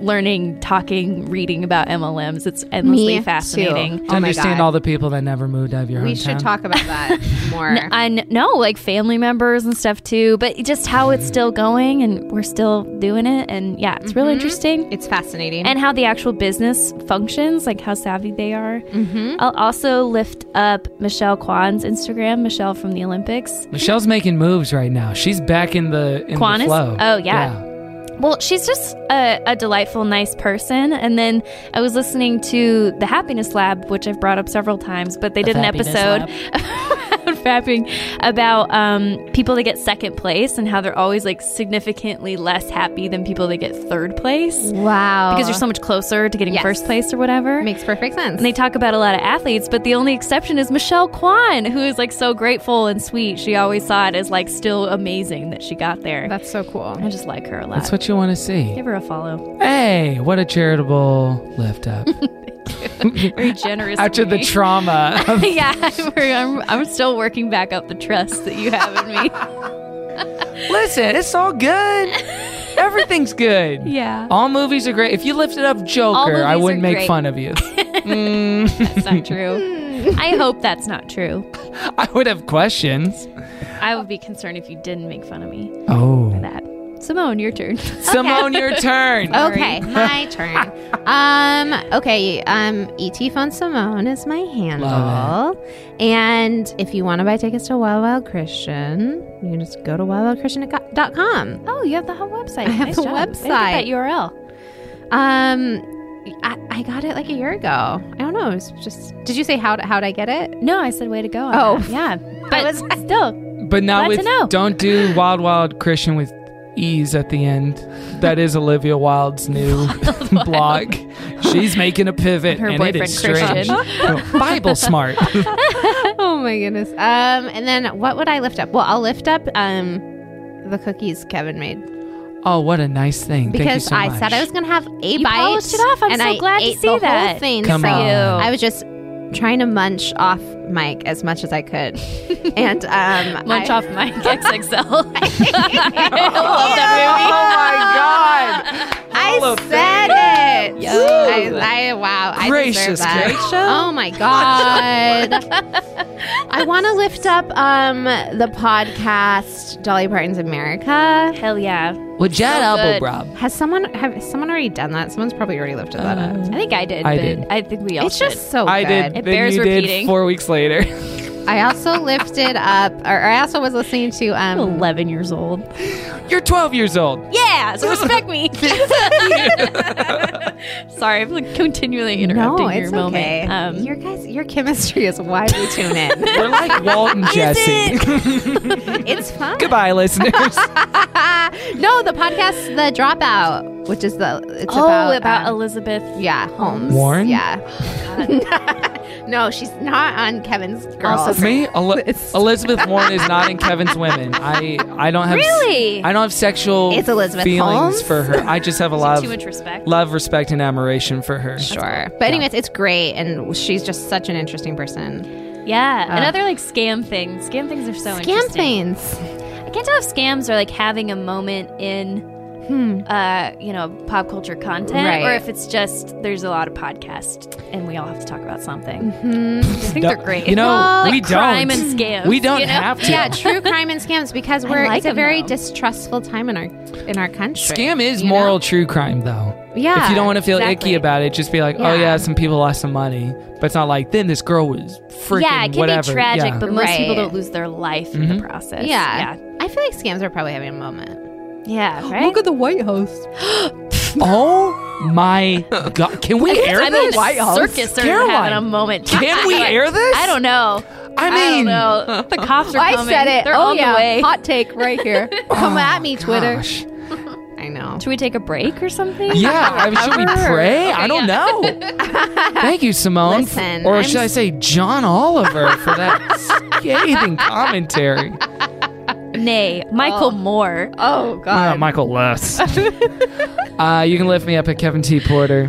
[SPEAKER 6] learning, talking, reading about MLMs. It's endlessly
[SPEAKER 8] Me too. Oh
[SPEAKER 6] fascinating.
[SPEAKER 2] to understand all the people that never moved out of your hometown.
[SPEAKER 8] We should talk about that more.
[SPEAKER 6] N- I kn- no, like family members and stuff too, but just how it's still going and we're still doing it. And yeah, it's really interesting.
[SPEAKER 8] It's fascinating.
[SPEAKER 6] And how the actual business functions, like how savvy they are. I'll also lift up Michelle Kwan's Instagram, Michelle from the Olympics.
[SPEAKER 2] Michelle's making moves right now. She's back in the in
[SPEAKER 6] Kwan
[SPEAKER 2] the
[SPEAKER 6] is-
[SPEAKER 2] flow.
[SPEAKER 6] oh, yeah. Well, she's just a, a delightful, nice person. And then I was listening to The Happiness Lab, which I've brought up several times, but they
[SPEAKER 7] The
[SPEAKER 6] did an
[SPEAKER 7] Happiness
[SPEAKER 6] episode fapping about um, people that get second place and how they're always like significantly less happy than people that get third place.
[SPEAKER 8] Wow.
[SPEAKER 6] Because you're so much closer to getting
[SPEAKER 8] Yes.
[SPEAKER 6] first place or whatever.
[SPEAKER 8] Makes perfect sense.
[SPEAKER 6] And they talk about a lot of athletes, but the only exception is Michelle Kwan, who is like so grateful and sweet. She always saw it as like still amazing that she got there.
[SPEAKER 8] That's so cool.
[SPEAKER 6] I just like her a lot.
[SPEAKER 2] That's what you want to see.
[SPEAKER 6] Give her a follow.
[SPEAKER 2] Hey, what a charitable lift up.
[SPEAKER 6] Very generous.
[SPEAKER 2] After
[SPEAKER 6] of
[SPEAKER 2] the
[SPEAKER 6] me.
[SPEAKER 2] trauma of
[SPEAKER 6] yeah, I'm, I'm, I'm still working back up the trust that you have in me.
[SPEAKER 2] Listen, it's all good. Everything's good.
[SPEAKER 6] Yeah.
[SPEAKER 2] All movies are great. If you lifted up Joker, I
[SPEAKER 6] movies
[SPEAKER 2] wouldn't
[SPEAKER 6] are
[SPEAKER 2] make
[SPEAKER 6] great.
[SPEAKER 2] fun of you.
[SPEAKER 6] That's not true. I hope that's not true.
[SPEAKER 2] I would have questions.
[SPEAKER 6] I would be concerned if you didn't make fun of me for
[SPEAKER 2] Oh.
[SPEAKER 6] that. Simone, your turn.
[SPEAKER 2] Simone, your turn.
[SPEAKER 8] Okay, my turn. Um, okay, um, ET Fun Simone is my handle. And if you want to buy tickets to Wild Wild Christian, you can just go to wildwildchristian.com.
[SPEAKER 6] Oh, you have the whole website.
[SPEAKER 8] I have
[SPEAKER 6] Nice
[SPEAKER 8] the
[SPEAKER 6] job. Look at
[SPEAKER 8] website.
[SPEAKER 6] that URL.
[SPEAKER 8] Um, I, I got it like a year ago. I don't know. It was just, did you say how to, how'd I get it?
[SPEAKER 6] No, I said way to go. on
[SPEAKER 8] Oh.
[SPEAKER 6] that. yeah, but still,
[SPEAKER 2] But now
[SPEAKER 6] Glad to
[SPEAKER 2] with
[SPEAKER 6] know.
[SPEAKER 2] don't do Wild Wild Christian with ease at the end. That is Olivia Wilde's new blog. She's making a pivot.
[SPEAKER 6] Her
[SPEAKER 2] and it is
[SPEAKER 6] boyfriend,
[SPEAKER 2] strange. Bible smart.
[SPEAKER 8] oh my goodness. Um, and then what would I lift up? Well, I'll lift up, um, the cookies Kevin made.
[SPEAKER 2] Oh, what a nice thing! Thank you
[SPEAKER 8] because
[SPEAKER 2] so
[SPEAKER 8] I
[SPEAKER 2] much.
[SPEAKER 8] said I was going to have a
[SPEAKER 6] You
[SPEAKER 8] bite.
[SPEAKER 6] polished it off. I'm
[SPEAKER 8] and
[SPEAKER 6] so
[SPEAKER 8] I
[SPEAKER 6] glad to
[SPEAKER 8] ate
[SPEAKER 6] see
[SPEAKER 8] the
[SPEAKER 6] that.
[SPEAKER 8] Whole thing.
[SPEAKER 2] Come
[SPEAKER 8] so
[SPEAKER 2] on.
[SPEAKER 8] I was just trying to munch off Mike as much as I could, and um,
[SPEAKER 6] munch
[SPEAKER 8] I,
[SPEAKER 6] off my XXL. I love that
[SPEAKER 2] Oh my God!
[SPEAKER 8] I said it.
[SPEAKER 6] Yes.
[SPEAKER 8] I, I wow. deserve
[SPEAKER 2] gracious,
[SPEAKER 8] that.
[SPEAKER 2] great show.
[SPEAKER 8] Oh my god! I want to lift up um the podcast Dolly Parton's America.
[SPEAKER 6] Hell yeah!
[SPEAKER 2] With Jad So good. Abumrad.
[SPEAKER 8] Has someone have someone already done that? Someone's probably already lifted that up.
[SPEAKER 6] I think I did.
[SPEAKER 2] I
[SPEAKER 6] but
[SPEAKER 2] did.
[SPEAKER 6] I think we all.
[SPEAKER 8] It's
[SPEAKER 6] should.
[SPEAKER 8] just so
[SPEAKER 2] I did.
[SPEAKER 8] good.
[SPEAKER 2] then you did four weeks later.
[SPEAKER 8] I also lifted up, or I also was listening to. Um,
[SPEAKER 6] Eleven years old.
[SPEAKER 2] You're 12 years old.
[SPEAKER 6] Yeah, so respect me. Sorry, I'm continually interrupting
[SPEAKER 8] no,
[SPEAKER 6] your
[SPEAKER 8] it's
[SPEAKER 6] moment. Um,
[SPEAKER 8] okay. your guys, your chemistry is why we tune in.
[SPEAKER 2] We're like Walt and Jesse.
[SPEAKER 8] it's fun.
[SPEAKER 2] Goodbye, listeners.
[SPEAKER 8] No, the podcast, The Dropout, which is the it's
[SPEAKER 6] Oh,
[SPEAKER 8] about
[SPEAKER 6] about Oh,
[SPEAKER 8] Elizabeth. Yeah, Holmes.
[SPEAKER 2] Warren?
[SPEAKER 8] Yeah. no, she's not on Kevin's girls.
[SPEAKER 2] me, Eli- Elizabeth Warren is not in Kevin's Women. I I don't have s-
[SPEAKER 8] Really?
[SPEAKER 2] I don't have sexual
[SPEAKER 8] It's Elizabeth
[SPEAKER 2] feelings
[SPEAKER 8] Holmes?
[SPEAKER 2] for her. I just have a lot
[SPEAKER 8] too
[SPEAKER 2] of
[SPEAKER 8] much respect?
[SPEAKER 2] love, respect, and admiration for her.
[SPEAKER 8] Sure, but anyways, it's great, and she's just such an interesting person.
[SPEAKER 6] Yeah,
[SPEAKER 8] Uh,
[SPEAKER 6] another like scam thing. Scam things are so
[SPEAKER 8] Scam
[SPEAKER 6] interesting.
[SPEAKER 8] things.
[SPEAKER 6] I can't tell if scams are like having a moment in, uh, you know, pop culture content, or
[SPEAKER 8] Right.
[SPEAKER 6] if it's just there's a lot of podcasts and we all have to talk about something.
[SPEAKER 8] Mhm.
[SPEAKER 6] Mm-hmm. I think they're great.
[SPEAKER 2] You know,
[SPEAKER 6] Well,
[SPEAKER 2] we
[SPEAKER 6] like crime
[SPEAKER 2] don't.
[SPEAKER 6] and scams.
[SPEAKER 2] We don't
[SPEAKER 6] you know?
[SPEAKER 2] have to.
[SPEAKER 8] Yeah, true crime and scams because
[SPEAKER 6] I
[SPEAKER 8] we're
[SPEAKER 6] like
[SPEAKER 8] it's a
[SPEAKER 6] 'em,
[SPEAKER 8] very
[SPEAKER 6] though.
[SPEAKER 8] distrustful time in our in our country.
[SPEAKER 2] Scam is
[SPEAKER 8] you know?
[SPEAKER 2] moral true crime, though.
[SPEAKER 8] Yeah,
[SPEAKER 2] If you don't want to feel
[SPEAKER 8] exactly.
[SPEAKER 2] icky about it, just be like, oh,
[SPEAKER 8] Yeah.
[SPEAKER 2] yeah, some people lost some money. But it's not like, then this girl was freaking
[SPEAKER 6] yeah, it can
[SPEAKER 2] whatever.
[SPEAKER 6] be tragic,
[SPEAKER 2] Yeah. Mm-hmm.
[SPEAKER 6] but most people
[SPEAKER 8] Right.
[SPEAKER 6] don't lose their life in the process.
[SPEAKER 8] Yeah. I feel like scams are probably having a moment.
[SPEAKER 6] yeah, yeah right.
[SPEAKER 8] at the White House.
[SPEAKER 2] Oh my God. Can we air
[SPEAKER 6] I mean,
[SPEAKER 2] this?
[SPEAKER 6] the circus are having a
[SPEAKER 2] Caroline,
[SPEAKER 6] moment.
[SPEAKER 2] Can we air this?
[SPEAKER 6] I don't know.
[SPEAKER 2] I
[SPEAKER 6] don't
[SPEAKER 2] mean-
[SPEAKER 6] know. the cops are
[SPEAKER 8] I
[SPEAKER 6] coming.
[SPEAKER 8] said it.
[SPEAKER 6] They're
[SPEAKER 8] oh
[SPEAKER 6] on
[SPEAKER 8] yeah,
[SPEAKER 6] the way.
[SPEAKER 8] hot take right here. Come at me, Twitter.
[SPEAKER 2] Oh, Gosh.
[SPEAKER 8] I know.
[SPEAKER 6] Should we take a break or something?
[SPEAKER 2] Yeah, I mean, should we
[SPEAKER 6] Cover?
[SPEAKER 2] pray? I
[SPEAKER 6] Okay,
[SPEAKER 2] don't
[SPEAKER 6] yeah.
[SPEAKER 2] know. Thank you, Simone.
[SPEAKER 8] Listen,
[SPEAKER 2] or
[SPEAKER 8] I'm
[SPEAKER 2] should I say John Oliver for that scathing commentary?
[SPEAKER 6] Nay, Michael Moore.
[SPEAKER 8] Oh
[SPEAKER 2] Uh, Michael Less. uh, you can lift me up at Kevin T. Porter.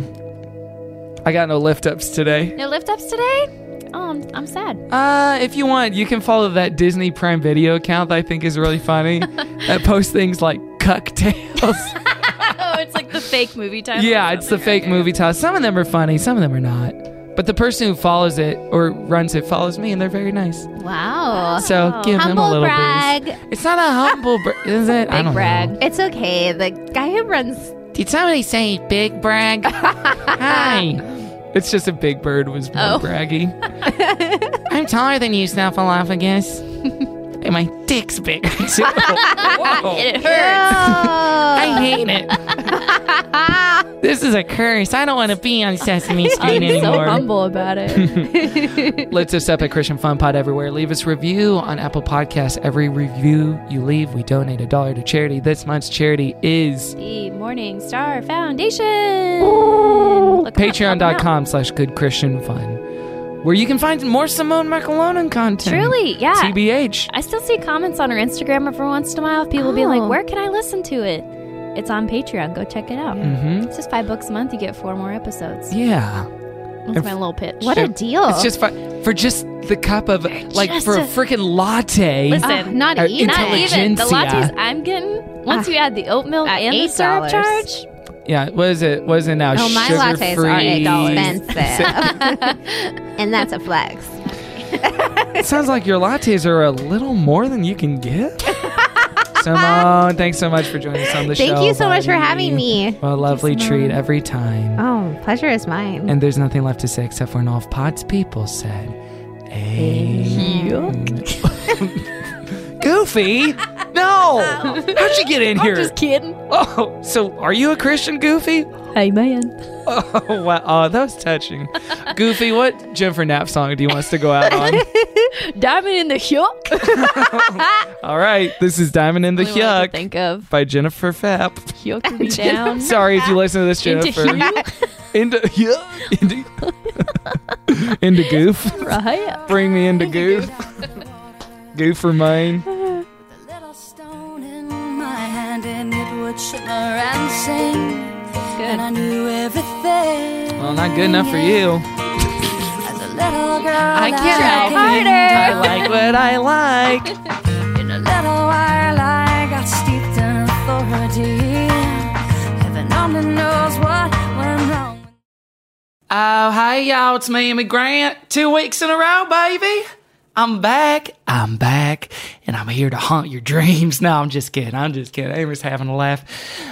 [SPEAKER 2] I got no lift ups today.
[SPEAKER 6] No lift ups today? Oh, I'm, I'm sad.
[SPEAKER 2] Uh, if you want, you can follow that Disney Prime Video account that I think is really funny that posts things like cocktails.
[SPEAKER 6] oh, it's like the fake movie time.
[SPEAKER 2] yeah, it's the fake movie toss. Some of them are funny, some of them are not. But the person who follows it or runs it follows me, and they're very nice.
[SPEAKER 8] Wow.
[SPEAKER 2] So give him a
[SPEAKER 8] Oh, humble
[SPEAKER 2] little Oh,
[SPEAKER 8] brag.
[SPEAKER 2] boost. It's not a humble brag, is it? I don't
[SPEAKER 8] brag.
[SPEAKER 2] know.
[SPEAKER 8] It's okay. The guy who runs
[SPEAKER 2] Did somebody say big brag? Hi. It's just a big bird was more
[SPEAKER 8] Oh.
[SPEAKER 2] braggy. I'm taller than you, Snuffleupagus. and my dick's big too.
[SPEAKER 6] It hurts.
[SPEAKER 2] I hate it. this is a curse. I don't want to be on Sesame Street
[SPEAKER 6] I'm so
[SPEAKER 2] anymore.
[SPEAKER 6] humble about it.
[SPEAKER 2] Let's us up at Christian Fun Pod everywhere. Leave us a review on Apple Podcasts. Every review you leave, we donate a dollar to charity. This month's charity is
[SPEAKER 6] the Morning Star Foundation. Look 'em up, look 'em up.
[SPEAKER 2] patreon.com slash good Christian fun. Where you can find more Simone Macalonan content.
[SPEAKER 6] Truly, yeah.
[SPEAKER 2] TBH.
[SPEAKER 6] I still see comments on her Instagram every once in a while of people being like, where can I listen to it? It's on Patreon. Go check it out.
[SPEAKER 2] Mhm.
[SPEAKER 6] It's just five bucks a month. You get four more episodes.
[SPEAKER 2] Yeah.
[SPEAKER 6] That's
[SPEAKER 2] And
[SPEAKER 6] my
[SPEAKER 2] f-
[SPEAKER 6] little pitch.
[SPEAKER 8] What a deal.
[SPEAKER 2] It's just for, for just the cup of, like,
[SPEAKER 6] Just
[SPEAKER 2] for a
[SPEAKER 6] a-
[SPEAKER 2] freaking latte.
[SPEAKER 6] Listen,
[SPEAKER 2] Uh,
[SPEAKER 8] not
[SPEAKER 2] or
[SPEAKER 8] even-
[SPEAKER 6] Not even the
[SPEAKER 2] intelligentsia.
[SPEAKER 6] lattes I'm getting. Once you add the oat milk
[SPEAKER 8] At
[SPEAKER 6] and the syrup
[SPEAKER 8] $8.
[SPEAKER 6] charge,
[SPEAKER 2] Yeah, what is it? What is it now?
[SPEAKER 8] Oh, my lattes
[SPEAKER 2] Sugar-free-
[SPEAKER 8] are expensive. and that's a flex.
[SPEAKER 2] it sounds like your lattes are a little more than you can get. Simone, thanks so much for joining us on the show.
[SPEAKER 8] Thank you so much for
[SPEAKER 2] buddy.
[SPEAKER 8] having me.
[SPEAKER 2] What a lovely treat every time.
[SPEAKER 8] Oh, pleasure is mine.
[SPEAKER 2] And there's nothing left to say except for an all of Pod's people said, Amen. Goofy? No! How'd you get in here?
[SPEAKER 6] just kidding.
[SPEAKER 2] oh, so are you a Christian, Goofy?
[SPEAKER 6] Hey, man.
[SPEAKER 2] Oh, wow. Oh, that was touching. Goofy, what Jennifer Knapp song do you want us to go out on?
[SPEAKER 6] Diamond in the Hyuk.
[SPEAKER 2] all right, this is Diamond in the
[SPEAKER 6] Only one I could
[SPEAKER 2] Yuck
[SPEAKER 6] think of.
[SPEAKER 2] by Jennifer Fapp.
[SPEAKER 6] Hyuk to be down.
[SPEAKER 2] Sorry if you listen to this,
[SPEAKER 6] Into
[SPEAKER 2] Jennifer. Into, yeah, into, into goof.
[SPEAKER 6] Right.
[SPEAKER 2] Bring me into goof. goof for mine.
[SPEAKER 10] my hand and it would shimmer and sing. And I knew everything.
[SPEAKER 2] Well, not good enough for you.
[SPEAKER 10] As a little girl, I
[SPEAKER 2] can't help it. I like what I like.
[SPEAKER 10] In a little while, I got steeped in authority. Heaven only knows what went wrong.
[SPEAKER 2] Oh, hey, y'all, it's me, Amy Grant. Two weeks in a row, baby. I'm back. I'm back. And I'm here to haunt your dreams. No, I'm just kidding. I'm just kidding. Amy's having a laugh.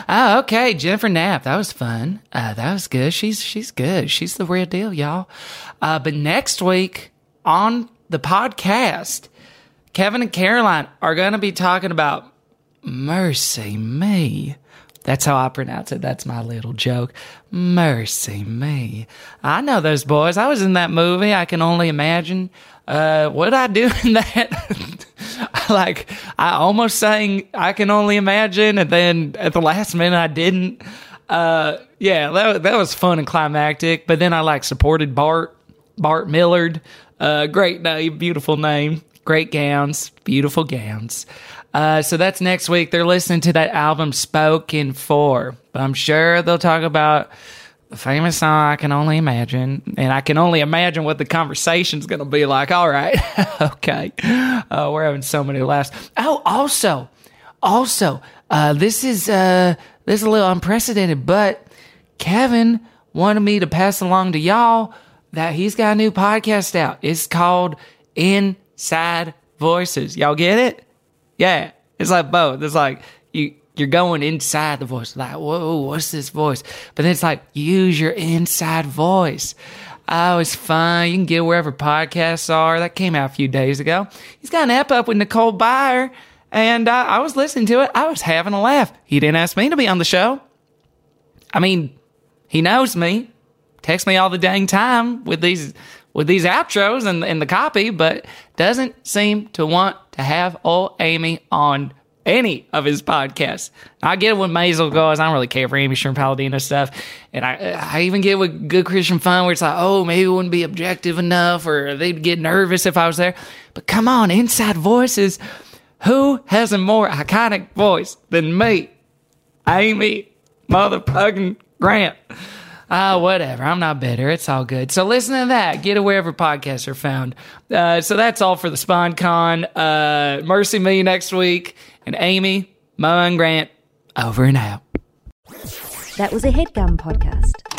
[SPEAKER 2] Oh, okay. Jennifer Knapp. That was fun. Uh, that was good. She's, she's good. She's the real deal, y'all. Uh, but next week on the podcast, Kevin and Caroline are going to be talking about mercy me. That's how I pronounce it. That's my little joke. Mercy me. I know those boys. I was in that movie. I can only imagine uh, what I do in that. like, I almost sang I can only imagine, and then at the last minute, I didn't. Uh, yeah, that, that was fun and climactic. But then I like supported Bart, Bart Millard. Uh, great name, beautiful name, great gowns, beautiful gowns. Uh, so that's next week. They're listening to that album Spoken For, but I'm sure they'll talk about the famous song I Can Only Imagine, and I can only imagine what the conversation's going to be like. All right, okay, uh, we're having so many laughs. Oh, also, also, uh, this is uh, this is a little unprecedented, but Kevin wanted me to pass along to y'all that he's got a new podcast out. It's called Inside Voices. Y'all get it? Yeah, it's like both. It's like you you're going inside the voice, like whoa, what's this voice? But then it's like use your inside voice. Oh, it's fun. You can get it wherever podcasts are. That came out a few days ago. He's got an app up with Nicole Byer, and uh, I was listening to it. I was having a laugh. He didn't ask me to be on the show. I mean, he knows me. Texts me all the dang time with these with these outros and, and the copy, but doesn't seem to want to have old Amy on any of his podcasts. I get it with Maisel goes. I don't really care for Amy Sherman Palladino stuff. And I I even get with Good Christian Fun where it's like, oh, maybe it wouldn't be objective enough or they'd get nervous if I was there. But come on, Inside Voices, who has a more iconic voice than me? Amy motherfucking Grant. Ah, whatever. I'm not bitter. It's all good. So listen to that. Get it wherever podcasts are found. Uh, so that's all for the SponCon. Uh, Mercy me next week. And Amy, Mo, and Grant, over and out.
[SPEAKER 12] That was a headgum podcast.